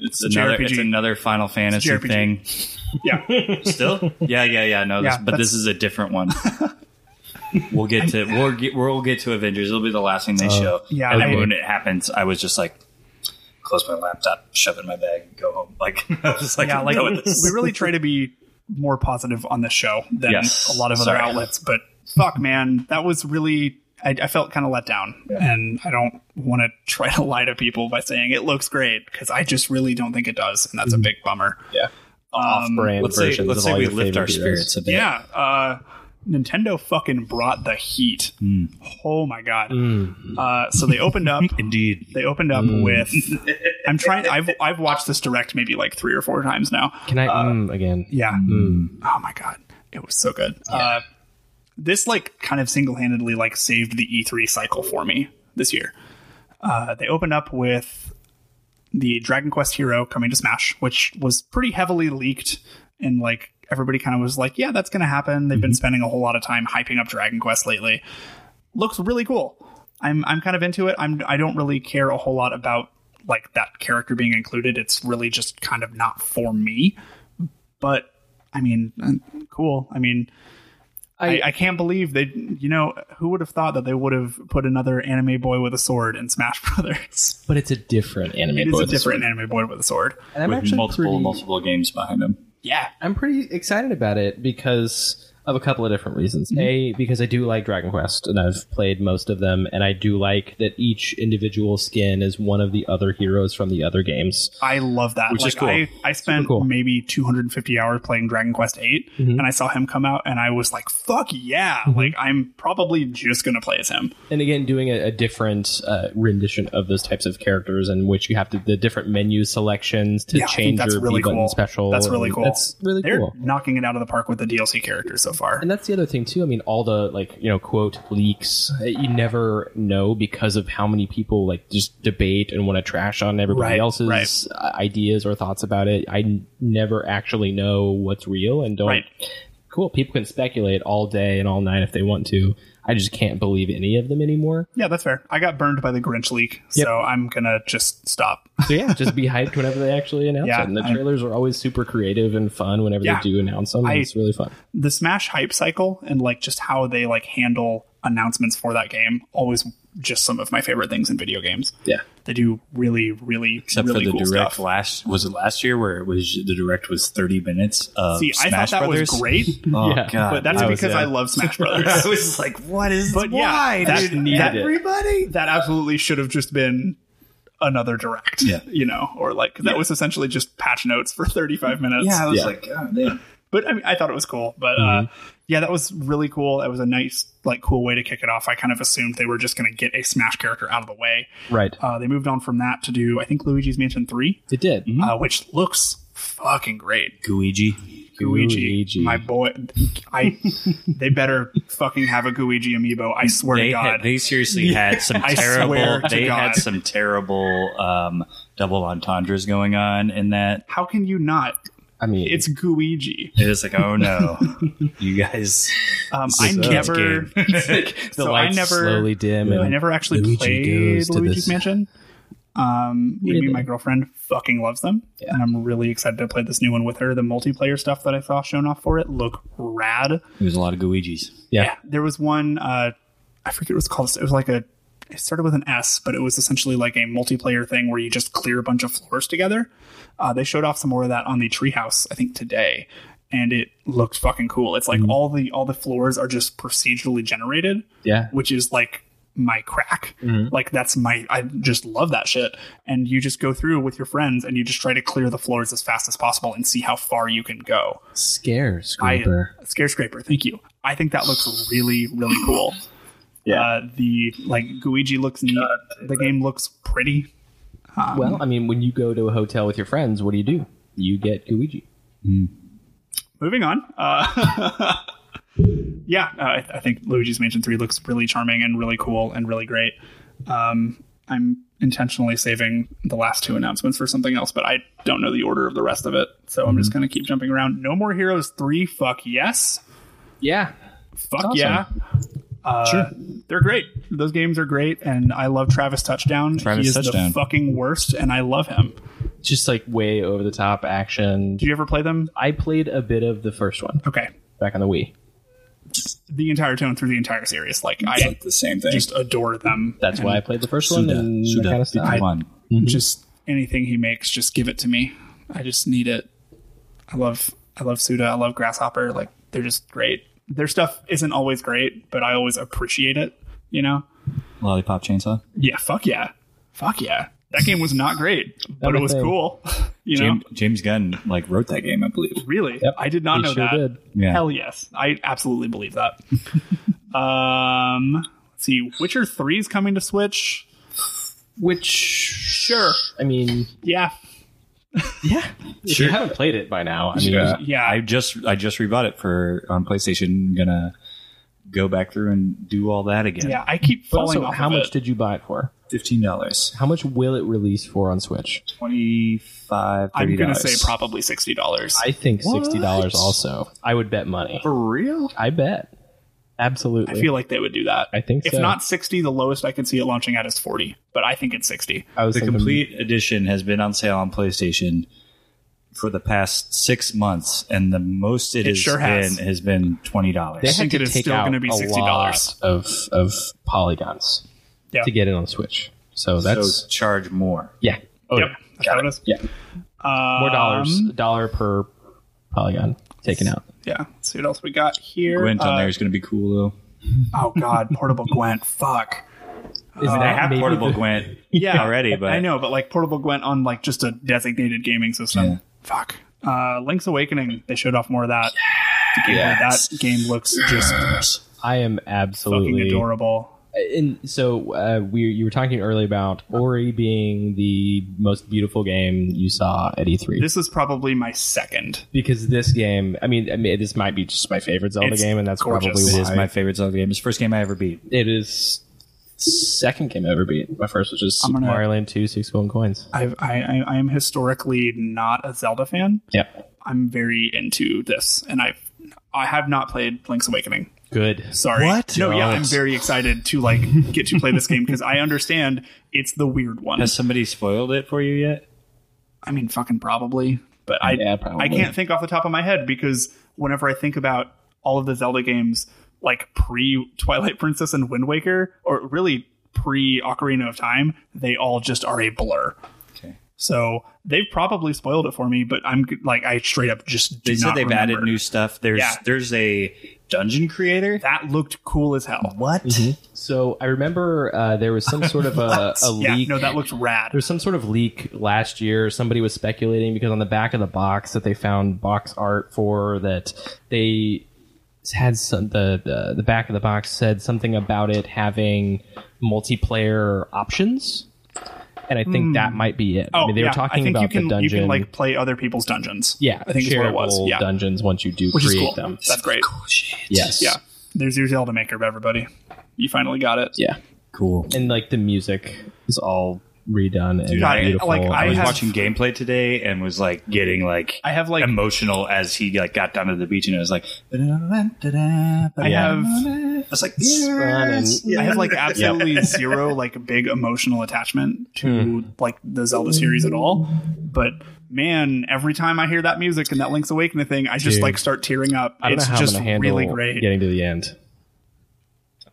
it's, It's a another, JRPG. it's another Final Fantasy JRPG. thing. yeah, Still, yeah, yeah, yeah. No, Yeah, this, but that's- this is a different one. we'll get to we'll get we'll get to Avengers. It'll be the last thing they Uh, show. yeah, and then I- when it happens, I was just like, close my laptop, shove it in my bag, and go home. Like I was just like, yeah, like "No, this- we really try to be more positive on this show than Yes. a lot of Sorry. other outlets. But fuck, man, that was really. I, I felt kind of let down, and I don't want to try to lie to people by saying it looks great because I just really don't think it does, and that's a big bummer. Yeah, Um, Off-brand let's say, versions let's of say all we your lift our favorite spirits a bit. Yeah, uh, Nintendo fucking brought the heat. Oh my god! Uh, so they opened up. Indeed, they opened up with. I'm trying. I've I've watched this direct maybe like three or four times now. Can I mm, again? Yeah. Oh my god, it was so good. Uh, this like kind of single handedly like saved the E3 cycle for me this year. Uh, they opened up with the Dragon Quest Hero coming to Smash, which was pretty heavily leaked, and like everybody kind of was like, "Yeah, that's going to happen." They've been spending a whole lot of time hyping up Dragon Quest lately. Looks really cool. I'm I'm kind of into it. I'm I don't really care a whole lot about like that character being included. It's really just kind of not for me. But I mean, uh, cool. I mean, I, I, can't believe they. You know, who would have thought that they would have put another anime boy with a sword in Smash Brothers? But it's a different anime. It boy is a with different sword. anime boy with a sword. And I'm with actually multiple pretty- multiple games behind him. Yeah, I'm pretty excited about it because of a couple of different reasons. Mm-hmm. A, because I do like Dragon Quest and I've played most of them, and I do like that each individual skin is one of the other heroes from the other games. I love that. Which like, is cool. Mm-hmm. I, I spent maybe 250 hours playing Dragon Quest VIII, and I saw him come out, and I was like, "Fuck yeah!" Like I'm probably just gonna play as him. And again, doing a, a different uh, rendition of those types of characters, in which you have to the different menu selections to Yeah, I think change that's your really B button cool. special. That's really and cool. That's really They're cool. knocking it out of the park with the DLC characters so far. And that's the other thing too. I mean, all the like you know quote leaks. uh, You never know because of how many people like just debate and want to trash on everybody Right, else's right. uh, ideas or thoughts about it. I n- never actually know what's real and don't. Cool. People can speculate all day and all night if they want to. I just can't believe any of them anymore. Yeah, that's fair. I got burned by the Grinch leak, so I'm gonna just stop. So yeah, just be hyped whenever they actually announce Yeah, it. And the I- trailers are always super creative and fun whenever Yeah. they do announce them. and I- it's really fun. the Smash hype cycle and like just how they like handle announcements for that game. Always just some of my favorite things in video games. Yeah, they do really, really, Except really for the cool direct stuff. last was it last year where it was the direct was thirty minutes of See, I Smash thought that Brothers. was great. Oh god, But that's I was, because uh, I love Smash Brothers. I was just like, what is? but why, yeah, that, dude? Needed that- it. everybody. That absolutely should have just been another direct. Yeah. you know, or like that was essentially just patch notes for 35 minutes. Yeah, I was Yeah. Mm-hmm. like, God damn. But I, mean, I thought it was cool. But uh, yeah, that was really cool. That was a nice, like, cool way to kick it off. I kind of assumed they were just going to get a Smash character out of the way. Right. Uh, they moved on from that to do, I think, Luigi's Mansion 3. It did. Uh, which looks fucking great. Guiji. Guiji, my boy, I they better fucking have a Guiji amiibo. I swear they to God, Had, they seriously had some I terrible. swear to They God. had some terrible um, double entendres going on in that. How can you not? I mean, it's Guiji. It was like, oh no, you guys. Um, this I is a kids' never, game. The so I lights never slowly dim I and never actually Luigi played goes to Luigi's this- Mansion. Um, Really? me and my girlfriend fucking loves them, and I'm really excited to play this new one with her. The multiplayer stuff that I saw shown off for it look rad. It was a lot of Guijis. Yeah. There was one, uh, I forget what it was called. It was like a, it started with an S, but it was essentially like a multiplayer thing where you just clear a bunch of floors together. Uh, they showed off some more of that on the treehouse, I think today, and it looked fucking cool. It's like all the all the floors are just procedurally generated, Yeah. which is like my crack. Like that's my I just love that shit. And you just go through with your friends and you just try to clear the floors as fast as possible and see how far you can go. Scare I scraper. scare scraper. Thank you. I think that looks really really cool. Yeah. Uh, the like Guiji looks neat. the game looks pretty. Um, well, I mean, when you go to a hotel with your friends, what do you do? You get Guiji. moving on. Uh, yeah, uh, I, I think Luigi's Mansion 3 looks really charming and really cool and really great. Um, I'm intentionally saving the last two announcements for something else, but I don't know the order of the rest of it. So I'm just going to keep jumping around. No More Heroes 3, fuck yes. Yeah. Fuck Awesome. yeah. Uh, Sure. They're great. Those games are great, and I love Travis Touchdown. Travis he is Touchdown. the fucking worst, and I love him. Just like way over the top action. Did you ever play them? I played a bit of the first one. Okay. Back on the Wii. The entire tone through the entire series, like I the same thing. Just adore them. That's why I played the first one and that kinda stuff. I- Pokemon. Just anything he makes, just give it to me. I just need it. I love I love Suda. I love Grasshopper. Like they're just great. Their stuff isn't always great, but I always appreciate it. You know? Lollipop chainsaw. Yeah. Fuck yeah. Fuck yeah. That game was not great, but it was thing. cool. You know? James, James Gunn like wrote that game, I believe. Really? I did not He know sure that. did. Yeah. Hell yes. I absolutely believe that. um let's see. Witcher 3 is coming to Switch. Which sure. I mean Yeah. If you haven't played it by now, I mean yeah. yeah, I just I just rebought it for on PlayStation. I'm gonna go back through and do all that again. Yeah, I keep But falling also, off how of much it. did you buy it for? Fifteen dollars. How much will it release for on Switch? Twenty five. I'm gonna say probably sixty dollars. I think sixty dollars. Also, I would bet money for real. I bet. Absolutely. I feel like they would do that. I think if so. not 60, the lowest I could see it launching at is 40, but I think it's 60. the complete edition has been on sale on PlayStation for the past six months, and the most it, It has sure has. been has been twenty dollars. They had to take out gonna be a $60. lot of of polygons Yeah. to get it on Switch. So that's charge more. Yeah. Oh, yep. That's how it is. Yeah. More dollars, Um, a dollar per polygon taken out. Yeah. Let's see what else we got here. Gwent on Uh, there is going to be cool Oh, God. Portable Gwent. Fuck. though. I mean, they that have maybe portable the- Gwent Yeah. already, but I know, but like Portable Gwent on like just a designated gaming system. Fuck. Uh, Link's Awakening. They showed off more of that. The game- Yes. That game looks just I am absolutely fucking adorable. And so uh, we you were talking earlier about Ori being the most beautiful game you saw at E3. This is probably my second. because this game, I mean, I mean, this might be just my favorite Zelda It's game, and that's gorgeous. probably It why is my favorite Zelda game. It's the first game I ever beat. It is second game I ever beat. My first was just I'm Super gonna- Mario Land Two, Six Golden Coins. I've, I, I I am historically not a Zelda fan. Yeah, I'm very into this, and I've I have not played Link's Awakening. good. Sorry. What? No, yeah, I'm Don't. very excited to like get to play this game because I understand it's the weird one. Has somebody spoiled it for you yet? I mean, fucking probably, but I Yeah, probably. I can't think off the top of my head because whenever I think about all of the Zelda games, like pre Twilight Princess and Wind Waker, or really pre Ocarina of Time, they all just are a blur. Okay. So they've probably spoiled it for me, but I'm g- like I straight up just do They said not they've remember. added new stuff. There's Yeah. there's a dungeon creator that looked cool as hell. What? So I remember uh, there was some sort of a, a yeah, leak. no, that looked rad. There was some sort of leak last year. Somebody was speculating because on the back of the box that they found box art for that they had some, the, the the back of the box said something about it having multiplayer options, and I think Hmm. that might be it. Oh, I mean, they yeah, were talking I think about you can, the dungeon. You can like play other people's dungeons. yeah, I think is what it was. shareable Yeah, dungeons once you do which is create cool. them. That's great. Yes. Yeah. There's your Zelda maker, everybody. You finally got it. Yeah. Cool. And like the music is all redone and Dude, I, beautiful. like I, and- was watching gameplay today and was like getting like I have like emotional as he like got down to the beach and it was like I I have. I was like yes. I have like Yeah. absolutely zero like big emotional attachment to Hmm. like the Zelda series at all. But man, every time I hear that music and that Link's Awakening thing, I just Dude. like start tearing up. I don't it's know how just I'm gonna handle really great. getting to the end.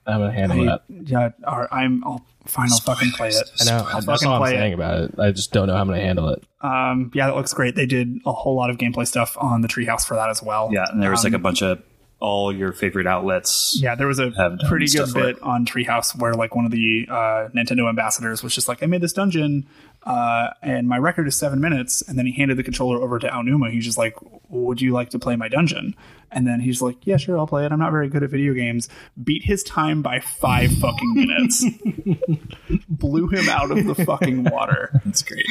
I'm gonna handle I, that. yeah, or I'm. I'll fine. I'll fucking play it. I know. I'll that's fucking all I'm play saying it. about it. I just don't know how I'm gonna handle it. Um, yeah, that looks great. They did a whole lot of gameplay stuff on the Treehouse for that as well. yeah and there was Um, like a bunch of all your favorite outlets Yeah, there was a have done pretty good stuff for bit on Treehouse where like one of the uh, Nintendo ambassadors was just like, "I made this dungeon, uh, and my record is seven minutes." And then he handed the controller over to Aonuma. He's just like, "Would you like to play my dungeon?" And then he's like, "Yeah, sure, I'll play it. I'm not very good at video games." Beat his time by five fucking minutes. Blew him out of the fucking water. that's great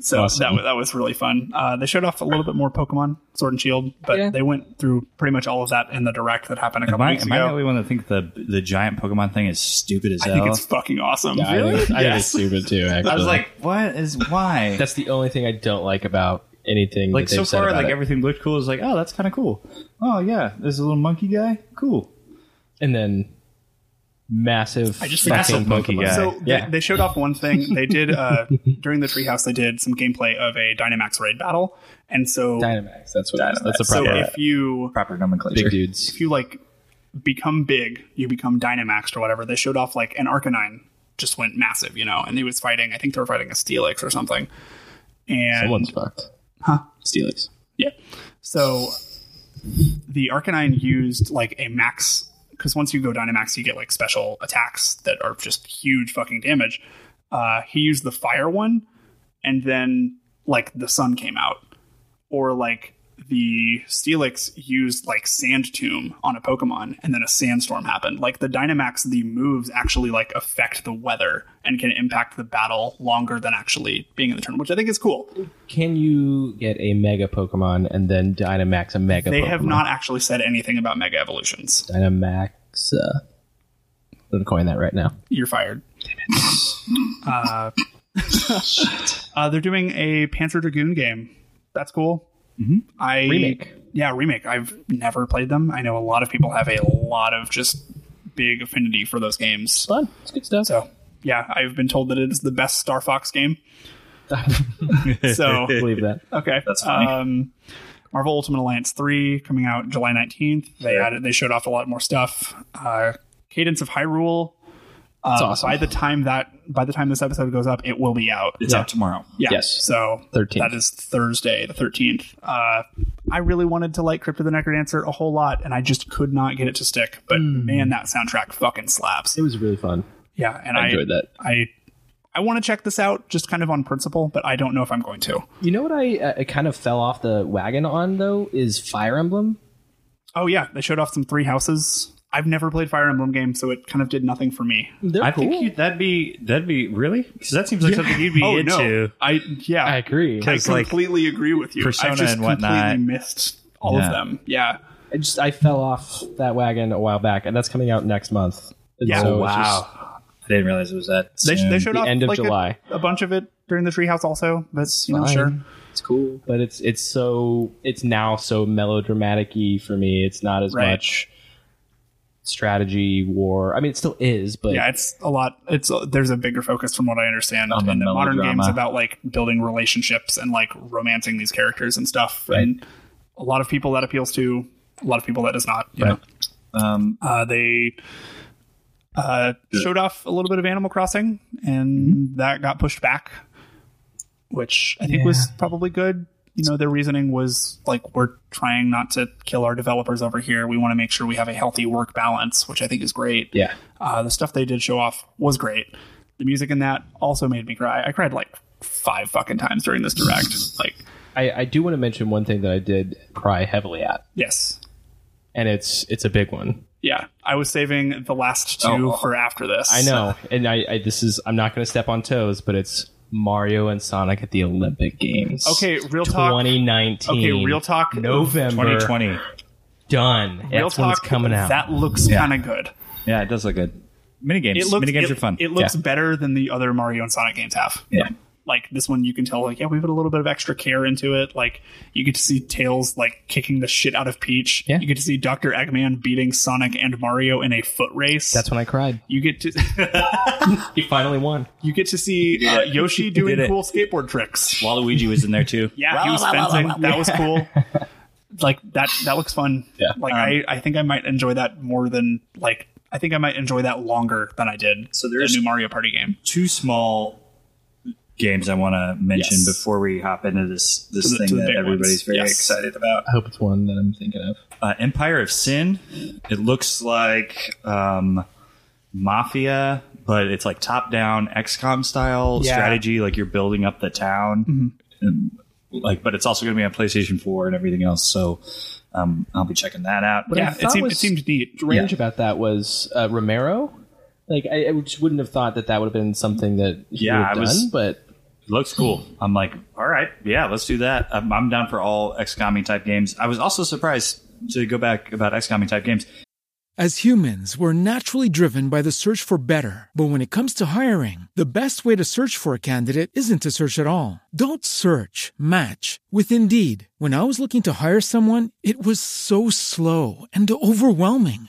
So that wa- that was really fun. Uh, they showed off a little bit more Pokemon Sword and Shield, but they went through pretty much all of that in the direct that happened a am couple I, weeks am I ago. the only one that think the the giant Pokemon thing is stupid as I hell think it's fucking awesome. Yeah, I think, I think it's Yes. stupid too. Actually, I was like what is why that's the only thing I don't like about anything. like that so they've said far about like it. everything looked cool It's like oh that's kind of cool oh yeah there's a little monkey guy cool and then massive. I just fucking Massive monkey Pokemon. guy. So they, yeah, they showed off one thing. They did uh, during the treehouse. They did some gameplay of a Dynamax raid battle, and so Dynamax. That's what. it is. That's a so proper if you proper nomenclature big dudes. if you like become big, you become Dynamaxed or whatever. They showed off like an Arcanine just went massive, you know, and he was fighting. I think they were fighting a Steelix or something. And Someone's fucked. Huh? Steelix. Yeah. So the Arcanine used like a max because once you go Dynamax, you get like special attacks that are just huge fucking damage. Uh, he used the fire one, and then like the sun came out, or like the Steelix used like Sand Tomb on a Pokemon, and then a sandstorm happened. Like the Dynamax, the moves actually like affect the weather and can impact the battle longer than actually being in the tournament, which I think is cool. Can you get a mega Pokemon and then Dynamax a mega? They Pokemon? have not actually said anything about mega evolutions. Dynamax. Uh, I'm gonna coin that right now. You're fired. Uh, uh, they're doing a Panzer Dragoon game. That's cool. I Remake. Yeah, remake. I've never played them. I know a lot of people have a lot of just big affinity for those games. Fun. It's good stuff. So, yeah, I've been told that it is the best Star Fox game. so Believe that. Okay, That's funny. Um, Marvel Ultimate Alliance three coming out July nineteenth. They added, they showed off a lot more stuff. Uh, Cadence of Hyrule. That's uh, awesome. By the time that by the time this episode goes up, it will be out. It's out tomorrow. Yeah. Yes. So 13th. that is Thursday, the thirteenth. Uh, I really wanted to like Crypto the Necrodancer a whole lot, and I just could not get it to stick. But Hmm. man, that soundtrack fucking slaps. It was really fun. Yeah, and I I enjoyed that. I I want to check this out just kind of on principle, but I don't know if I'm going to. You know what I, uh, I kind of fell off the wagon on though is Fire Emblem. Oh yeah, they showed off some three houses. I've never played Fire Emblem games, so it kind of did nothing for me. I think you, that'd be that'd be really because that seems like something you'd be oh, into. No. I yeah, I agree. I 'Cause, like, completely agree with you. Persona I've just and whatnot. completely missed all Yeah. of them. Yeah, I just I fell off that wagon a while back, and that's coming out next month. And Yeah. so Oh, it's wow. just- I didn't realize it was that. they, soon. they showed The off end of like, a- July. A, bunch of it during the treehouse also, but you know fine. sure. It's cool, but it's it's so it's now so melodramatic y for me. It's not as Right. much strategy war. I mean, it still is, but yeah, it's a lot. It's a, there's a bigger focus from what I understand On the in the modern melodrama. games about like building relationships and like romancing these characters and stuff. Right. And a lot of people that appeals to, a lot of people that is not. You Right. know? Um, Uh, they uh, showed off a little bit of Animal Crossing, and Mm-hmm. that got pushed back, which I think was probably good. You know, their reasoning was like we're trying not to kill our developers over here. We want to make sure we have a healthy work balance, which I think is great. yeah. Uh, the stuff they did show off was great. The music in that also made me cry. I cried like five fucking times during this direct. like, I, I do want to mention one thing that I did cry heavily at, yes, and it's it's a big one. yeah. I was saving the last two Oh. for after this. I know, and I, I this is I'm not going to step on toes, but it's Mario and Sonic at the Olympic Games. Okay, real talk. 2019. Okay, real talk. November 2020. done. Real That's talk. when it's coming out. That looks Yeah. kind of good. Yeah, it does look good. Mini games. It looks. Mini games it, are fun. It looks better than the other Mario and Sonic games have. Yeah. Like this one, you can tell. Like, yeah, we put a little bit of extra care into it. Like, you get to see Tails like kicking the shit out of Peach. Yeah. You get to see Doctor Eggman beating Sonic and Mario in a foot race. That's when I cried. you get to He finally won. you get to see uh, Yoshi Did doing it. cool skateboard tricks. Waluigi was in there too. Yeah, he was fencing. That was cool. like that that looks fun. Yeah. Like I, I think I might enjoy that more than like I think I might enjoy that longer than I did. So there's- the new Mario Party game. Two small games I want to mention Yes. before we hop into this this To the- to thing the that big ones. everybody's very Yes. excited about. I hope it's one that I'm thinking of. uh, Empire of Sin. It looks like um, Mafia, but it's like top down XCOM style Yeah. Mm-hmm. strategy. Like you're building up the town. And, like, but it's also going to be on PlayStation 4 and everything else. So um, I'll be checking that out. What I yeah, it thought seemed, it was seemed neat. Strange about that was uh, Romero. Like I, I just wouldn't have thought that that would have been something that he Yeah, would have I was- done, but It looks cool. I'm like, all right, yeah, let's do that. I'm, I'm down for all XCOM type games. I was also surprised to go back about XCOM type games. As humans, we're naturally driven by the search for better. But when it comes to hiring, the best way to search for a candidate isn't to search at all. Don't search, match with Indeed. When I was looking to hire someone, it was so slow and overwhelming.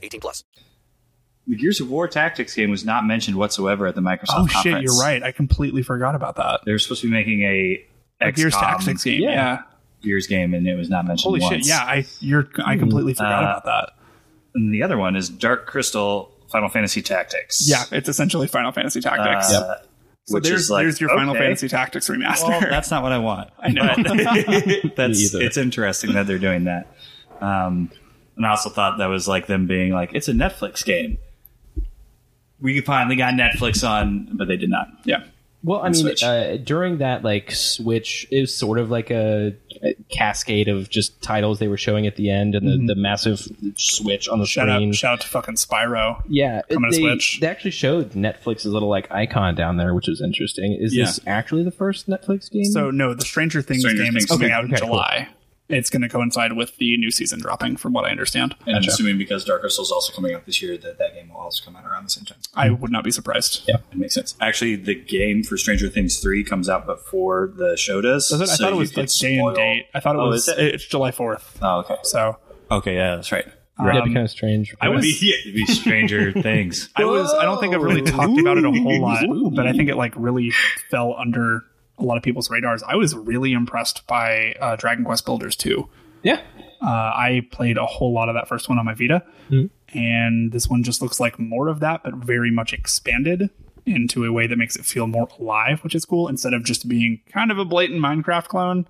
18 plus. The Gears of War Tactics game was not mentioned whatsoever at the Microsoft Oh conference. shit, you're right. I completely forgot about that. They were supposed to be making a, A Gears XCOM Tactics game, yeah. Gears game, and it was not mentioned. Holy shit, once. yeah, I you're I completely forgot Uh, about that. And the other one is Dark Crystal Final Fantasy Tactics. Yeah, it's essentially Final Fantasy Tactics. Uh, So which there's is like, there's your Final okay. Fantasy Tactics remaster. Well, that's not what I want. I know. But that's it's interesting that they're doing that. Um, and I also thought that was like them being like, it's a Netflix game. We finally got Netflix on, but they did not. Yeah. Well, I On mean, Switch. uh, during that like Switch, it was sort of like a, a cascade of just titles they were showing at the end, and the, Mhm. the massive switch on the shout screen. out shout out to fucking Spyro. Yeah, coming they, to Switch. they actually showed Netflix's little like icon down there, which was interesting. Is Yeah. this actually the first Netflix game? So no, the Stranger Things Stranger game Things is coming game. out in Okay, cool. July. It's going to coincide with the new season dropping, from what I understand. And I'm assuming because Dark Crystal is also coming out this year, that that game will also come out around the same time. I would not be surprised. Yeah, it makes sense. Actually, the game for Stranger Things three comes out before the show does. Does it? I so thought it you was could like day spoil- and date. I thought it Oh, was. is It's July fourth. Oh, okay. So okay, yeah, that's right. That'd be Um, kinda strange. I would be- It'd be Stranger Things. I was. I don't think I've really talked about it a whole lot, but I think it like really fell under a lot of people's radars. I was really impressed by uh, Dragon Quest Builders too. Yeah, uh, I played a whole lot of that first one on my Vita, and this one just looks like more of that, but very much expanded into a way that makes it feel more alive, which is cool. Instead of just being kind of a blatant Minecraft clone,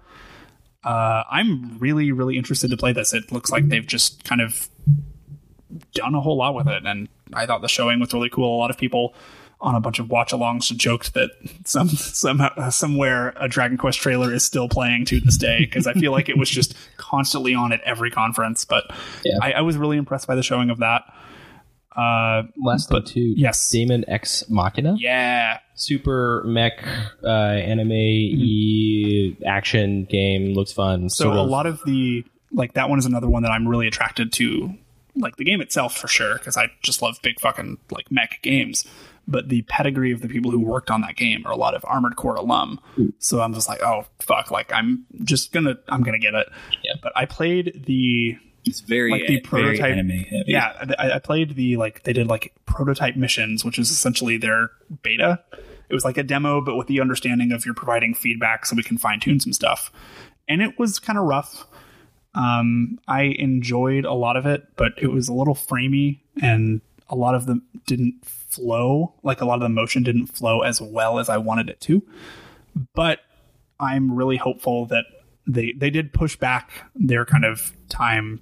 uh, I'm really, really interested to play this. It looks like they've just kind of done a whole lot with it, and I thought the showing was really cool. A lot of people on a bunch of watch-alongs joked that some somehow somewhere a Dragon Quest trailer is still playing to this day because I feel like it was just constantly on at every conference. But I, I was really impressed by the showing of that. Uh, Last but two, yes, Demon Ex Machina. Yeah, super mech uh, anime e action game looks fun. Mm-hmm. so sort a lot of the like that one is another one that I'm really attracted to, like the game itself for sure because I just love big fucking like mech games. But the pedigree of the people who worked on that game are a lot of Armored Core alum, so I'm just like, oh fuck, like I'm just gonna I'm gonna get it. Yeah. But I played the it's very like the a- very prototype anime heavy. yeah I, I played the like they did like prototype missions which is essentially their beta it was like a demo but with the understanding of you're providing feedback so we can fine tune some stuff and it was kind of rough um i enjoyed a lot of it but it was a little framey and a lot of them didn't flow like a lot of the motion didn't flow as well as i wanted it to but I'm really hopeful that they they did push back their kind of time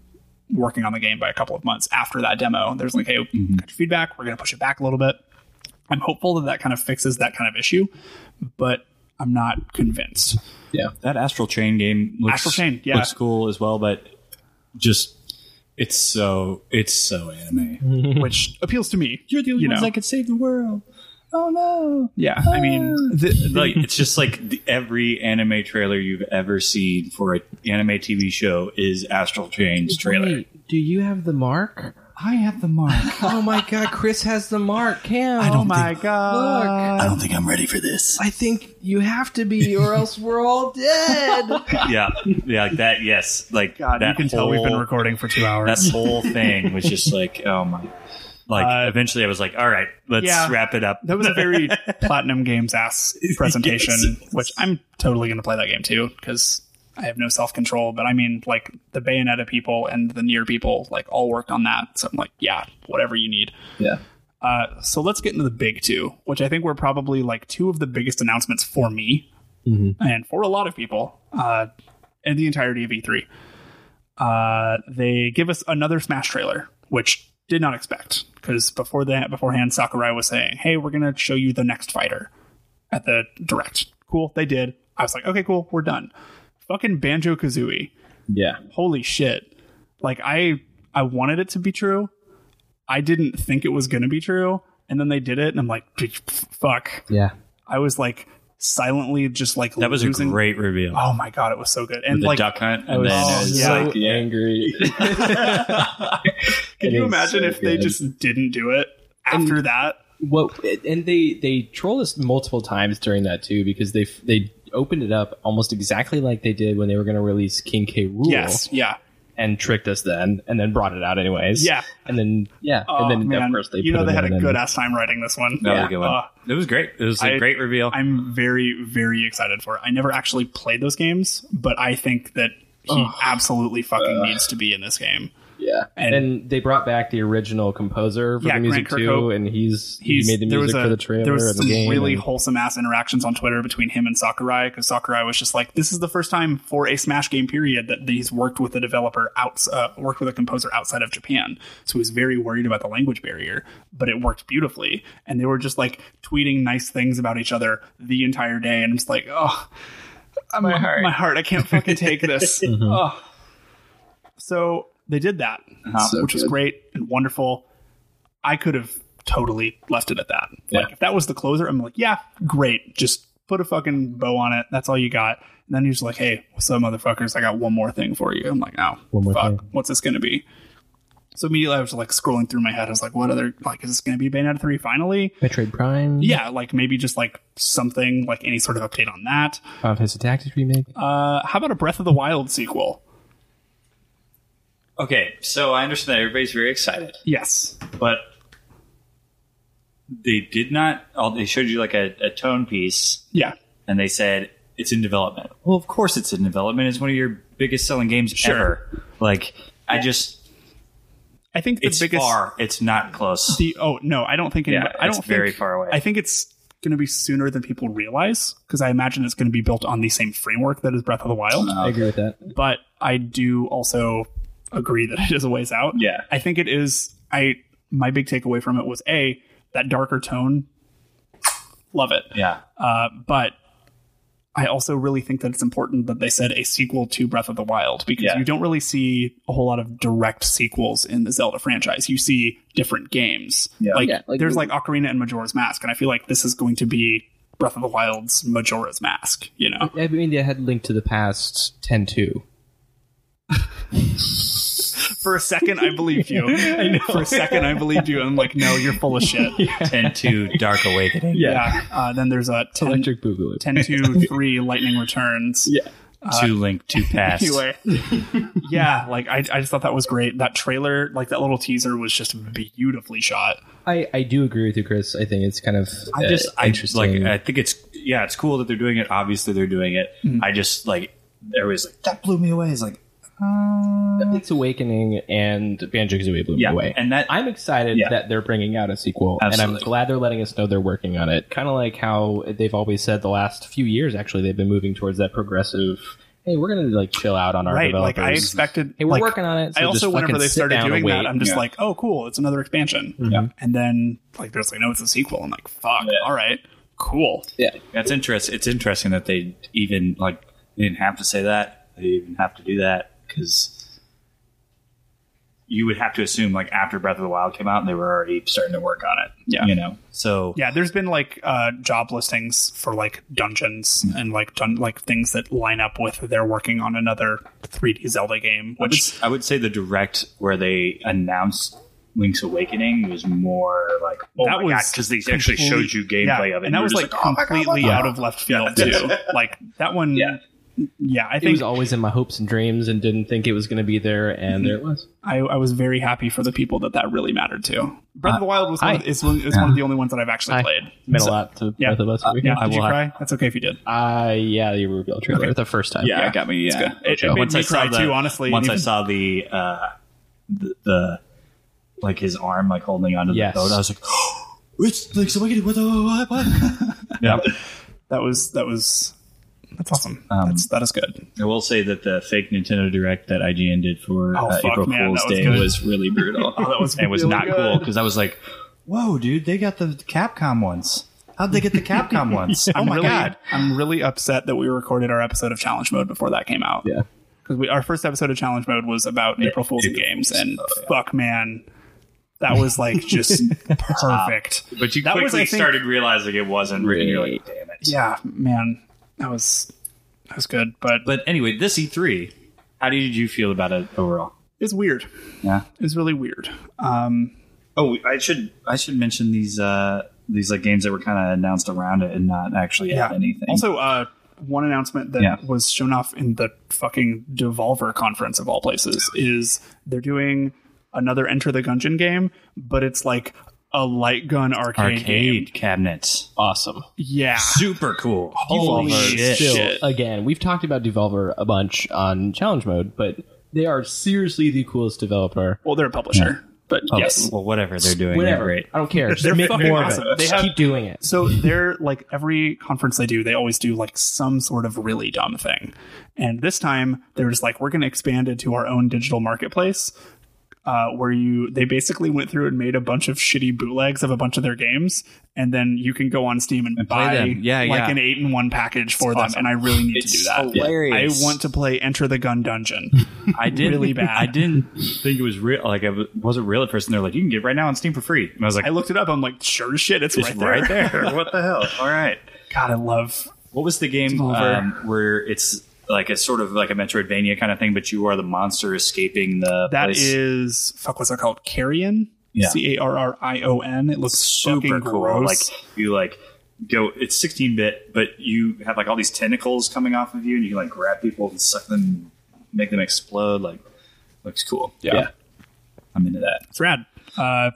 working on the game by a couple of months after that demo. There's like, hey, Mm-hmm. got your feedback. We're going to push it back a little bit. I'm hopeful that that kind of fixes that kind of issue, but I'm not convinced. Yeah, that Astral Chain game looks, Astral Chain, yeah. looks cool as well, but just it's so it's so anime. Which appeals to me. You're the only ones that could save the world. Oh no! Yeah, I mean, the, like it's just like the, every anime trailer you've ever seen for an anime TV show is Astral Chain's trailer. Wait, do you have the mark? I have the mark. oh my god, Chris has the mark. Cam. oh my god. I don't think I'm ready for this. I think you have to be, or else we're all dead. yeah, yeah, like that. Yes, like God, that you can tell we've been whole- recording for two hours. That whole thing was just like, oh my. Like eventually, I was like, "All right, let's Uh, Yeah. wrap it up." That was a very Platinum Games ass presentation, Yes. which I'm totally going to play that game too because I have no self control. But I mean, like the Bayonetta people and the Near people, like all worked on that. So I'm like, yeah, whatever you need. Yeah. Uh, so let's get into the big two, which I think were probably like two of the biggest announcements for me and for a lot of people uh, in the entirety of E E3. Uh, they give us another Smash trailer, which did not expect because before that, beforehand, Sakurai was saying, "Hey, we're gonna show you the next fighter at the direct." Cool, they did. I was like, "Okay, cool, we're done." Fucking Banjo Kazooie. Yeah. Holy shit! Like I, I wanted it to be true. I didn't think it was gonna be true, and then they did it, and I'm like, "Pff, "Fuck!" Yeah. I was like silently just like That was a losing- great reveal. Oh my god, it was so good. And With the like duck hunt, I and was then it was so- like, yeah. angry. Can It you is imagine so if they good. just didn't do it after that? Well, and they they troll us multiple times during that too because they they opened it up almost exactly like they did when they were going to release King K. Rule. Yes, yeah. and tricked us then, and then brought it out anyways. Yeah. Oh, and then yeah, and then of course they you put know they him had in a and- good ass time writing this one. That was a good one. Uh, it was great. It was a I- great reveal. I'm very, very excited for it. I never actually played those games, but I think that he Ugh. absolutely fucking Oh. Ugh. needs to be in this game. Yeah, and, they brought back the original composer for the Yeah, Grant music too, Kirkhope. and he's, He's, he made the there was music a, for the trailer There was and the some game. really and- wholesome ass interactions on Twitter between him and Sakurai because Sakurai was just like, "This is the first time for a Smash game period that he's worked with a developer out, uh, worked with a composer outside of Japan." So he was very worried about the language barrier, but it worked beautifully. And they were just like tweeting nice things about each other the entire day, and I'm just like, "Oh, my heart, my heart, I can't fucking take this." Mhm. Ugh. So they did that, That's um, so which was good. great and wonderful. I could have totally left it at that. Like if that was the closer, I'm like, yeah, great. Just put a fucking bow on it. That's all you got. And then he's like, hey, what's up, motherfuckers? I got one more thing for you. I'm like, oh, One more fuck. thing. What's this gonna be? So immediately I was like scrolling through my head. I was like, what other like is this gonna be Bayonetta three finally? Metroid Prime. Yeah, like maybe just like something like any sort of update on that. Of his Tactics remake. Uh, how about a Breath of the Wild sequel? Okay, so I understand that everybody's very excited, Yes. but they did not. Oh, they showed you like a, a tone piece, Yeah. and they said it's in development. Well, of course it's in development. It's one of your biggest selling games Sure. ever. Like I just, I think the it's biggest far. It's not close. The oh no, I don't think. Yeah, anybody- I don't it's very think, far away. I think it's going to be sooner than people realize because I imagine it's going to be built on the same framework that is Breath of the Wild. Uh-huh. I agree with that. But I do also agree that it is a ways out. Yeah, I think it is. I my big takeaway from it was a that darker tone. Love it. Yeah. Uh, but I also really think that it's important that they said a sequel to Breath of the Wild because Yeah. you don't really see a whole lot of direct sequels in the Zelda franchise. You see different games. Yeah. Like, Yeah, like- there's like Ocarina and Majora's Mask, and I feel like this is going to be Breath of the Wild's Majora's Mask. You know? I mean, they had linked to the past 10 2. For a second, I believed you. For a second, I believed you. I'm like, no, you're full of shit. Ten two Dark Awakening. Yeah. Uh, then there's a 10, Electric Boogaloo. 10 2 3 Lightning Returns. Yeah. Two Link Two Past. Anyway, yeah, like I, I just thought that was great. That trailer, like that little teaser, was just beautifully shot. I, I do agree with you, Chris. I think it's kind of I just, uh, I interesting. like, I think it's, yeah, it's cool that they're doing it. Obviously, they're doing it. I just like, everybody's like, that blew me away. It's like, it's Awakening and Banjo Kazooie blew Yeah, me away. and that I'm excited Yeah. that they're bringing out a sequel, and Absolutely. I'm glad they're letting us know they're working on it. Kind of like how they've always said the last few years. Actually, they've been moving towards that progressive. Hey, we're gonna like chill out on our right, developers. like I expected. Hey, we're like, working on it. So I also, just whenever fucking they sit started down and doing that, wait. Mm-hmm. I'm just Yeah. like, oh, cool, it's another expansion. Yeah. And then like, there's like, no, it's a sequel. I'm like, fuck, all right, cool. Yeah. That's interesting. It's interesting that they even, like, they didn't have to say that. They even have to do that because you would have to assume, like, after Breath of the Wild came out, they were already starting to work on it. Yeah. You know? So, Yeah, there's been like uh, job listings for like dungeons Mm. and like dun- like things that line up with they're working on another 3D Zelda game, I would, which I would say the direct where they announced Link's Awakening was more like oh that my was because they complete- actually showed you gameplay yeah, of it, and that you were was just like completely oh my God, out wow. of left field Yeah. too. like that one, yeah, I it think was always in my hopes and dreams, and didn't think it was gonna be there, and there it was. I, I was very happy for the people that that really mattered to. Breath Uh, of the Wild was one of, hi. is, one, is one of the only ones that I've actually Hi. played. Meant So- a lot to yeah. Uh, both of us. over here. Yeah, did you cry? That's okay if you did. Uh, yeah, the reveal trailer the first time. Yeah, it got me. It's Yeah, good. It- it made once me I saw cry, the- too, honestly, once and I even- saw the, uh, the the like his arm like holding onto Yes. the boat, I was like, Which like so what, what, yeah. That was that was that's awesome. Um, that's that is good. I will say that the fake Nintendo Direct that IGN did for Oh, uh, fuck, April man, Fool's that was Day good. was, really brutal. Oh, that was and it was really not cool good. because I was like, "Whoa, dude, they got the Capcom ones. How'd they get the Capcom ones? oh I'm my really, god!" I'm really upset that we recorded our episode of Challenge Mode before that came out. Yeah. Because our first episode of Challenge Mode was about April Fool's April games, Fool's, and oh, fuck, man, that was like just perfect. But you That was, quickly I think- started realizing it wasn't. Really, and you're like, "Damn it!" Yeah, man, that was that was good. But but anyway, this E3, how did you feel about it overall? it's weird. Yeah. It's really weird. Um, Oh, I should I should mention these uh these like games that were kind of announced around it and not actually yeah. have anything. Also, uh, one announcement that Yeah. was shown off in the fucking Devolver conference of all places is they're doing another Enter the Gungeon game, but it's like a light gun arcade. game. Arcade cabinets. Awesome. Yeah. Super cool. Holy Devolver shit. still- Shit. Again, we've talked about Devolver a bunch on Challenge Mode, but they are seriously the coolest developer. Well, they're a publisher, but Oh, yes. well, whatever they're doing, Whatever. they're great. I don't care. Just make more of it. Just keep doing it. So they're like every conference they do, they always do like some sort of really dumb thing. And this time they're just like, we're going to expand it to our own digital marketplace. Uh, where you they basically went through and made a bunch of shitty bootlegs of a bunch of their games and then you can go on steam and, buy them. Yeah, like yeah. an eight in one package for them and i really need to do that hilarious. i want to play enter the gun dungeon I did really bad I didn't think it was real. Like I w- wasn't real at first, and they're like, "You can get it right now on Steam for free." And I was like, I looked it up. I'm like, sure as shit, it's, It's right there. right there. What the hell? All right. God, I love. What was the game Devolver. um, where it's like a sort of like a Metroidvania kind of thing, but you are the monster escaping the. That place? is fuck. What's it called? Carrion. Yeah. C a r r i o n. It looks super fucking cool. gross. Like you like go. It's 16 bit, but you have like all these tentacles coming off of you, and you can like grab people and suck them, make them explode. Like looks cool. Yeah, I'm into that. it's rad. Uh,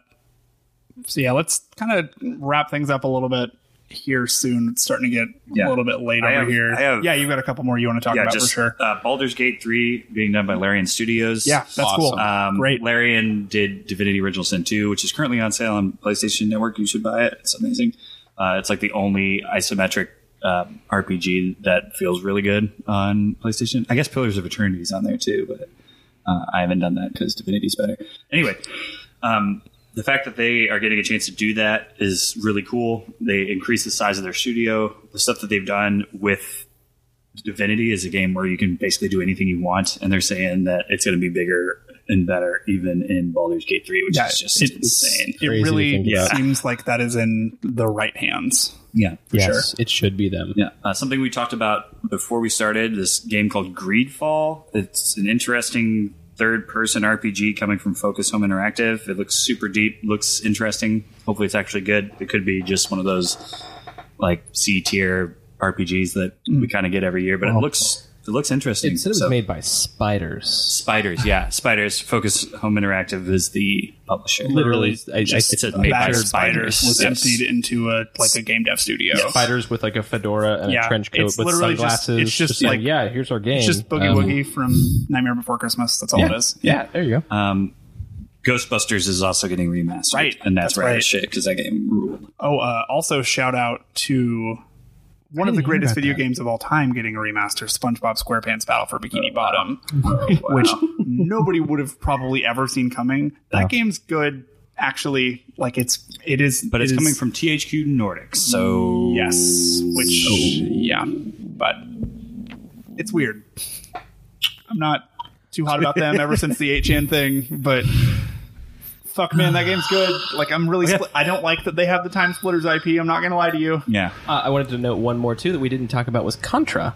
so yeah, let's kind of wrap things up a little bit here soon. It's starting to get Yeah. a little bit late I over have- here. I have- yeah, you've got a couple more you want to talk yeah, about just, for sure. Uh, Baldur's Gate 3 being done by Larian Studios. Yeah, that's Awesome. cool. Um, Great. Larian did Divinity Original Sin 2, which is currently on sale on PlayStation Network. You should buy it. It's amazing. Uh, it's like the only isometric um, RPG that feels really good on PlayStation. I guess Pillars of Eternity is on there too, but uh, I haven't done that because Divinity's better. Anyway, um, the fact that they are getting a chance to do that is really cool. They increase the size of their studio. The stuff that they've done with Divinity is a game where you can basically do anything you want, and they're saying that it's going to be bigger and better, even in Baldur's Gate 3, which Yeah, is just it's- insane. It really yeah. seems like that is in the right hands. Yeah, for Yes, sure. It should be them. Yeah, uh, something we talked about before we started this game called Greedfall. It's an interesting third-person RPG coming from Focus Home Interactive. It looks super deep, looks interesting. Hopefully, it's actually good. It could be just one of those like C-tier RPGs that we kind of get every year, but it Well, looks it looks interesting. Hmm. Oh. It said it was So- made by spiders. Spiders, yeah, Spiders. Focus Home Interactive is the publisher. Literally, I- I- just I- said I- made by Battered spiders. was Yes. emptied into a like a game dev studio. Spiders with like a fedora and a trench coat it's with literally sunglasses. Just, it's just, like saying, yeah, here's our game. It's just Boogie Um, Woogie from Nightmare Before Christmas. That's all it is. Yeah, Uh, there you go. Um, Ghostbusters is also getting remastered, Right, And that's, that's rad as right. shit because that game ruled. Oh, uh, also shout out to one of the didn't hear greatest about video that. games of all time getting a remaster: SpongeBob SquarePants Battle for Bikini Bottom, Uh, wow. which nobody would have probably ever seen coming. That No. game's good, actually. Like it's it is, But it's it is- coming from THQ Nordic, so yes, which Oh. yeah, but it's weird. I'm not too hot about them ever since the HN thing, but fuck man, that game's good. Like I'm Oh, really split. I don't like that they have the Time Splitters IP. I'm not gonna lie to you. Yeah. Uh, I wanted to note one more too that we didn't talk about was Contra.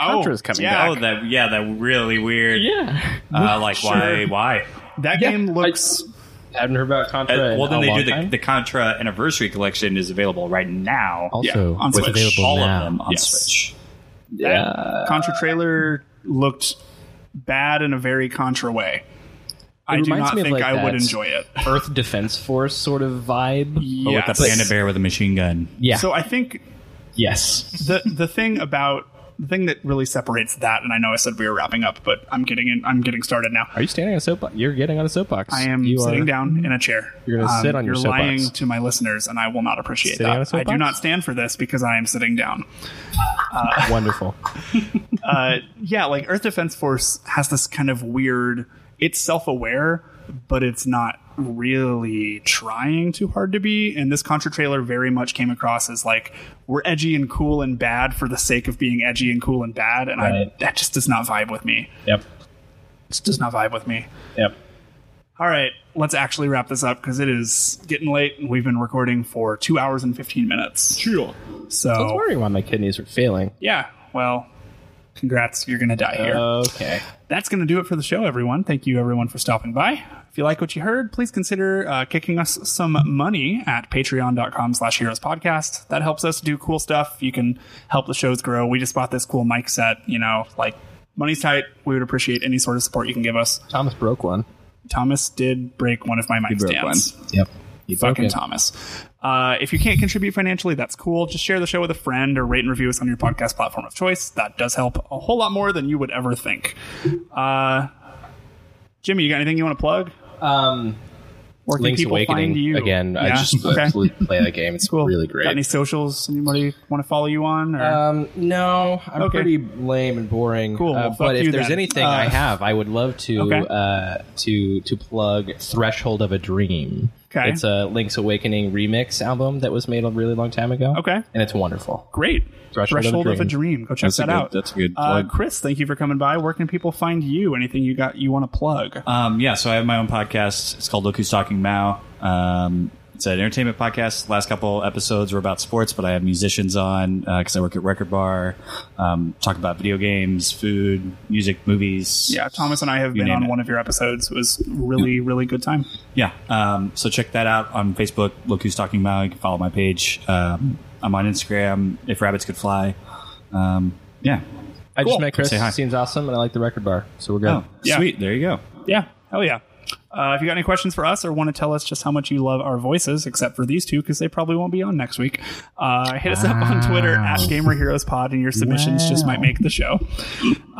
Oh, Contra's coming yeah. back. Oh, that yeah, that really weird. Yeah. Uh, like why Sure. why? That game looks. I haven't heard about Contra. Uh, in well, then a they long do the, time. the Contra Anniversary Collection is available right now. Also, Yeah, on with Switch. available all now. of them on Yes. Switch. That Contra trailer looked bad in a very Contra way. It I do reminds not me of, think like, I would that enjoy it. Earth Defense Force sort of vibe. But with the panda bear with a machine gun. Yeah. So I think yes. the the thing about the thing that really separates that, and I know I said we were wrapping up, but I'm getting in, I'm getting started now. Are you standing on a soapbox? You're getting on a soapbox. I am You sitting are down in a chair. Um, You're gonna sit on your You're soapbox. lying to my listeners, and I will not appreciate Sitting on a that. I do soapbox? not stand for this because I am sitting down. Uh, Wonderful. uh, yeah, like Earth Defense Force has this kind of weird. It's self-aware, but it's not really trying too hard to be. And this Contra trailer very much came across as like we're edgy and cool and bad for the sake of being edgy and cool and bad, and I, Right. that just does not vibe with me. Yep. It does not vibe with me. Yep. All right, let's actually wrap this up because it is getting late and we've been recording for two hours and fifteen minutes. Sure. So I was wondering why my kidneys were failing. yeah, well, Congrats, you're going to die here. Okay. That's going to do it for the show, everyone. Thank you, everyone, for stopping by. If you like what you heard, please consider uh, kicking us some money at patreon.com slash heroes podcast. That helps us do cool stuff. You can help the shows grow. We just bought this cool mic set, you know, like money's tight. We would appreciate any sort of support you can give us. Thomas broke one. Thomas did break one of my mic He broke stands. one. Yep. He broke Fucking it. Thomas. Uh, if you can't contribute financially, that's cool. Just share the show with a friend or rate and review us on your podcast platform of choice. That does help a whole lot more than you would ever think. Uh, Jimmy, you got anything you want to plug? Um, Where can Link's people Awakening find you? again. I Yeah? just Okay. absolutely play that game. It's really great. Got any socials anybody want to follow you on? Or? Uh, Um, no, I'm Okay. pretty lame and boring. Cool, well, Uh, fuck but if you there's then. anything Uh, I have, I would love to okay. uh, to to plug Threshold of a Dream. Okay. It's a Link's Awakening remix album that was made a really long time ago. Okay. And it's wonderful. Great. Threshold of a of a Dream. Dream. Go check That's a that good- out. that's a good Uh, plug. Chris, thank you for coming by. Where can people find you? Anything you got you want to plug? Um, yeah, so I have my own podcast. It's called Look Who's Talking Mao. Um, it's an entertainment podcast. Last couple episodes were about sports, but I have musicians on because I work at Record Bar. Um, talk about video games, food, music, movies. Yeah, Thomas and I have You been name on it. one of your episodes. It was really, really good time. Yeah. Um, so check that out on Facebook. Look who's talking about. You can follow my page. Um, I'm on Instagram. If rabbits could fly. Um, yeah. I Cool. just met Chris. Say hi. Seems awesome, and I like the record bar, so we're good. Oh, Yeah. sweet. There you go. Yeah. Hell yeah. Uh, if you got any questions for us or want to tell us just how much you love our voices, except for these two, because they probably won't be on next week, uh, hit us up on Twitter Wow. at Gamer Heroes Pod, and your submissions just Wow. might make the show.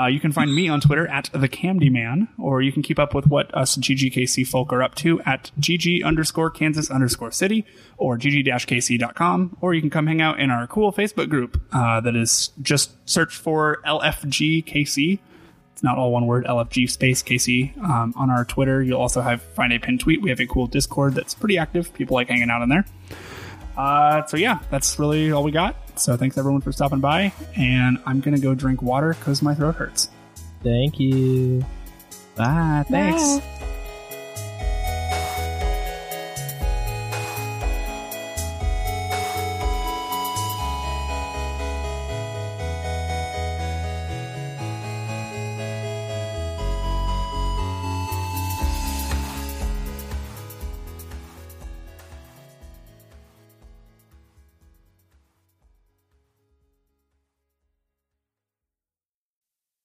Uh, you can find me on Twitter at The Camdy Man, or you can keep up with what us GGKC folk are up to at GG underscore Kansas underscore city or GG-KC.com, or you can come hang out in our cool Facebook group uh, that is just search for LFGKC. It's not all one word, LFG space KC. Um, on our Twitter, you'll also have find a pinned tweet. We have a cool Discord that's pretty active. People like hanging out in there. Uh, so yeah, that's really all we got. So thanks everyone for stopping by, and I'm gonna go drink water because my throat hurts. Thank you. Bye. Thanks.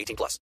18 plus.